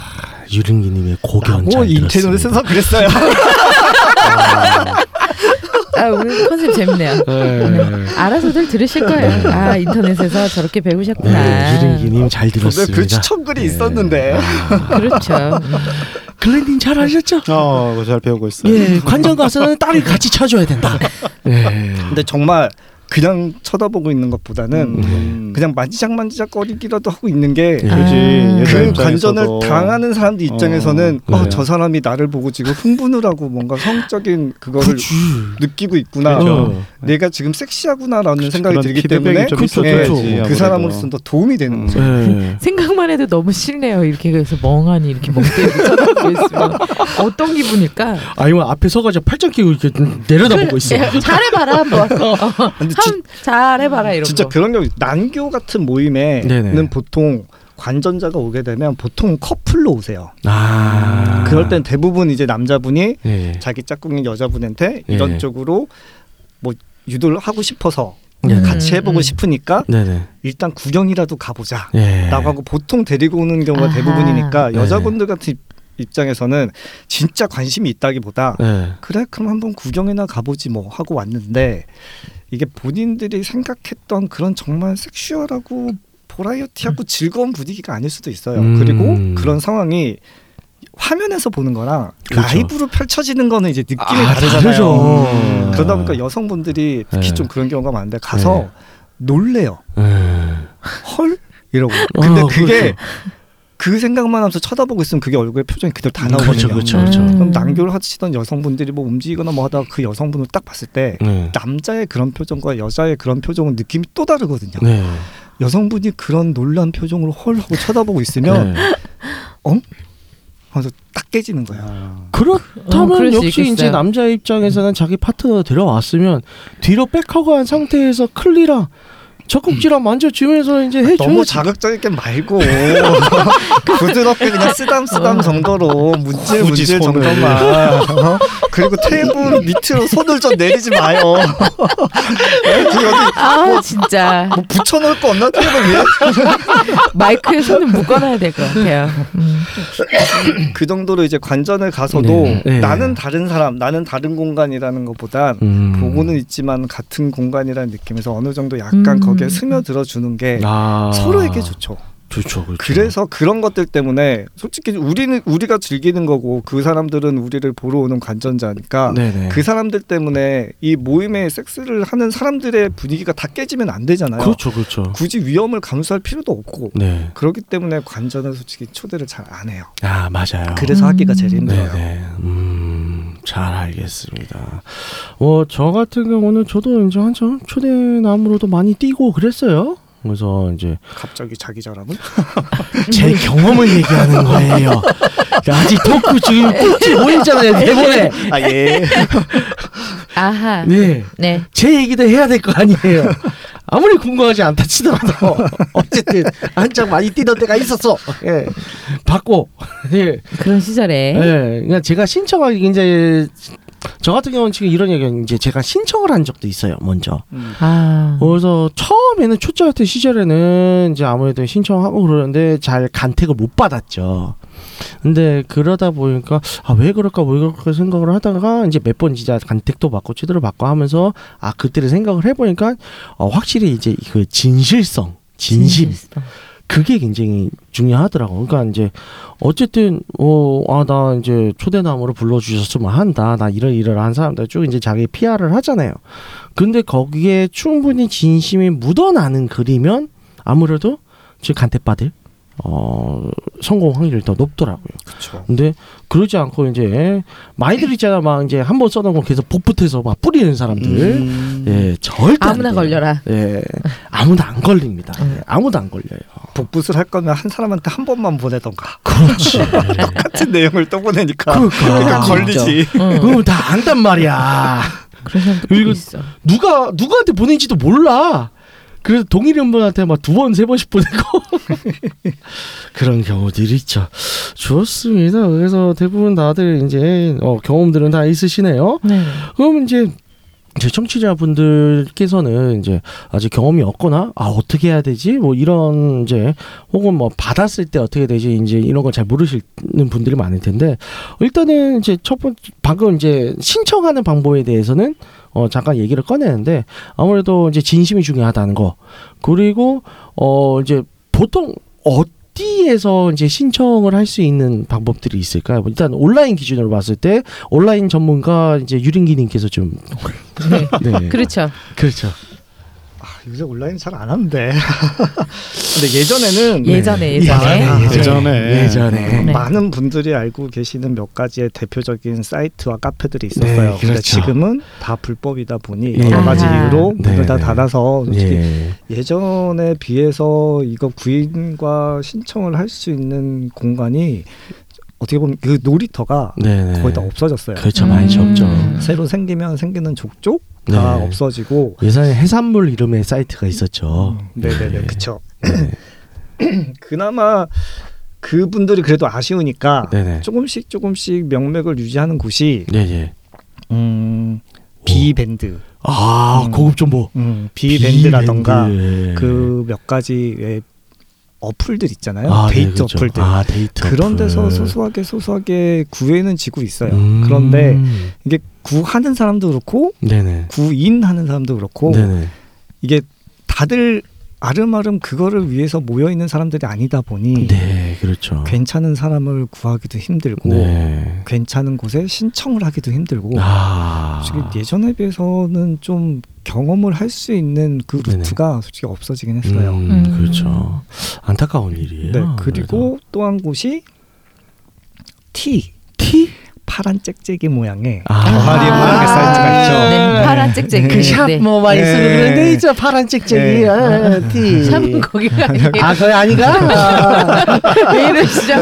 [SPEAKER 3] 그렇죠. 유린기님의
[SPEAKER 4] 아,
[SPEAKER 3] 고견
[SPEAKER 7] 뭐
[SPEAKER 3] 잘
[SPEAKER 7] 인테리어
[SPEAKER 3] 들었습니다.
[SPEAKER 7] 순서 그랬어요.
[SPEAKER 2] 아 오늘 컨셉 재밌네요.
[SPEAKER 3] 네.
[SPEAKER 2] 알아서들 들으실
[SPEAKER 4] 네.
[SPEAKER 2] 거예요. 아 인터넷에서 저렇게 배우셨구나.
[SPEAKER 3] 네, 유린기님 잘 들었습니다. 네. 아.
[SPEAKER 7] 그 추천글이 있었는데.
[SPEAKER 2] 그렇죠.
[SPEAKER 3] 글랜딩 잘 하셨죠?
[SPEAKER 6] 어, 그거 잘 배우고 있어요.
[SPEAKER 3] 예, 관전 가서는 딸이 같이 쳐줘야 된다. 예.
[SPEAKER 4] 근데 정말 그냥 쳐다보고 있는 것보다는
[SPEAKER 7] 음.
[SPEAKER 4] 그냥 만지작만지작 거리기라도 하고 있는 게
[SPEAKER 3] 예.
[SPEAKER 4] 그
[SPEAKER 6] 그지.
[SPEAKER 2] 아.
[SPEAKER 6] 여자 입장에서도.
[SPEAKER 4] 관전을
[SPEAKER 6] 예.
[SPEAKER 4] 당하는 사람들 입장에서는
[SPEAKER 3] 어,
[SPEAKER 4] 어,
[SPEAKER 3] 그래요.
[SPEAKER 4] 저 사람이 나를 보고 지금 흥분을 하고 뭔가 성적인 그거를
[SPEAKER 3] 그치.
[SPEAKER 4] 느끼고 있구나.
[SPEAKER 6] 그렇죠.
[SPEAKER 3] 어.
[SPEAKER 4] 내가 지금 섹시하구나라는
[SPEAKER 6] 그치,
[SPEAKER 4] 생각이
[SPEAKER 6] 그런
[SPEAKER 4] 들기
[SPEAKER 6] 피드백이
[SPEAKER 4] 때문에
[SPEAKER 6] 좀
[SPEAKER 4] 그-
[SPEAKER 3] 있어야지,
[SPEAKER 4] 예,
[SPEAKER 7] 그렇죠.
[SPEAKER 3] 아무래도.
[SPEAKER 4] 그 사람으로서 더 도움이 되는 거죠.
[SPEAKER 3] 예.
[SPEAKER 2] 생각만 해도 너무 싫네요. 이렇게 그래서 멍하니 이렇게 멍때리고 쳐다보고 있으면 어떤 기분일까?
[SPEAKER 3] 아니면 앞에 서가지고 팔짱 끼고 이렇게 내려다보고 있어.
[SPEAKER 2] 야, 잘해봐라 한번. 어,
[SPEAKER 4] 근데
[SPEAKER 2] 참 잘해봐라 이런
[SPEAKER 4] 진짜
[SPEAKER 2] 거.
[SPEAKER 4] 그런 경우 난교 같은 모임에는
[SPEAKER 3] 네네.
[SPEAKER 4] 보통 관전자가 오게 되면 보통 커플로 오세요.
[SPEAKER 3] 아.
[SPEAKER 4] 그럴 땐 대부분 이제 남자분이
[SPEAKER 3] 예.
[SPEAKER 4] 자기 짝꿍인 여자분한테
[SPEAKER 3] 예.
[SPEAKER 4] 이런 쪽으로 뭐 유도를 하고 싶어서
[SPEAKER 3] 네.
[SPEAKER 4] 같이 해보고
[SPEAKER 2] 음.
[SPEAKER 4] 싶으니까
[SPEAKER 3] 네네.
[SPEAKER 4] 일단 구경이라도 가보자
[SPEAKER 3] 예.
[SPEAKER 4] 라고 하고 보통 데리고 오는 경우가
[SPEAKER 2] 아하.
[SPEAKER 4] 대부분이니까
[SPEAKER 3] 네.
[SPEAKER 4] 여자분들 같은 입- 입장에서는 진짜 관심이 있다기보다
[SPEAKER 3] 예.
[SPEAKER 4] 그래 그럼 한번 구경이나 가보지 뭐 하고 왔는데 이게 본인들이 생각했던 그런 정말 섹슈얼하고 보라이어티하고 즐거운 분위기가 아닐 수도 있어요.
[SPEAKER 3] 음.
[SPEAKER 4] 그리고 그런 상황이 화면에서 보는 거랑
[SPEAKER 3] 그렇죠.
[SPEAKER 4] 라이브로 펼쳐지는 거는 이제 느낌이 다르잖아요.
[SPEAKER 3] 다르죠. 음.
[SPEAKER 4] 그러다 보니까 여성분들이 특히
[SPEAKER 3] 네.
[SPEAKER 4] 좀 그런 경우가 많은데 가서
[SPEAKER 3] 네.
[SPEAKER 4] 놀래요.
[SPEAKER 3] 예.
[SPEAKER 4] 헐 이러고.
[SPEAKER 3] 어,
[SPEAKER 4] 근데 그게
[SPEAKER 3] 그렇죠.
[SPEAKER 4] 그 생각만 하면서 쳐다보고 있으면 그게 얼굴에 표정이 그대로 다 나오거든요.
[SPEAKER 3] 그렇죠, 그렇죠, 그렇죠.
[SPEAKER 2] 음.
[SPEAKER 4] 그럼 남교를 하시던 여성분들이 뭐 움직이거나 뭐 하다가 그 여성분을 딱 봤을 때
[SPEAKER 3] 네.
[SPEAKER 4] 남자의 그런 표정과 여자의 그런 표정은 느낌이 또 다르거든요.
[SPEAKER 3] 네.
[SPEAKER 4] 여성분이 그런 놀란 표정으로 헐 하고 쳐다보고 있으면
[SPEAKER 3] 네.
[SPEAKER 4] 하면서 딱 깨지는 거예요.
[SPEAKER 6] 아,
[SPEAKER 2] 어,
[SPEAKER 3] 그렇다면
[SPEAKER 2] 그럴 수
[SPEAKER 3] 역시
[SPEAKER 2] 있겠어요.
[SPEAKER 3] 이제 남자 입장에서는 자기 파트너 데려왔으면 뒤로 백허가 한 상태에서 클리랑 적국지랑 만져주면서 이제 해줘야지.
[SPEAKER 4] 너무 자극적이게 말고 부드럽게 그냥 쓰담쓰담 정도로 문질
[SPEAKER 6] 굳이
[SPEAKER 4] 문질
[SPEAKER 6] 손을.
[SPEAKER 4] 정도만 어? 그리고 테이블 밑으로 손을 좀 내리지 마요. 네? 저기 어디
[SPEAKER 2] 아 진짜
[SPEAKER 4] 뭐 붙여놓을 거 없나 테이블 위에?
[SPEAKER 2] 마이크에 손을 묶어놔야 될 것 같아요. 음.
[SPEAKER 4] 그 정도로 이제 관전을 가서도
[SPEAKER 3] 네. 네.
[SPEAKER 4] 나는 다른 사람, 나는 다른 공간이라는 것보단
[SPEAKER 3] 음.
[SPEAKER 4] 보고는 있지만 같은 공간이라는 느낌에서 어느 정도 약간
[SPEAKER 2] 음.
[SPEAKER 4] 거기에 스며들어 주는 게
[SPEAKER 3] 아.
[SPEAKER 4] 서로에게 좋죠.
[SPEAKER 3] 좋죠. 그렇죠.
[SPEAKER 4] 그래서 그런 것들 때문에 솔직히 우리는 우리가 즐기는 거고 그 사람들은 우리를 보러 오는 관전자니까
[SPEAKER 3] 네네.
[SPEAKER 4] 그 사람들 때문에 이 모임에 섹스를 하는 사람들의 분위기가 다 깨지면 안 되잖아요.
[SPEAKER 3] 그렇죠, 그렇죠.
[SPEAKER 4] 굳이 위험을 감수할 필요도 없고
[SPEAKER 3] 네.
[SPEAKER 4] 그렇기 때문에 관전은 솔직히 초대를 잘 안 해요.
[SPEAKER 3] 아 맞아요.
[SPEAKER 4] 그래서
[SPEAKER 2] 음.
[SPEAKER 4] 하기가 제일 힘들어요.
[SPEAKER 3] 네네. 음, 잘 알겠습니다. 어, 저 같은 경우는 저도 이제 한참 초대남으로도 많이 뛰고 그랬어요. 그래서 이제
[SPEAKER 4] 갑자기 자기 자랑은?
[SPEAKER 3] 제 경험을 얘기하는 거예요. 그러니까 아직 덕후 지금 꼭지 모였잖아요, 대본에.
[SPEAKER 4] 아 예.
[SPEAKER 2] 아하.
[SPEAKER 3] 네.
[SPEAKER 2] 네.
[SPEAKER 3] 제 얘기도 해야 될 거 아니에요. 아무리 궁금하지 않다 치더라도 어쨌든 한창 많이 뛰던 때가 있었어. 예. 받고 예.
[SPEAKER 2] 그런 시절에
[SPEAKER 4] 네.
[SPEAKER 3] 예, 그러니까 제가 신청하기 이제 저 같은 경우는 지금 이런 얘기가 이제 제가 신청을 한 적도 있어요. 먼저.
[SPEAKER 2] 아
[SPEAKER 3] 그래서 처음에는 초짜였던 시절에는 이제 아무래도 신청하고 그러는데 잘 간택을 못 받았죠. 근데 그러다 보니까 아 왜 그럴까 왜 그럴까 생각을 하다가 이제 몇 번 진짜 간택도 받고 치도를 받고 하면서 아 그때를 생각을 해보니까 어, 확실히 이제 그 진실성 진심
[SPEAKER 2] 진심.
[SPEAKER 3] 그게 굉장히 중요하더라고. 그러니까 이제 어쨌든 어아나 이제 초대남으로 불러주셨으면 한다. 나 이런 일을 한 사람들 쭉 이제 자기 PR을 하잖아요. 근데 거기에 충분히 진심이 묻어나는 글이면 아무래도 제 간택받을 어 성공 확률이 더 높더라고요.
[SPEAKER 4] 그렇죠.
[SPEAKER 3] 근데 그러지 않고 이제 많이들 있잖아 막 이제 한 번 써놓은 거 계속 복붙해서 막 뿌리는 사람들
[SPEAKER 4] 음.
[SPEAKER 3] 예 절대 안
[SPEAKER 2] 아무나
[SPEAKER 3] 돼요.
[SPEAKER 2] 걸려라. 음.
[SPEAKER 3] 예 아무나 안 걸립니다. 예, 아무도 안 걸려요.
[SPEAKER 4] 복붙을 할 거면 한 사람한테 한 번만 보내던가
[SPEAKER 3] 그렇지.
[SPEAKER 4] 같은 내용을 또 보내니까
[SPEAKER 3] 그러니까
[SPEAKER 4] 그러니까 걸리지.
[SPEAKER 2] 응.
[SPEAKER 3] 그럼 다 안단 말이야.
[SPEAKER 2] 그런 사람도 꼭
[SPEAKER 3] 그리고-
[SPEAKER 2] 있어.
[SPEAKER 3] 누가 누구한테 보낸지도 몰라. 그래서 동일한 분한테 막 두 번 세 번씩 보내고 그런 경우들이 있죠. 좋습니다. 그래서 대부분 다들 이제 어, 경험들은 다 있으시네요.
[SPEAKER 2] 네.
[SPEAKER 3] 그럼 이제 제 청취자분들께서는 이제 아직 경험이 없거나 아 어떻게 해야 되지 뭐 이런 이제 혹은 뭐 받았을 때 어떻게 되지 이제 이런 걸 잘 모르시는 분들이 많을 텐데 일단은 이제 첫 번 방금 이제 신청하는 방법에 대해서는 어 잠깐 얘기를 꺼내는데 아무래도 이제 진심이 중요하다는 거 그리고 어 이제 보통 어디에서 이제 신청을 할 수 있는 방법들이 있을까요? 뭐 일단 온라인 기준으로 봤을 때 온라인 전문가 이제 유린기님께서 좀 네.
[SPEAKER 2] 그렇죠.
[SPEAKER 3] 그렇죠.
[SPEAKER 4] 아, 요새 온라인 잘 안 하는데. 근데 예전에는
[SPEAKER 3] 네.
[SPEAKER 2] 예전에 예전에
[SPEAKER 4] 네. 예전에. 아,
[SPEAKER 6] 예전에.
[SPEAKER 3] 아, 예전에
[SPEAKER 2] 네.
[SPEAKER 4] 많은 분들이 알고 계시는 몇 가지의 대표적인 사이트와 카페들이 있었어요.
[SPEAKER 3] 네,
[SPEAKER 4] 근데
[SPEAKER 3] 그렇죠.
[SPEAKER 4] 지금은 다 불법이다 보니
[SPEAKER 3] 예.
[SPEAKER 4] 여러 가지
[SPEAKER 2] 아하.
[SPEAKER 4] 이유로 문을
[SPEAKER 3] 네,
[SPEAKER 4] 다
[SPEAKER 3] 네.
[SPEAKER 4] 닫아서 솔직히
[SPEAKER 3] 예.
[SPEAKER 4] 예. 전에 비해서 이거 구인과 신청을 할 수 있는 공간이 어떻게 보면 그 놀이터가
[SPEAKER 3] 네네.
[SPEAKER 4] 거의 다 없어졌어요.
[SPEAKER 3] 그렇죠
[SPEAKER 2] 음.
[SPEAKER 3] 많이 적죠.
[SPEAKER 4] 새로 생기면 생기는 족족 다
[SPEAKER 3] 네.
[SPEAKER 4] 없어지고
[SPEAKER 3] 예전에 해산물 이름의 사이트가 있었죠.
[SPEAKER 4] 네네네
[SPEAKER 3] 예.
[SPEAKER 4] 그쵸
[SPEAKER 3] 네.
[SPEAKER 4] 그나마 그분들이 그래도 아쉬우니까
[SPEAKER 3] 네네.
[SPEAKER 4] 조금씩 조금씩 명맥을 유지하는 곳이
[SPEAKER 3] 네네.
[SPEAKER 4] 음, 비밴드
[SPEAKER 3] 아
[SPEAKER 4] 음.
[SPEAKER 3] 고급 정보.
[SPEAKER 4] 음, 비밴드라던가
[SPEAKER 3] 비밴드.
[SPEAKER 4] 그 몇 가지의 어플들 있잖아요
[SPEAKER 3] 아,
[SPEAKER 4] 데이트
[SPEAKER 3] 그렇죠.
[SPEAKER 4] 어플들
[SPEAKER 3] 아 데이트
[SPEAKER 4] 그런
[SPEAKER 3] 어플.
[SPEAKER 4] 데서 소소하게 소소하게 구애는 지고 있어요
[SPEAKER 3] 음.
[SPEAKER 4] 그런데 이게 구하는 사람도 그렇고
[SPEAKER 3] 네네.
[SPEAKER 4] 구인하는 사람도 그렇고
[SPEAKER 3] 네네.
[SPEAKER 4] 이게 다들 아름아름 그거를 위해서 모여 있는 사람들이 아니다 보니
[SPEAKER 3] 네, 그렇죠.
[SPEAKER 4] 괜찮은 사람을 구하기도 힘들고
[SPEAKER 3] 네.
[SPEAKER 4] 괜찮은 곳에 신청을 하기도 힘들고
[SPEAKER 3] 아.
[SPEAKER 4] 솔직히 예전에 비해서는 좀 경험을 할 수 있는 그
[SPEAKER 3] 네네.
[SPEAKER 4] 루트가 솔직히 없어지긴 했어요.
[SPEAKER 3] 음,
[SPEAKER 2] 음.
[SPEAKER 3] 그렇죠. 안타까운 일이에요.
[SPEAKER 4] 네, 그리고 또 한 곳이 티
[SPEAKER 3] 티
[SPEAKER 4] 파란 짹짹이 모양의
[SPEAKER 3] 아,
[SPEAKER 4] 종아리
[SPEAKER 2] 아.
[SPEAKER 4] 모양의 사이즈가 있죠.
[SPEAKER 2] 네, 파란 짹짹이. 네.
[SPEAKER 3] 모바일
[SPEAKER 4] 네. 쓰는 그 레이저
[SPEAKER 3] 파란
[SPEAKER 4] 짹짹이. 아.
[SPEAKER 3] 티.
[SPEAKER 2] 샵은 거기가 아니에요.
[SPEAKER 3] 그거 아닌가?
[SPEAKER 2] 왜 이러시죠?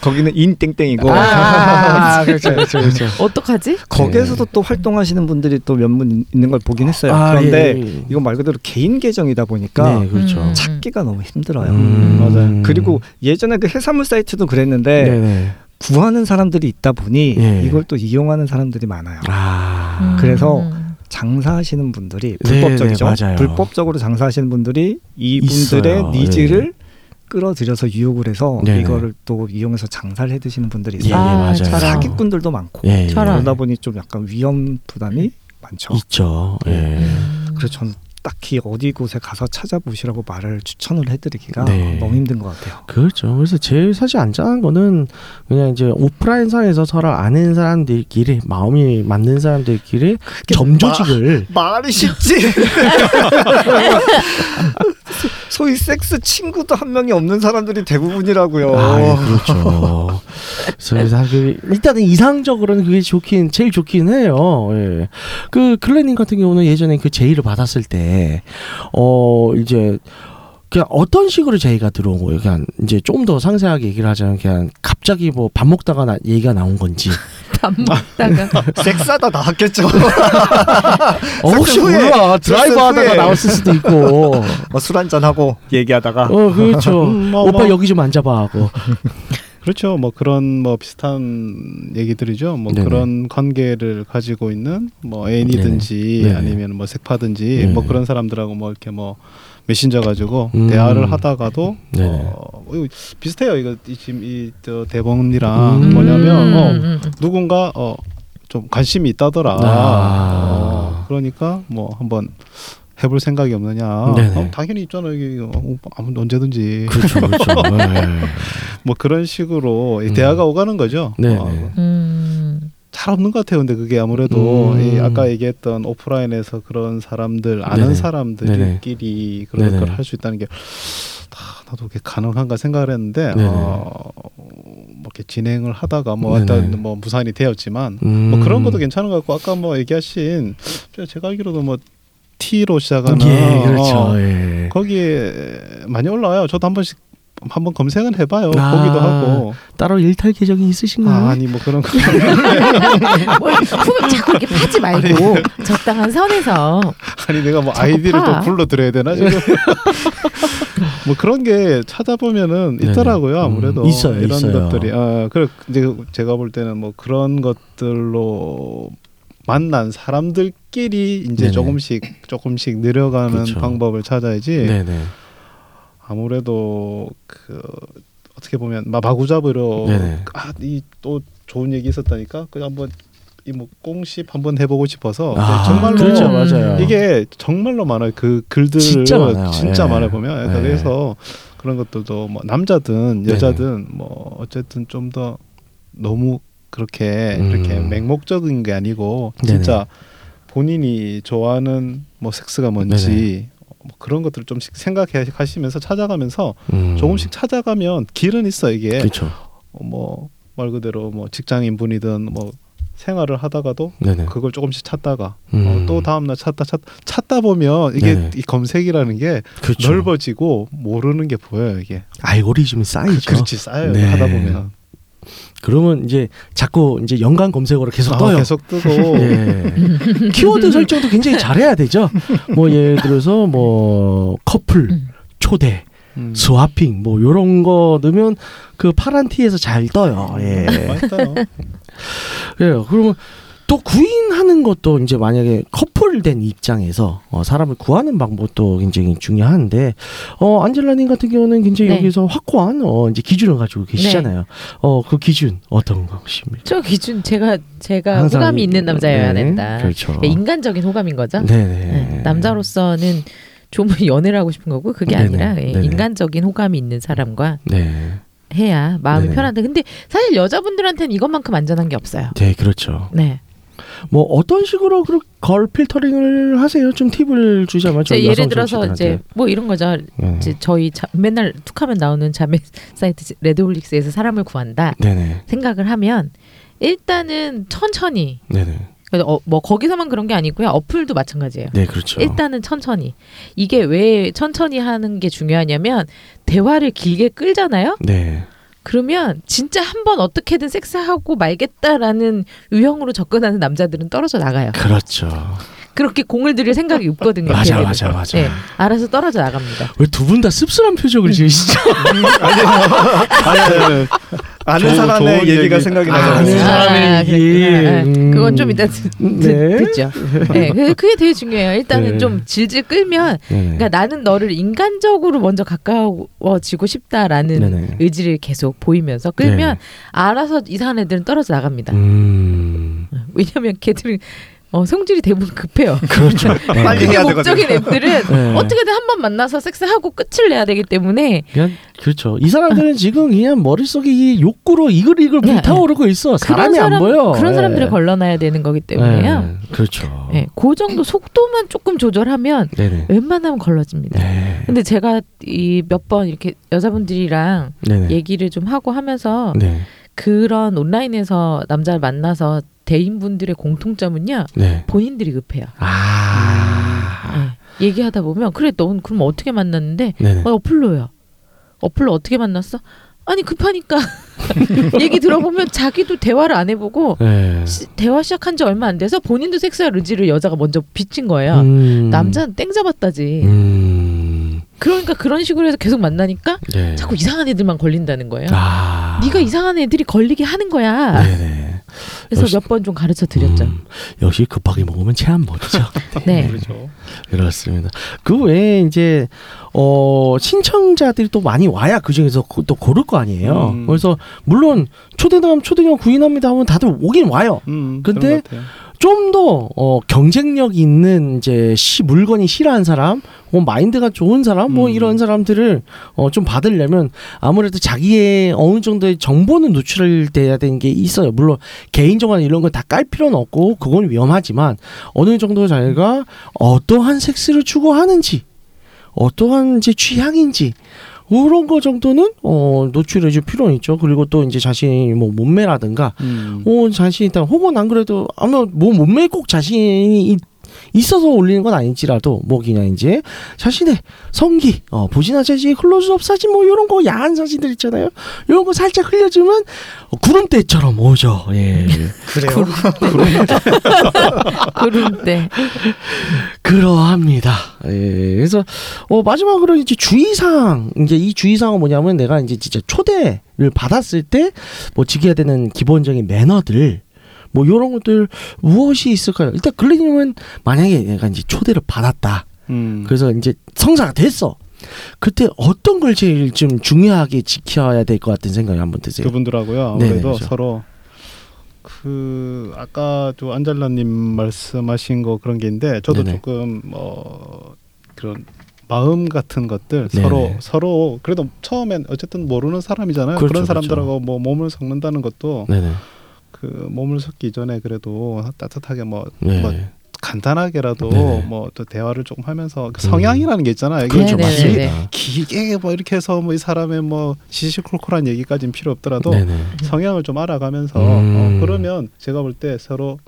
[SPEAKER 4] 거기는 인 땡땡이고
[SPEAKER 3] 아,
[SPEAKER 4] 그렇죠, 그렇죠, 그렇죠.
[SPEAKER 2] 어떡하지?
[SPEAKER 4] 거기에서도 또 활동하시는 분들이 또 몇 분 있는 걸 보긴 했어요.
[SPEAKER 3] 아,
[SPEAKER 4] 그런데
[SPEAKER 3] 예, 예.
[SPEAKER 4] 이건 말 그대로 개인 계정이다 보니까
[SPEAKER 3] 네, 그렇죠.
[SPEAKER 2] 음.
[SPEAKER 4] 찾기가 너무 힘들어요.
[SPEAKER 3] 음. 맞아요.
[SPEAKER 4] 그리고 예전에 그 해산물 사이트도 그랬는데
[SPEAKER 3] 네.
[SPEAKER 4] 구하는 사람들이 있다 보니
[SPEAKER 3] 예.
[SPEAKER 4] 이걸 또 이용하는 사람들이 많아요.
[SPEAKER 3] 아.
[SPEAKER 2] 음.
[SPEAKER 4] 그래서 장사하시는 분들이
[SPEAKER 3] 네,
[SPEAKER 4] 불법적이죠.
[SPEAKER 3] 네, 맞아요.
[SPEAKER 4] 불법적으로 장사하시는 분들이 이분들의
[SPEAKER 3] 있어요.
[SPEAKER 4] 니즈를 끌어들여서 유혹을 해서
[SPEAKER 3] 네, 네.
[SPEAKER 4] 이거를 또 이용해서 장사를 해드시는 분들이
[SPEAKER 3] 예, 예,
[SPEAKER 4] 있어요.
[SPEAKER 2] 아,
[SPEAKER 3] 맞아요.
[SPEAKER 2] 저런.
[SPEAKER 4] 사기꾼들도 많고
[SPEAKER 3] 예, 예.
[SPEAKER 2] 저런.
[SPEAKER 4] 그러다 보니 좀 약간 위험 부담이 많죠.
[SPEAKER 3] 있죠. 예.
[SPEAKER 4] 그래서 저는 딱히 어디 곳에 가서 찾아보시라고 말을 추천을 해드리기가
[SPEAKER 3] 네.
[SPEAKER 4] 너무 힘든 것 같아요.
[SPEAKER 3] 그렇죠. 그래서 제일 사실 안전한 거는 그냥 이제 오프라인상에서 서로 아는 사람들끼리 마음이 맞는 사람들끼리 점조직을
[SPEAKER 4] 말이 쉽지. 소위 섹스 친구도 한 명이 없는 사람들이 대부분이라고요.
[SPEAKER 3] 아,
[SPEAKER 6] 어.
[SPEAKER 3] 예, 그렇죠. 그래서 사실 일단은 이상적으로는 그게 좋긴 제일 좋긴 해요. 예. 그 클레님 같은 경우는 예전에 그 제의를 받았을 때 어 이제 그냥 어떤 식으로 제의가 들어온 거예요? 그냥 이제 좀 더 상세하게 얘기를 하자면 그냥 갑자기 뭐 밥 먹다가 나, 얘기가 나온 건지
[SPEAKER 2] 밥
[SPEAKER 4] 아.
[SPEAKER 2] 먹다가
[SPEAKER 7] 섹스하다 나왔겠죠.
[SPEAKER 3] 어, 혹시
[SPEAKER 7] 후에,
[SPEAKER 3] 몰라 드라이브
[SPEAKER 7] 섹스
[SPEAKER 3] 하다가
[SPEAKER 7] 후에.
[SPEAKER 3] 나왔을 수도 있고
[SPEAKER 7] 뭐
[SPEAKER 4] 어, 술 한잔 하고 얘기하다가
[SPEAKER 3] 어 그렇죠
[SPEAKER 6] 음, 뭐,
[SPEAKER 3] 오빠
[SPEAKER 6] 뭐.
[SPEAKER 3] 여기 좀 앉아봐 하고
[SPEAKER 6] 그렇죠. 뭐 그런 뭐 비슷한 얘기들이죠. 뭐
[SPEAKER 3] 네네.
[SPEAKER 6] 그런 관계를 가지고 있는 뭐 애인이든지
[SPEAKER 3] 네네. 네네.
[SPEAKER 6] 아니면 뭐 색파든지
[SPEAKER 3] 네네.
[SPEAKER 6] 뭐 그런 사람들하고 뭐 이렇게 뭐 메신저 가지고
[SPEAKER 3] 음.
[SPEAKER 6] 대화를 하다가도
[SPEAKER 3] 네네.
[SPEAKER 6] 어, 이거 비슷해요. 이거 이 지금 이저 대본이랑
[SPEAKER 3] 음.
[SPEAKER 6] 뭐냐면 어,
[SPEAKER 2] 음, 음.
[SPEAKER 6] 누군가 어, 좀 관심이 있다더라.
[SPEAKER 3] 아.
[SPEAKER 6] 어, 그러니까 뭐 한번 해볼 생각이 없느냐.
[SPEAKER 3] 네네.
[SPEAKER 6] 어, 당연히 있잖아. 이게 어, 아무 언제든지
[SPEAKER 3] 그렇죠 그렇죠
[SPEAKER 6] 뭐 그런 식으로 이
[SPEAKER 3] 음.
[SPEAKER 6] 대화가 오가는 거죠.
[SPEAKER 3] 네네.
[SPEAKER 6] 어,
[SPEAKER 2] 음.
[SPEAKER 6] 잘 없는 것 같아요. 근데 그게 아무래도
[SPEAKER 3] 음.
[SPEAKER 6] 이 아까 얘기했던 오프라인에서 그런 사람들 아는
[SPEAKER 3] 네네.
[SPEAKER 6] 사람들끼리 그런
[SPEAKER 3] 네네.
[SPEAKER 6] 걸 할 수 있다는 게 아, 나도 그게 가능한가 생각을 했는데
[SPEAKER 3] 네네.
[SPEAKER 6] 어, 뭐 이렇게 진행을 하다가 뭐
[SPEAKER 3] 네네. 음.
[SPEAKER 6] 일단 뭐 무산이 되었지만 뭐 그런 것도 괜찮은 것 같고 아까 뭐 얘기하신 제가 알기로도 뭐 T로 시작하는
[SPEAKER 3] 예 그렇죠
[SPEAKER 6] 어,
[SPEAKER 3] 예.
[SPEAKER 6] 거기에 많이 올라와요. 저도 한 번씩 한번 검색은 해봐요.
[SPEAKER 3] 아.
[SPEAKER 6] 보기도 하고
[SPEAKER 3] 따로 일탈 계정이 있으신가요?
[SPEAKER 6] 아, 아니 뭐 그런 거
[SPEAKER 2] 뭘 품을 아, 뭐, 자꾸 이렇게 파지 말고 적당한 선에서
[SPEAKER 6] 아니 내가 뭐
[SPEAKER 2] 자꾸
[SPEAKER 6] 아이디를
[SPEAKER 2] 파.
[SPEAKER 6] 또 불러드려야 되나 지금
[SPEAKER 3] 네.
[SPEAKER 6] 뭐 그런 게 찾아보면은
[SPEAKER 3] 네네.
[SPEAKER 6] 있더라고요 아무래도
[SPEAKER 3] 음, 있어요,
[SPEAKER 6] 이런
[SPEAKER 3] 있어요.
[SPEAKER 6] 것들이 아 그래 이제 제가 볼 때는 뭐 그런 것들로 만난 사람들끼리 이제
[SPEAKER 3] 네네.
[SPEAKER 6] 조금씩 조금씩 늘어가는
[SPEAKER 3] 그렇죠.
[SPEAKER 6] 방법을 찾아야지
[SPEAKER 3] 네네.
[SPEAKER 6] 아무래도 그 어떻게 보면 마- 마구잡이로
[SPEAKER 3] 네네.
[SPEAKER 6] 아이 또 좋은 얘기 있었다니까 그 한번 이 뭐 꽁십 한번 해보고 싶어서 네,
[SPEAKER 3] 아,
[SPEAKER 6] 정말로
[SPEAKER 3] 그렇죠, 맞아요.
[SPEAKER 6] 이게 정말로 많아요 그 글들
[SPEAKER 3] 진짜 많아요. 예.
[SPEAKER 6] 많아 보면 약간
[SPEAKER 3] 예.
[SPEAKER 6] 그래서 그런 것들도 뭐 남자든
[SPEAKER 3] 네네.
[SPEAKER 6] 여자든 뭐 어쨌든 좀 더 너무 그렇게
[SPEAKER 3] 음.
[SPEAKER 6] 이렇게 맹목적인 게 아니고
[SPEAKER 3] 네네.
[SPEAKER 6] 진짜 본인이 좋아하는 뭐 섹스가 뭔지 뭐 그런 것들을 좀씩 생각해 가시면서 찾아가면서
[SPEAKER 3] 음.
[SPEAKER 6] 조금씩 네. 찾아가면 길은 있어 이게
[SPEAKER 3] 그렇죠.
[SPEAKER 6] 뭐 말 그대로 뭐 직장인 분이든 뭐 생활을 하다가도
[SPEAKER 3] 네네.
[SPEAKER 6] 그걸 조금씩 찾다가
[SPEAKER 3] 음.
[SPEAKER 6] 어, 또 다음날 찾다 찾, 찾다 보면 이게
[SPEAKER 3] 네네.
[SPEAKER 6] 이 검색이라는 게
[SPEAKER 3] 그렇죠.
[SPEAKER 6] 넓어지고 모르는 게 보여요 이게
[SPEAKER 3] 알고리즘이 쌓이죠.
[SPEAKER 6] 그렇지 쌓여요
[SPEAKER 3] 네.
[SPEAKER 6] 하다 보면
[SPEAKER 3] 그러면 이제 자꾸 이제 연관 검색어로 계속
[SPEAKER 6] 아,
[SPEAKER 3] 떠요.
[SPEAKER 6] 계속 뜨고
[SPEAKER 3] 예. 키워드 설정도 굉장히 잘해야 되죠. 뭐 예를 들어서 뭐 커플 초대
[SPEAKER 6] 음.
[SPEAKER 3] 스와핑 뭐 요런 거 넣으면 그 파란 티에서 잘 떠요. 예.
[SPEAKER 6] 많이 떠요
[SPEAKER 3] 그래요. 그러면 또 구인하는 것도 이제 만약에 커플된 입장에서 어, 사람을 구하는 방법도 굉장히 중요한데 어 안젤라님 같은 경우는 굉장히
[SPEAKER 2] 네.
[SPEAKER 3] 여기서 확고한 어 이제 기준을 가지고 계시잖아요. 어 그 기준 어떤 것입니까?
[SPEAKER 2] 저 기준 제가 제가 호감이 있는 그러니까 남자여야 된다. 네,
[SPEAKER 3] 그렇죠. 네.
[SPEAKER 2] 그러니까 인간적인 호감인 거죠.
[SPEAKER 3] 네네.
[SPEAKER 2] 네, 남자로서는 조문 연애를 하고 싶은 거고 그게
[SPEAKER 3] 네네,
[SPEAKER 2] 아니라 예,
[SPEAKER 3] 네네.
[SPEAKER 2] 인간적인 호감이 있는 사람과
[SPEAKER 3] 네.
[SPEAKER 2] 해야 마음이
[SPEAKER 3] 네네.
[SPEAKER 2] 편한데 근데 사실 여자분들한테는 이것만큼 안전한 게 없어요.
[SPEAKER 3] 네, 그렇죠.
[SPEAKER 2] 네.
[SPEAKER 3] 뭐 어떤 식으로 그걸 필터링을 하세요? 좀 팁을 주자면 좀
[SPEAKER 2] 이제 예를
[SPEAKER 3] 여성
[SPEAKER 2] 들어서 이제
[SPEAKER 3] 정치인들한테.
[SPEAKER 2] 뭐 이런 거죠.
[SPEAKER 3] 네.
[SPEAKER 2] 이제 저희 자, 맨날 툭하면 나오는 자매 사이트 레드홀릭스에서 사람을 구한다
[SPEAKER 3] 네네.
[SPEAKER 2] 생각을 하면 일단은 천천히
[SPEAKER 3] 네네.
[SPEAKER 2] 어, 뭐 거기서만 그런 게 아니고요. 어플도 마찬가지예요.
[SPEAKER 3] 네, 그렇죠.
[SPEAKER 2] 일단은 천천히 이게 왜 천천히 하는 게 중요하냐면 대화를 길게 끌잖아요.
[SPEAKER 3] 네.
[SPEAKER 2] 그러면 진짜 한번 어떻게든 섹스하고 말겠다라는 유형으로 접근하는 남자들은 떨어져 나가요.
[SPEAKER 3] 그렇죠.
[SPEAKER 2] 그렇게 공을 들일 생각이 없거든요.
[SPEAKER 3] 맞아,
[SPEAKER 2] 걔네들은.
[SPEAKER 3] 맞아, 맞아.
[SPEAKER 2] 예, 알아서 떨어져 나갑니다.
[SPEAKER 3] 왜 두 분 다 씁쓸한 표정을 지으시죠?
[SPEAKER 7] 아니, 아니, 아니. 아는
[SPEAKER 6] 좋은-
[SPEAKER 7] 사람의
[SPEAKER 6] 좋은
[SPEAKER 7] 얘기가
[SPEAKER 6] 얘기.
[SPEAKER 7] 생각이
[SPEAKER 3] 아,
[SPEAKER 7] 나서
[SPEAKER 3] 아는
[SPEAKER 7] 요
[SPEAKER 3] 사람의 얘기.
[SPEAKER 2] 그렇구나. 예,
[SPEAKER 3] 음.
[SPEAKER 2] 그건 좀 이따 듣,
[SPEAKER 3] 네.
[SPEAKER 2] 죠 네, 그- 그게 되게 중요해요. 일단은
[SPEAKER 3] 네.
[SPEAKER 2] 좀 질질 끌면
[SPEAKER 3] 네네.
[SPEAKER 2] 그러니까 나는 너를 인간적으로 먼저 가까워지고 싶다라는
[SPEAKER 3] 네네.
[SPEAKER 2] 의지를 계속 보이면서 끌면
[SPEAKER 3] 네.
[SPEAKER 2] 알아서 이상한 애들은 떨어져 나갑니다.
[SPEAKER 3] 음.
[SPEAKER 2] 왜냐면 걔들은 어, 성질이 대부분 급해요.
[SPEAKER 3] 그렇죠. 네.
[SPEAKER 7] 빨리
[SPEAKER 2] 근데
[SPEAKER 7] 해야
[SPEAKER 2] 목적인 애들은
[SPEAKER 3] 네.
[SPEAKER 2] 어떻게든 한 번 만나서 섹스하고 끝을 내야 되기 때문에
[SPEAKER 3] 그냥 그렇죠. 이 사람들은 지금 그냥 머릿속에 이 욕구로 이글이글
[SPEAKER 2] 아. 네,
[SPEAKER 3] 불타오르고 있어.
[SPEAKER 2] 그런
[SPEAKER 3] 사람이 안
[SPEAKER 2] 사람-
[SPEAKER 3] 보여.
[SPEAKER 2] 그런
[SPEAKER 3] 예.
[SPEAKER 2] 사람들을 걸러놔야 되는 거기 때문에요.
[SPEAKER 3] 예, 그렇죠.
[SPEAKER 2] 네, 그 정도 속도만 조금 조절하면
[SPEAKER 3] 네네.
[SPEAKER 2] 웬만하면 걸러집니다.
[SPEAKER 3] 네.
[SPEAKER 2] 근데 제가 이 몇 번 이렇게 여자분들이랑
[SPEAKER 3] 네네.
[SPEAKER 2] 얘기를 좀 하고 하면서
[SPEAKER 3] 네.
[SPEAKER 2] 그런 온라인에서 남자를 만나서 대인분들의 공통점은요.
[SPEAKER 3] 네.
[SPEAKER 2] 본인들이 급해요.
[SPEAKER 3] 아.
[SPEAKER 2] 예. 얘기하다 보면 그래 넌 그럼 어떻게 만났는데
[SPEAKER 3] 네네.
[SPEAKER 2] 어, 어플로요. 어플로 어떻게 만났어? 아니 급하니까 얘기 들어보면 자기도 대화를 안 해보고
[SPEAKER 3] 네.
[SPEAKER 2] 시- 대화 시작한 지 얼마 안 돼서 본인도 섹스할 의지를 여자가 먼저 비친 거예요.
[SPEAKER 3] 음.
[SPEAKER 2] 남자는 땡 잡았다지.
[SPEAKER 3] 음.
[SPEAKER 2] 그러니까 그런 식으로 해서 계속 만나니까
[SPEAKER 3] 네.
[SPEAKER 2] 자꾸 이상한 애들만 걸린다는 거예요.
[SPEAKER 3] 아.
[SPEAKER 2] 네가 이상한 애들이 걸리게 하는 거야.
[SPEAKER 3] 네네.
[SPEAKER 2] 그래서
[SPEAKER 3] 역시-
[SPEAKER 2] 몇 번 좀 가르쳐 드렸죠.
[SPEAKER 3] 음, 역시 급하게 먹으면 체한 먹죠.
[SPEAKER 2] 네.
[SPEAKER 6] 그렇죠.
[SPEAKER 3] 그렇습니다. 그 외에 이제 어 신청자들이 또 많이 와야 그 중에서 고- 또 고를 거 아니에요.
[SPEAKER 6] 음.
[SPEAKER 3] 그래서 물론 초대남 초대녀 구인합니다 하면 다들 오긴 와요.
[SPEAKER 6] 음,
[SPEAKER 3] 근데
[SPEAKER 6] 그런 것 같아요.
[SPEAKER 3] 좀 더 어, 경쟁력 있는 이제 시, 물건이 싫어하는 사람, 뭐 마인드가 좋은 사람, 뭐
[SPEAKER 6] 음.
[SPEAKER 3] 이런 사람들을 어, 좀 받으려면 아무래도 자기의 어느 정도의 정보는 노출돼야 되는 게 있어요. 물론 개인 정보나 이런 건 다 깔 필요는 없고 그건 위험하지만 어느 정도 자기가 어떠한 섹스를 추구하는지, 어떠한 이제 취향인지. 그런 거 정도는 어 노출해 줄 필요는 있죠. 그리고 또 이제 자신이 뭐 몸매라든가
[SPEAKER 6] 음.
[SPEAKER 3] 오 어, 자신 있다 혹은 안 그래도 아마 뭐 몸매에 꼭 자신이 있- 있어서 올리는 건 아닐지라도 뭐 그냥 이제 자신의 성기 어 보지나 재지 클로즈업 사진 뭐 이런 거 야한 사진들 있잖아요 이런 거 살짝 흘려주면 어, 구름대처럼 오죠 예
[SPEAKER 7] 그래요?
[SPEAKER 2] 그럴 때
[SPEAKER 3] 그러합니다 예 그래서 어 마지막으로 이제 주의사항 이제 이 주의사항은 뭐냐면 내가 이제 진짜 초대를 받았을 때 뭐 지켜야 되는 기본적인 매너들 뭐 이런 것들 무엇이 있을까요? 일단 글리님은 만약에 내가 이제 초대를 받았다.
[SPEAKER 6] 음.
[SPEAKER 3] 그래서 이제 성사가 됐어. 그때 어떤 걸 제일 좀 중요하게 지켜야 될 것 같은 생각이 한번 드세요.
[SPEAKER 6] 그분들하고요.
[SPEAKER 3] 예. 네네,
[SPEAKER 6] 아무래도
[SPEAKER 3] 그렇죠.
[SPEAKER 6] 서로 그 아까 저 안젤라님 말씀하신 거 그런 게 있는데 저도
[SPEAKER 3] 네네.
[SPEAKER 6] 조금 뭐 그런 마음 같은 것들
[SPEAKER 3] 네네.
[SPEAKER 6] 서로 서로 그래도 처음엔 어쨌든 모르는 사람이잖아요. 그
[SPEAKER 3] 그렇죠,
[SPEAKER 6] 런
[SPEAKER 3] 그렇죠.
[SPEAKER 6] 사람들하고 뭐 몸을 섞는다는 것도
[SPEAKER 3] 네네.
[SPEAKER 6] 그 몸을 섞기 전에 그래도 따뜻하게 뭐
[SPEAKER 3] 네.
[SPEAKER 6] 뭐 간단하게라도
[SPEAKER 3] 네네. 음.
[SPEAKER 6] 뭐 또 대화를 조금 하면서 그 성향이라는 게 있잖아요. 이게
[SPEAKER 2] 그렇죠,
[SPEAKER 6] 좀
[SPEAKER 2] 네네네.
[SPEAKER 6] 길-
[SPEAKER 3] 맞습니다.
[SPEAKER 6] 길게 뭐 이렇게 해서 뭐 이 사람의 뭐 시시콜콜한 얘기까지는 필요 없더라도
[SPEAKER 3] 네네.
[SPEAKER 6] 성향을 좀 알아가면서
[SPEAKER 3] 음.
[SPEAKER 6] 어, 그러면 제가 볼 때 서로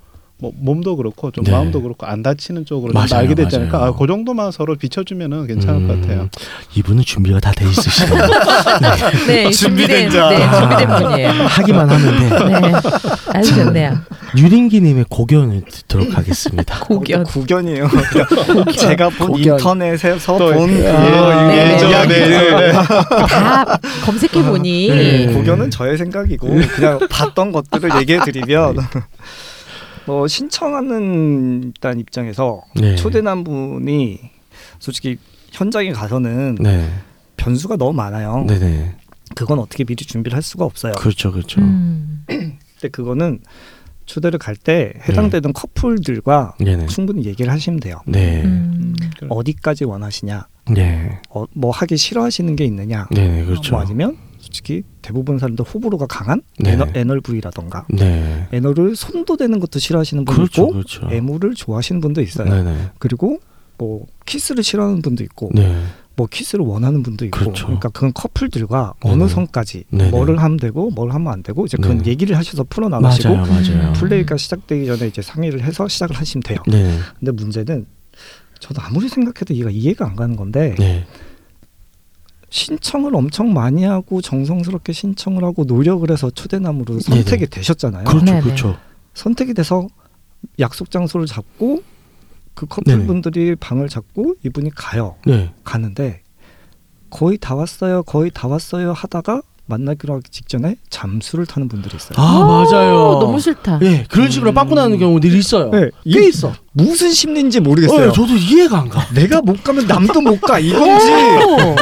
[SPEAKER 6] 뭐 몸도 그렇고 좀
[SPEAKER 3] 네.
[SPEAKER 6] 마음도 그렇고 안 다치는 쪽으로 좀
[SPEAKER 3] 맞아요,
[SPEAKER 6] 알게 되지 않을까.
[SPEAKER 3] 맞아요.
[SPEAKER 6] 아, 그 정도만 서로 비춰주면은 괜찮을 것
[SPEAKER 3] 음,
[SPEAKER 6] 같아요.
[SPEAKER 3] 이분은 준비가 다 돼 있으시네요.
[SPEAKER 2] 네,
[SPEAKER 7] 준비된
[SPEAKER 2] 준비된
[SPEAKER 7] 자.
[SPEAKER 2] 네, 준비된 분이에요.
[SPEAKER 3] 하기만 하는데
[SPEAKER 2] 네, 아주 좋네요.
[SPEAKER 3] 유린기님의 고견을 듣도록 하겠습니다.
[SPEAKER 2] 고견.
[SPEAKER 7] 구견이에요. 그러니까 제가 본
[SPEAKER 3] 고견.
[SPEAKER 7] 인터넷에서
[SPEAKER 6] 또
[SPEAKER 7] 본
[SPEAKER 6] 예,
[SPEAKER 7] 그런
[SPEAKER 2] 네,
[SPEAKER 6] 예전,
[SPEAKER 7] 이야기.
[SPEAKER 6] 네, 네, 네.
[SPEAKER 2] 다 검색해 보니
[SPEAKER 3] 네.
[SPEAKER 7] 고견은 저의 생각이고 그냥 봤던 것들을 얘기해 드리면 뭐 신청하는 일단 입장에서
[SPEAKER 3] 네.
[SPEAKER 7] 초대남 분이 솔직히 현장에 가서는
[SPEAKER 3] 네.
[SPEAKER 7] 변수가 너무 많아요.
[SPEAKER 3] 네네.
[SPEAKER 7] 그건 어떻게 미리 준비를 할 수가 없어요.
[SPEAKER 3] 그렇죠, 그렇죠.
[SPEAKER 2] 음.
[SPEAKER 7] 근데 그거는
[SPEAKER 4] 초대를 갈 때 해당되는 커플들과
[SPEAKER 3] 네네.
[SPEAKER 4] 충분히 얘기를 하시면 돼요.
[SPEAKER 3] 네.
[SPEAKER 2] 음.
[SPEAKER 4] 어디까지 원하시냐,
[SPEAKER 3] 네.
[SPEAKER 4] 어, 뭐 하기 싫어하시는 게 있느냐,
[SPEAKER 3] 네네. 그렇죠.
[SPEAKER 4] 뭐 아니면 솔직히 대부분 사람들 호불호가 강한
[SPEAKER 3] 네.
[SPEAKER 4] 애너, 애널부위라던가
[SPEAKER 3] 네.
[SPEAKER 4] 애너를 손도 대는 것도 싫어하시는 분도
[SPEAKER 3] 그렇죠.
[SPEAKER 4] 있고
[SPEAKER 3] 그렇죠.
[SPEAKER 4] 애무를 좋아하시는 분도 있어요.
[SPEAKER 3] 네네.
[SPEAKER 4] 그리고 뭐 키스를 싫어하는 분도 있고
[SPEAKER 3] 네.
[SPEAKER 4] 뭐 키스를 원하는 분도 있고
[SPEAKER 3] 그렇죠.
[SPEAKER 4] 러니까 그건 커플들과
[SPEAKER 3] 네네.
[SPEAKER 4] 어느 선까지
[SPEAKER 3] 네네.
[SPEAKER 4] 뭐를 하면 되고 뭘 하면 안 되고 이제 그건
[SPEAKER 3] 네네.
[SPEAKER 4] 얘기를 하셔서 풀어나가시고
[SPEAKER 3] 네. 맞아요. 맞아요.
[SPEAKER 4] 플레이가 시작되기 전에 이제 상의를 해서 시작을 하시면 돼요.
[SPEAKER 3] 네.
[SPEAKER 4] 근데 문제는 저도 아무리 생각해도 얘가 이해가 안 가는 건데
[SPEAKER 3] 네.
[SPEAKER 4] 신청을 엄청 많이 하고 정성스럽게 신청을 하고 노력을 해서 초대남으로 선택이
[SPEAKER 3] 네네.
[SPEAKER 4] 되셨잖아요.
[SPEAKER 3] 그렇죠.
[SPEAKER 2] 네네.
[SPEAKER 3] 그렇죠.
[SPEAKER 4] 선택이 돼서 약속 장소를 잡고 그
[SPEAKER 3] 네네.
[SPEAKER 4] 커플분들이 방을 잡고 이분이 가요.
[SPEAKER 3] 네.
[SPEAKER 4] 가는데 거의 다 왔어요. 거의 다 왔어요 하다가 만나기로 하기 직전에 잠수를 타는 분들이 있어요.
[SPEAKER 3] 아, 맞아요.
[SPEAKER 2] 오, 너무 싫다.
[SPEAKER 3] 예, 그런 식으로 빠꾸 나는 경우들이 있어요.
[SPEAKER 4] 음. 네,
[SPEAKER 3] 꽤
[SPEAKER 4] 이-
[SPEAKER 3] 있어.
[SPEAKER 4] 무슨 심리인지
[SPEAKER 3] 어,
[SPEAKER 4] 모르겠어요.
[SPEAKER 3] 예, 저도 이해가 안 가.
[SPEAKER 4] 내가 못 가면 남도 못 가 이건지 어.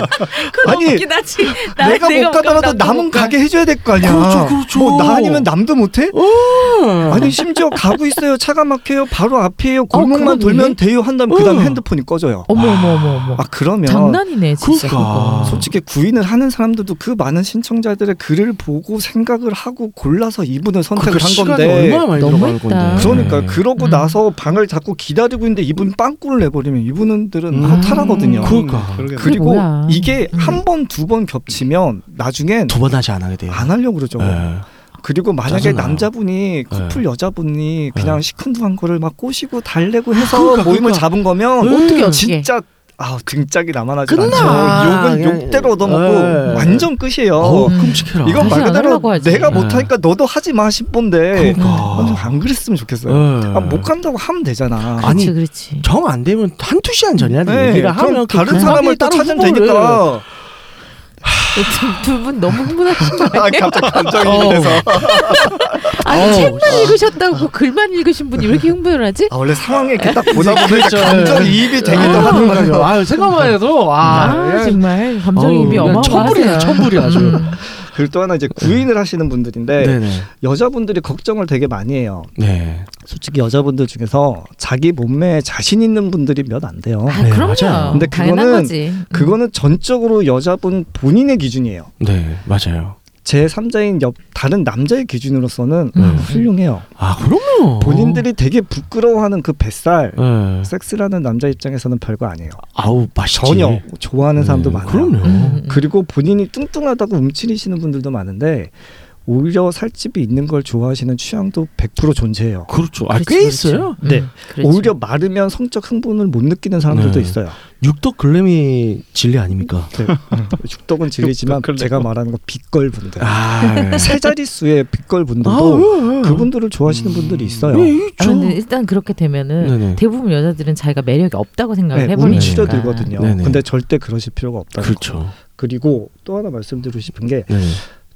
[SPEAKER 4] 아니,
[SPEAKER 1] 웃기다, 지금. 나-
[SPEAKER 4] 내가 못
[SPEAKER 1] 없다고
[SPEAKER 4] 가더라도
[SPEAKER 1] 나도
[SPEAKER 4] 남은
[SPEAKER 1] 못 가.
[SPEAKER 4] 가게 해줘야 될 거 아니야.
[SPEAKER 3] 그렇죠, 그렇죠.
[SPEAKER 4] 뭐 나 아니면 남도 못해?
[SPEAKER 3] 어.
[SPEAKER 4] 아니 심지어 가고 있어요. 차가 막혀요. 바로 앞이에요.
[SPEAKER 2] 그건
[SPEAKER 4] 골목만 돌면
[SPEAKER 2] 이해?
[SPEAKER 4] 돼요. 한 다음에 그다음
[SPEAKER 3] 어.
[SPEAKER 4] 핸드폰이 꺼져요.
[SPEAKER 2] 어머 어머 어머 어머.
[SPEAKER 4] 아 그러면 아.
[SPEAKER 2] 장난이네 진짜.
[SPEAKER 3] 그러니까.
[SPEAKER 2] 그거.
[SPEAKER 4] 솔직히 구인을 하는 사람들도 그 많은 신청자들의 글을 보고 생각을 하고 골라서 이분을 선택을 한
[SPEAKER 3] 아, 그 시간이
[SPEAKER 4] 건데
[SPEAKER 3] 얼마나 많이 들어가는
[SPEAKER 2] 너무했다.
[SPEAKER 3] 건데. 네.
[SPEAKER 4] 그러니까 그러고
[SPEAKER 2] 음.
[SPEAKER 4] 나서 방을 잡고 기다리고 있는데 이분 빵꾸를 내버리면 이분들은
[SPEAKER 3] 음.
[SPEAKER 4] 허탈하거든요.
[SPEAKER 3] 그러니까.
[SPEAKER 6] 음, 그러겠네.
[SPEAKER 4] 그리고
[SPEAKER 2] 뭐야.
[SPEAKER 4] 이게
[SPEAKER 2] 음.
[SPEAKER 4] 한 번 두 번 겹치면 나중엔
[SPEAKER 3] 두 번 다시 안 하게 돼요.
[SPEAKER 4] 안 하려고 그러죠.
[SPEAKER 3] 예.
[SPEAKER 4] 그리고 만약에
[SPEAKER 3] 짜증나요.
[SPEAKER 4] 남자분이 커플 여자분이 그냥
[SPEAKER 3] 네.
[SPEAKER 4] 시큰둥한 거를 막 꼬시고 달래고 해서
[SPEAKER 3] 그러니까,
[SPEAKER 4] 모임을
[SPEAKER 3] 그러니까.
[SPEAKER 4] 잡은 거면
[SPEAKER 2] 어떻게 어떻게?
[SPEAKER 4] 음, 진짜 아 등짝이 남아나질
[SPEAKER 3] 끝나.
[SPEAKER 4] 않죠. 욕은
[SPEAKER 3] 그냥-
[SPEAKER 4] 욕대로 얻어먹고
[SPEAKER 3] 네.
[SPEAKER 4] 완전 끝이에요.
[SPEAKER 3] 어,
[SPEAKER 2] 음.
[SPEAKER 3] 끔찍해라.
[SPEAKER 4] 이건
[SPEAKER 2] 다시
[SPEAKER 4] 말
[SPEAKER 2] 안
[SPEAKER 4] 그대로
[SPEAKER 2] 하려고 하지.
[SPEAKER 4] 내가
[SPEAKER 3] 네.
[SPEAKER 4] 못하니까 너도 하지 마 싶은데
[SPEAKER 3] 그러니까.
[SPEAKER 4] 안 그랬으면 좋겠어요.
[SPEAKER 3] 예.
[SPEAKER 4] 아, 못 간다고 하면 되잖아.
[SPEAKER 3] 아니,
[SPEAKER 2] 그렇지 그렇지.
[SPEAKER 3] 정 안 되면 한두 시간 전이라도
[SPEAKER 4] 네,
[SPEAKER 3] 얘기를
[SPEAKER 4] 그럼
[SPEAKER 3] 하면 그
[SPEAKER 4] 다른
[SPEAKER 3] 근황에
[SPEAKER 4] 사람을 또
[SPEAKER 3] 따른
[SPEAKER 4] 찾으면
[SPEAKER 3] 후보를-
[SPEAKER 4] 되니까.
[SPEAKER 2] 두 분 너무 흥분하신 거 어.
[SPEAKER 4] 아, 갑자기 감정이 돼서. 어.
[SPEAKER 2] 아니 책만 읽으셨다고 글만 읽으신 분이 왜 이렇게 흥분을 하지?
[SPEAKER 4] 아, 원래 상황에 이렇게 딱 보다 보니까
[SPEAKER 3] 그렇죠.
[SPEAKER 4] 감정 이입이 되기도
[SPEAKER 3] 아,
[SPEAKER 4] 하는 네. 거죠.
[SPEAKER 3] 그러니까요. 아유, 생각만 해도
[SPEAKER 2] 아,
[SPEAKER 3] 아, 예.
[SPEAKER 2] 정말 감정이입이
[SPEAKER 3] 어우,
[SPEAKER 2] 어마어마하세요.
[SPEAKER 3] 그냥 천불이야, 천불이 아주.
[SPEAKER 2] 음.
[SPEAKER 4] 그리고 또 하나 이제 구인을 하시는 분들인데
[SPEAKER 3] 네네.
[SPEAKER 4] 여자분들이 걱정을 되게 많이 해요.
[SPEAKER 3] 네.
[SPEAKER 4] 솔직히 여자분들 중에서 자기 몸매에 자신 있는 분들이 몇 안 돼요.
[SPEAKER 2] 아
[SPEAKER 3] 네,
[SPEAKER 2] 그럼요.
[SPEAKER 3] 맞아요.
[SPEAKER 4] 근데
[SPEAKER 2] 당연한
[SPEAKER 4] 그거는-
[SPEAKER 2] 거지. 음.
[SPEAKER 4] 그거는 전적으로 여자분 본인의 기준이에요.
[SPEAKER 3] 네, 맞아요.
[SPEAKER 4] 제 3자인 옆 다른 남자의 기준으로서는
[SPEAKER 2] 음. 어.
[SPEAKER 4] 훌륭해요.
[SPEAKER 3] 아, 그럼요.
[SPEAKER 4] 본인들이 되게 부끄러워하는 그 뱃살,
[SPEAKER 2] 음.
[SPEAKER 3] 예.
[SPEAKER 4] 섹스라는 남자 입장에서는 별거 아니에요.
[SPEAKER 3] 아우, 맛있지.
[SPEAKER 4] 전혀 좋아하는 사람도
[SPEAKER 3] 예,
[SPEAKER 4] 많아요.
[SPEAKER 3] 그럼요.
[SPEAKER 2] 음.
[SPEAKER 4] 어, 그리고 본인이 뚱뚱하다고 움츠리시는 분들도 많은데 오히려 살집이 있는 걸 좋아하시는 취향도 100% 존재해요.
[SPEAKER 3] 그렇죠. 아,
[SPEAKER 2] 그렇지,
[SPEAKER 3] 꽤
[SPEAKER 2] 그렇지.
[SPEAKER 3] 있어요.
[SPEAKER 2] 음,
[SPEAKER 4] 네.
[SPEAKER 2] 그렇지.
[SPEAKER 4] 오히려 마르면 성적 흥분을 못 느끼는 사람들도
[SPEAKER 3] 그렇죠. 네.
[SPEAKER 4] 있어요.
[SPEAKER 3] 육덕 글램이 진리 아닙니까?
[SPEAKER 4] 죽덕은 질리지만
[SPEAKER 6] 육덕
[SPEAKER 4] 제가 말하는 건 빗걸 분들.
[SPEAKER 3] 그렇죠. 아, 예.
[SPEAKER 4] 세 자릿수의 빗걸 분들도
[SPEAKER 3] 아, 예, 예.
[SPEAKER 4] 네. 그분들을 좋아하시는 분들이 있어요.
[SPEAKER 3] 예,
[SPEAKER 2] 아,
[SPEAKER 3] 있죠.
[SPEAKER 2] 근데 일단 그렇게 되면은
[SPEAKER 3] 네네.
[SPEAKER 2] 대부분 여자들은 자기가 매력이 없다고 생각을
[SPEAKER 4] 네,
[SPEAKER 2] 해버리니까.
[SPEAKER 4] 움츠려들거든요.
[SPEAKER 3] 네, 네.
[SPEAKER 4] 근데 절대 그러실 필요가 없다는 거.
[SPEAKER 3] 그렇죠.
[SPEAKER 4] 그리고 또 하나 말씀드리고 싶은 게
[SPEAKER 3] 네.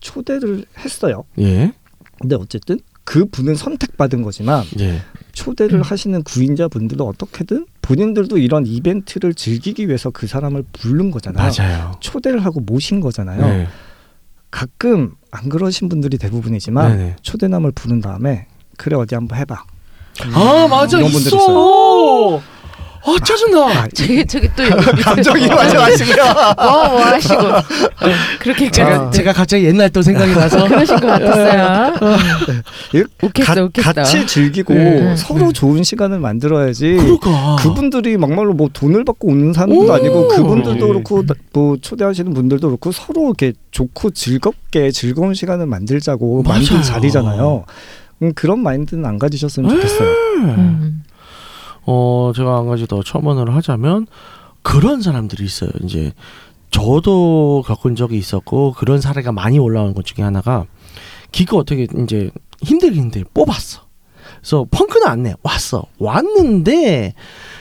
[SPEAKER 4] 초대를 했어요.
[SPEAKER 3] 예.
[SPEAKER 4] 근데 어쨌든 그 분은 선택받은 거지만
[SPEAKER 3] 예.
[SPEAKER 4] 초대를 하시는 구인자분들도 어떻게든 본인들도 이런 이벤트를 즐기기 위해서 그 사람을 부른 거잖아요.
[SPEAKER 3] 맞아요.
[SPEAKER 4] 초대를 하고 모신 거잖아요.
[SPEAKER 3] 네.
[SPEAKER 4] 가끔 안 그러신 분들이 대부분이지만
[SPEAKER 3] 네네.
[SPEAKER 4] 초대남을 부른 다음에 그래 어디 한번 해봐.
[SPEAKER 3] 아, 맞아.
[SPEAKER 4] 이런 분들
[SPEAKER 3] 있어. 아, 짜증나.
[SPEAKER 4] 아,
[SPEAKER 2] 저기 저기 또 여기
[SPEAKER 4] 감정이 맞아 마시고요. 아.
[SPEAKER 2] 와와 어, 하시고 그렇게
[SPEAKER 3] 제가
[SPEAKER 2] 제가
[SPEAKER 3] 제가 갑자기 옛날 또 생각이 나서
[SPEAKER 2] 그러신 것 같았어요. 아. 웃겠어
[SPEAKER 4] 아. 예? 가-
[SPEAKER 2] 웃겠어.
[SPEAKER 4] 같이 즐기고
[SPEAKER 3] 네.
[SPEAKER 4] 서로 좋은 시간을 만들어야지.
[SPEAKER 3] 그러니까
[SPEAKER 4] 그분들이 막말로 뭐 돈을 받고 오는 사람도
[SPEAKER 3] 오! 네.
[SPEAKER 4] 아니고 그분들도
[SPEAKER 6] 예.
[SPEAKER 4] 그렇고 나- 뭐 초대하시는 분들도 그렇고 서로 이렇게 좋고 즐겁게 즐거운 시간을 만들자고 만든
[SPEAKER 3] 맞아요.
[SPEAKER 4] 자리잖아요. 음, 그런 마인드는 안 가지셨으면 좋겠어요.
[SPEAKER 2] 음.
[SPEAKER 3] 어 제가 한 가지 더 첨언을 하자면 그런 사람들이 있어요. 이제 저도 겪은 적이 있었고 그런 사례가 많이 올라온 것 중에 하나가 기껏 어떻게 이제 힘들게 힘들게 뽑았어. 그래서 펑크는 안 내. 왔어. 왔는데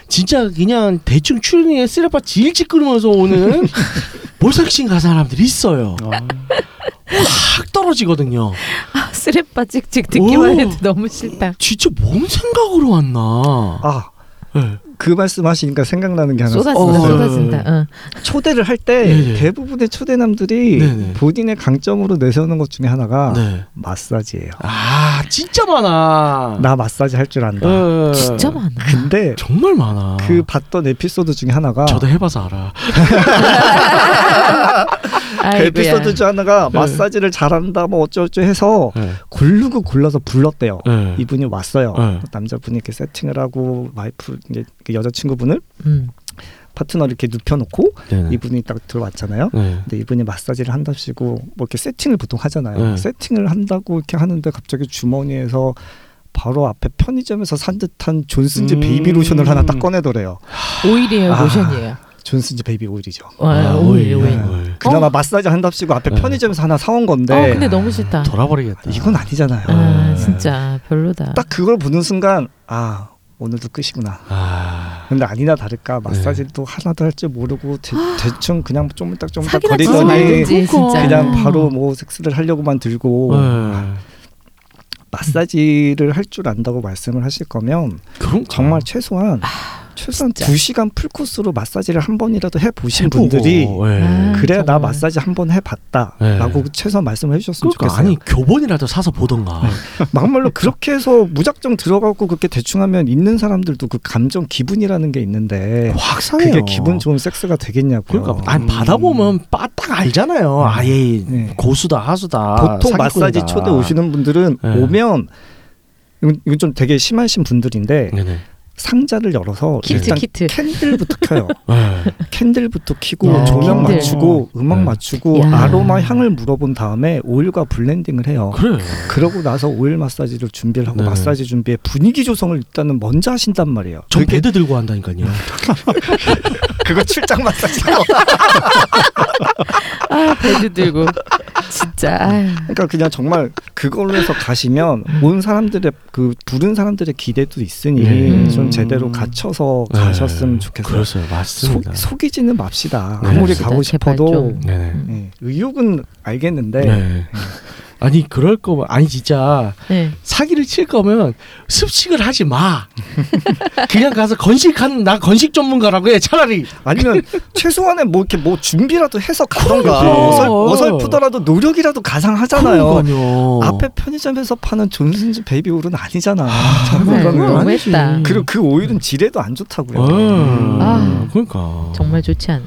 [SPEAKER 3] 진짜 그냥 대충 출근에 쓰레빠 질질 끌면서 오는 몰상신 가 사람들이 있어요. 확 떨어지거든요.
[SPEAKER 2] 아, 쓰레빠 찍찍 듣기만
[SPEAKER 3] 오.
[SPEAKER 2] 해도 너무 싫다.
[SPEAKER 3] 진짜 뭔 생각으로 왔나?
[SPEAKER 4] 아
[SPEAKER 3] 예.
[SPEAKER 4] 그 말씀하시니까 생각나는 게 하나 있어요.
[SPEAKER 3] 어,
[SPEAKER 2] 쏟아진다, 쏟아진다. 어.
[SPEAKER 4] 초대를 할 때
[SPEAKER 3] 네네.
[SPEAKER 4] 대부분의 초대남들이
[SPEAKER 3] 네네.
[SPEAKER 4] 본인의 강점으로 내세우는 것 중에 하나가
[SPEAKER 3] 네.
[SPEAKER 4] 마사지예요.
[SPEAKER 3] 아 진짜 많아.
[SPEAKER 4] 나 마사지 할 줄 안다.
[SPEAKER 3] 어,
[SPEAKER 2] 진짜 많아.
[SPEAKER 4] 근데
[SPEAKER 3] 정말 많아.
[SPEAKER 4] 예. 그 봤던 에피소드 중에 하나가
[SPEAKER 3] 저도 해봐서 알아.
[SPEAKER 4] 그 에피소드 중 하나가
[SPEAKER 3] 네.
[SPEAKER 4] 마사지를 잘한다 뭐 어쩌고저쩌고 해서
[SPEAKER 3] 네.
[SPEAKER 4] 고르고 골라서 불렀대요.
[SPEAKER 3] 네.
[SPEAKER 4] 이분이 왔어요.
[SPEAKER 3] 네.
[SPEAKER 4] 남자분이 이렇게 세팅을 하고 와이프 이제 그 여자친구분을
[SPEAKER 2] 음.
[SPEAKER 4] 파트너를 이렇게 눕혀놓고
[SPEAKER 3] 네네.
[SPEAKER 4] 이분이 딱 들어왔잖아요.
[SPEAKER 3] 네.
[SPEAKER 4] 근데 이분이 마사지를 한답시고 뭐 이렇게 세팅을 보통 하잖아요.
[SPEAKER 3] 네.
[SPEAKER 4] 세팅을 한다고 이렇게 하는데 갑자기 주머니에서 바로 앞에 편의점에서 산 듯한 존슨즈
[SPEAKER 3] 음.
[SPEAKER 4] 베이비 로션을 하나 딱 꺼내더래요.
[SPEAKER 2] 오일이에요,
[SPEAKER 4] 아.
[SPEAKER 2] 로션이에요.
[SPEAKER 4] 존슨즈 베이비 오일이죠.
[SPEAKER 2] 와, 아, 오일, 오일.
[SPEAKER 3] 아, 오일.
[SPEAKER 4] 그나마 마사지 한답시고 앞에
[SPEAKER 3] 네.
[SPEAKER 4] 편의점에서 하나 사온 건데
[SPEAKER 2] 어, 근데 너무 싫다.
[SPEAKER 3] 돌아버리겠다.
[SPEAKER 4] 이건 아니잖아요.
[SPEAKER 2] 아, 진짜 별로다.
[SPEAKER 4] 딱 그걸 보는 순간 아 오늘도 끝이구나.
[SPEAKER 3] 아,
[SPEAKER 4] 근데 아니나 다를까 마사지도
[SPEAKER 3] 네.
[SPEAKER 4] 하나도 할 줄 모르고 대, 충 그냥 좀딱좀딱
[SPEAKER 2] 사기나 치지
[SPEAKER 4] 거리더니
[SPEAKER 2] 말든지 아, 음. 진짜.
[SPEAKER 4] 그냥 바로 뭐 섹스를 하려고만 들고 아.
[SPEAKER 3] 네.
[SPEAKER 4] 마사지를 할 줄 안다고 말씀을 하실 거면
[SPEAKER 3] 그럼 아,
[SPEAKER 4] 정말 최소한 최소한
[SPEAKER 2] 아, 진짜.
[SPEAKER 4] 두 시간 풀 코스로 마사지를 한 번이라도 해 보신
[SPEAKER 3] 해보고,
[SPEAKER 4] 분들이
[SPEAKER 3] 예.
[SPEAKER 2] 아,
[SPEAKER 4] 그래야 나
[SPEAKER 2] 정말.
[SPEAKER 4] 마사지 한 번
[SPEAKER 3] 네.
[SPEAKER 4] 해봤다라고 최소한 말씀을 해주셨으면
[SPEAKER 3] 그러니까
[SPEAKER 4] 좋겠어요. 네.
[SPEAKER 3] 아니 교본이라도 사서 보던가.
[SPEAKER 4] 막말로 그렇게 해서 무작정 들어가고 그렇게 대충 하면 있는 사람들도 그 감정 기분이라는 게 있는데
[SPEAKER 3] 예. 확 상해요.
[SPEAKER 4] 그게 기분 좋은 섹스가 되겠냐고요.
[SPEAKER 3] 그러니까 아니 받아보면 빠 딱 알잖아요. 아예
[SPEAKER 4] 네.
[SPEAKER 3] 고수다 하수다.
[SPEAKER 4] 보통
[SPEAKER 3] 사기꾼이다.
[SPEAKER 4] 마사지 초대 오시는 분들은
[SPEAKER 3] 네.
[SPEAKER 4] 오면 이건, 이건 좀 되게 심하신 분들인데
[SPEAKER 3] 네네. 예.
[SPEAKER 4] 상자를 열어서
[SPEAKER 2] 키트,
[SPEAKER 4] 일단
[SPEAKER 2] 키트.
[SPEAKER 4] 캔들부터 켜요.
[SPEAKER 3] 네.
[SPEAKER 4] 어. 캔들부터 켜고
[SPEAKER 3] 아,
[SPEAKER 4] 조명
[SPEAKER 2] 캔들.
[SPEAKER 4] 맞추고 음악
[SPEAKER 3] 네.
[SPEAKER 4] 맞추고
[SPEAKER 2] 야.
[SPEAKER 4] 아로마 향을 물어본 다음에 오일과 블렌딩을 해요.
[SPEAKER 3] 그래요.
[SPEAKER 4] 그러고 나서 오일 마사지를 준비를 하고
[SPEAKER 3] 네.
[SPEAKER 4] 마사지 준비에 분위기 조성을 일단은 먼저 하신단 말이에요.
[SPEAKER 3] 전
[SPEAKER 4] 그게 네.
[SPEAKER 3] 배드 들고 한다니까요.
[SPEAKER 4] 그거 출장 마사지.
[SPEAKER 2] 아, 배드 들고. 진짜. 아유.
[SPEAKER 4] 그러니까 그냥 정말 그걸로 해서 가시면 온 사람들의 그 부른 사람들의 기대도 있으니
[SPEAKER 3] 네.
[SPEAKER 4] 좀 제대로 갖춰서 가셨으면 좋겠어요.
[SPEAKER 3] 그렇어요.
[SPEAKER 4] 속,
[SPEAKER 3] 맞습니다.
[SPEAKER 4] 속이지는 맙시다.
[SPEAKER 3] 네.
[SPEAKER 4] 아무리
[SPEAKER 3] 그렇습니다.
[SPEAKER 4] 가고
[SPEAKER 2] 제발
[SPEAKER 4] 싶어도
[SPEAKER 2] 좀.
[SPEAKER 3] 네네.
[SPEAKER 4] 예, 의욕은 알겠는데
[SPEAKER 3] 네. 아니 그럴 거면 아니 진짜
[SPEAKER 2] 네.
[SPEAKER 3] 사기를 칠 거면 습식을 하지 마. 그냥 가서 건식하는 나 건식 전문가라고 해 차라리.
[SPEAKER 4] 아니면 최소한의 뭐 이렇게 뭐 준비라도 해서 가던가
[SPEAKER 3] 그러니까.
[SPEAKER 4] 어설, 어설프더라도 노력이라도 가상하잖아요.
[SPEAKER 3] 그러니까요.
[SPEAKER 4] 앞에 편의점에서 파는 존슨즈 베이비 오일은 아니잖아.
[SPEAKER 2] 정말
[SPEAKER 4] 그러면.
[SPEAKER 2] 네, 너무했다.
[SPEAKER 4] 그리고 그 오일은 지레도 안 좋다고요. 음.
[SPEAKER 3] 어,
[SPEAKER 2] 아.
[SPEAKER 3] 그러니까.
[SPEAKER 2] 정말 좋지 않네.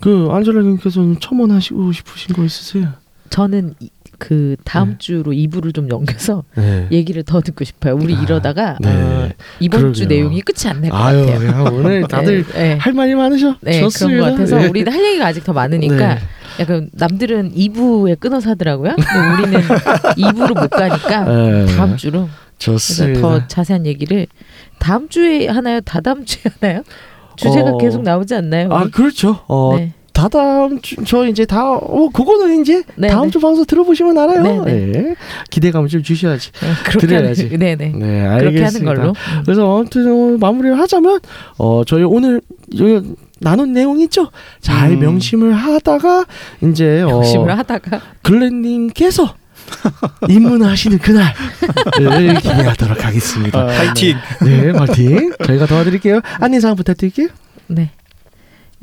[SPEAKER 3] 그 안젤라 님께서는 첨언하시고 싶으신 거 있으세요?
[SPEAKER 2] 저는 이- 그 다음
[SPEAKER 3] 네.
[SPEAKER 2] 주로 2부를 좀 연결해서
[SPEAKER 3] 네.
[SPEAKER 2] 얘기를 더 듣고 싶어요. 우리
[SPEAKER 3] 아,
[SPEAKER 2] 이러다가
[SPEAKER 3] 네.
[SPEAKER 2] 어, 이번 주
[SPEAKER 3] 그러게요.
[SPEAKER 2] 내용이 끝이 안 날 것
[SPEAKER 3] 아유,
[SPEAKER 2] 같아요.
[SPEAKER 3] 야, 오늘 다들
[SPEAKER 2] 네, 네.
[SPEAKER 3] 할 말이 많으셔.
[SPEAKER 2] 네, 그런
[SPEAKER 3] 좋습니다.
[SPEAKER 2] 것 같아서
[SPEAKER 3] 네.
[SPEAKER 2] 우리는 할 얘기가 아직 더 많으니까
[SPEAKER 3] 네.
[SPEAKER 2] 약간 남들은 2부에 끊어서 하더라고요. 근데 우리는 2부로 못 가니까
[SPEAKER 3] 네.
[SPEAKER 2] 다음 주로 아, 그래서
[SPEAKER 3] 좋습니다.
[SPEAKER 2] 더 자세한 얘기를 다음 주에 하나요? 다다음 주에 하나요? 주제가
[SPEAKER 3] 어,
[SPEAKER 2] 계속 나오지 않나요?
[SPEAKER 3] 아
[SPEAKER 2] 우리?
[SPEAKER 3] 그렇죠. 어
[SPEAKER 2] 네.
[SPEAKER 3] 다다음 주 저 이제 다어 그거는 이제
[SPEAKER 2] 네,
[SPEAKER 3] 다음
[SPEAKER 2] 네.
[SPEAKER 3] 주 방송 들어보시면 알아요.
[SPEAKER 2] 네, 네.
[SPEAKER 3] 예. 기대감을 좀 주셔야지.
[SPEAKER 2] 네, 그렇게 하는,
[SPEAKER 3] 드려야지.
[SPEAKER 2] 네네
[SPEAKER 3] 네,
[SPEAKER 2] 그렇게
[SPEAKER 3] 알겠습니다.
[SPEAKER 2] 하는 걸로.
[SPEAKER 3] 그래서 아무튼 오늘 마무리를 하자면 어 저희 오늘 여기 나눈 내용 있죠. 잘
[SPEAKER 4] 음.
[SPEAKER 3] 명심을 하다가 이제 어
[SPEAKER 2] 욕심을 하다가
[SPEAKER 3] 글렌님께서 입문하시는 그날을 기대하도록
[SPEAKER 2] 어.
[SPEAKER 3] 하겠습니다.
[SPEAKER 4] 파이팅.
[SPEAKER 3] 네, 파이팅. 저희가 도와드릴게요. 안내사항 부탁드릴게요.
[SPEAKER 2] 네.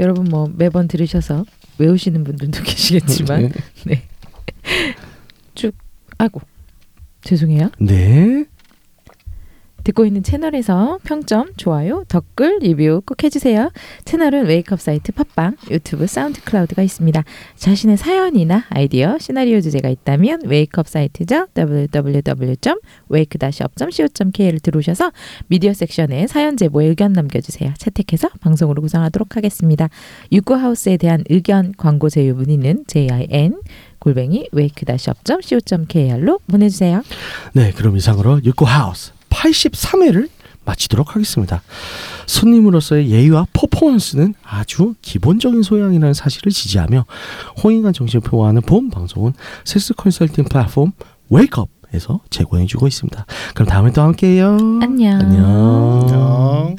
[SPEAKER 2] 여러분 뭐 매번 들으셔서 외우시는 분들도 계시겠지만 네. 쭉 아이고 죄송해요.
[SPEAKER 3] 네.
[SPEAKER 2] 듣고 있는 채널에서 평점, 좋아요, 댓글, 리뷰 꼭 해주세요. 채널은 웨이크업 사이트 팟빵, 유튜브, 사운드 클라우드가 있습니다. 자신의 사연이나 아이디어, 시나리오 주제가 있다면 웨이크업 사이트죠. www.wake-up.co.kr을 들어오셔서 미디어 섹션에 사연 제보에 의견 남겨주세요. 채택해서 방송으로 구성하도록 하겠습니다. 유쿠하우스에 대한 의견, 광고 제휴 문의는 jin 골뱅이 wake-up.co.kr로 보내주세요.
[SPEAKER 3] 네, 그럼 이상으로 육구 하우스 83회를 마치도록 하겠습니다. 손님으로서의 예의와 퍼포먼스는 아주 기본적인 소양이라는 사실을 지지하며 호응한 정신을 표하는 본 방송은 섹스 컨설팅 플랫폼 웨이크업에서 제공해주고 있습니다. 그럼 다음에 또 함께해요.
[SPEAKER 2] 안녕.
[SPEAKER 3] 안녕.
[SPEAKER 6] 안녕.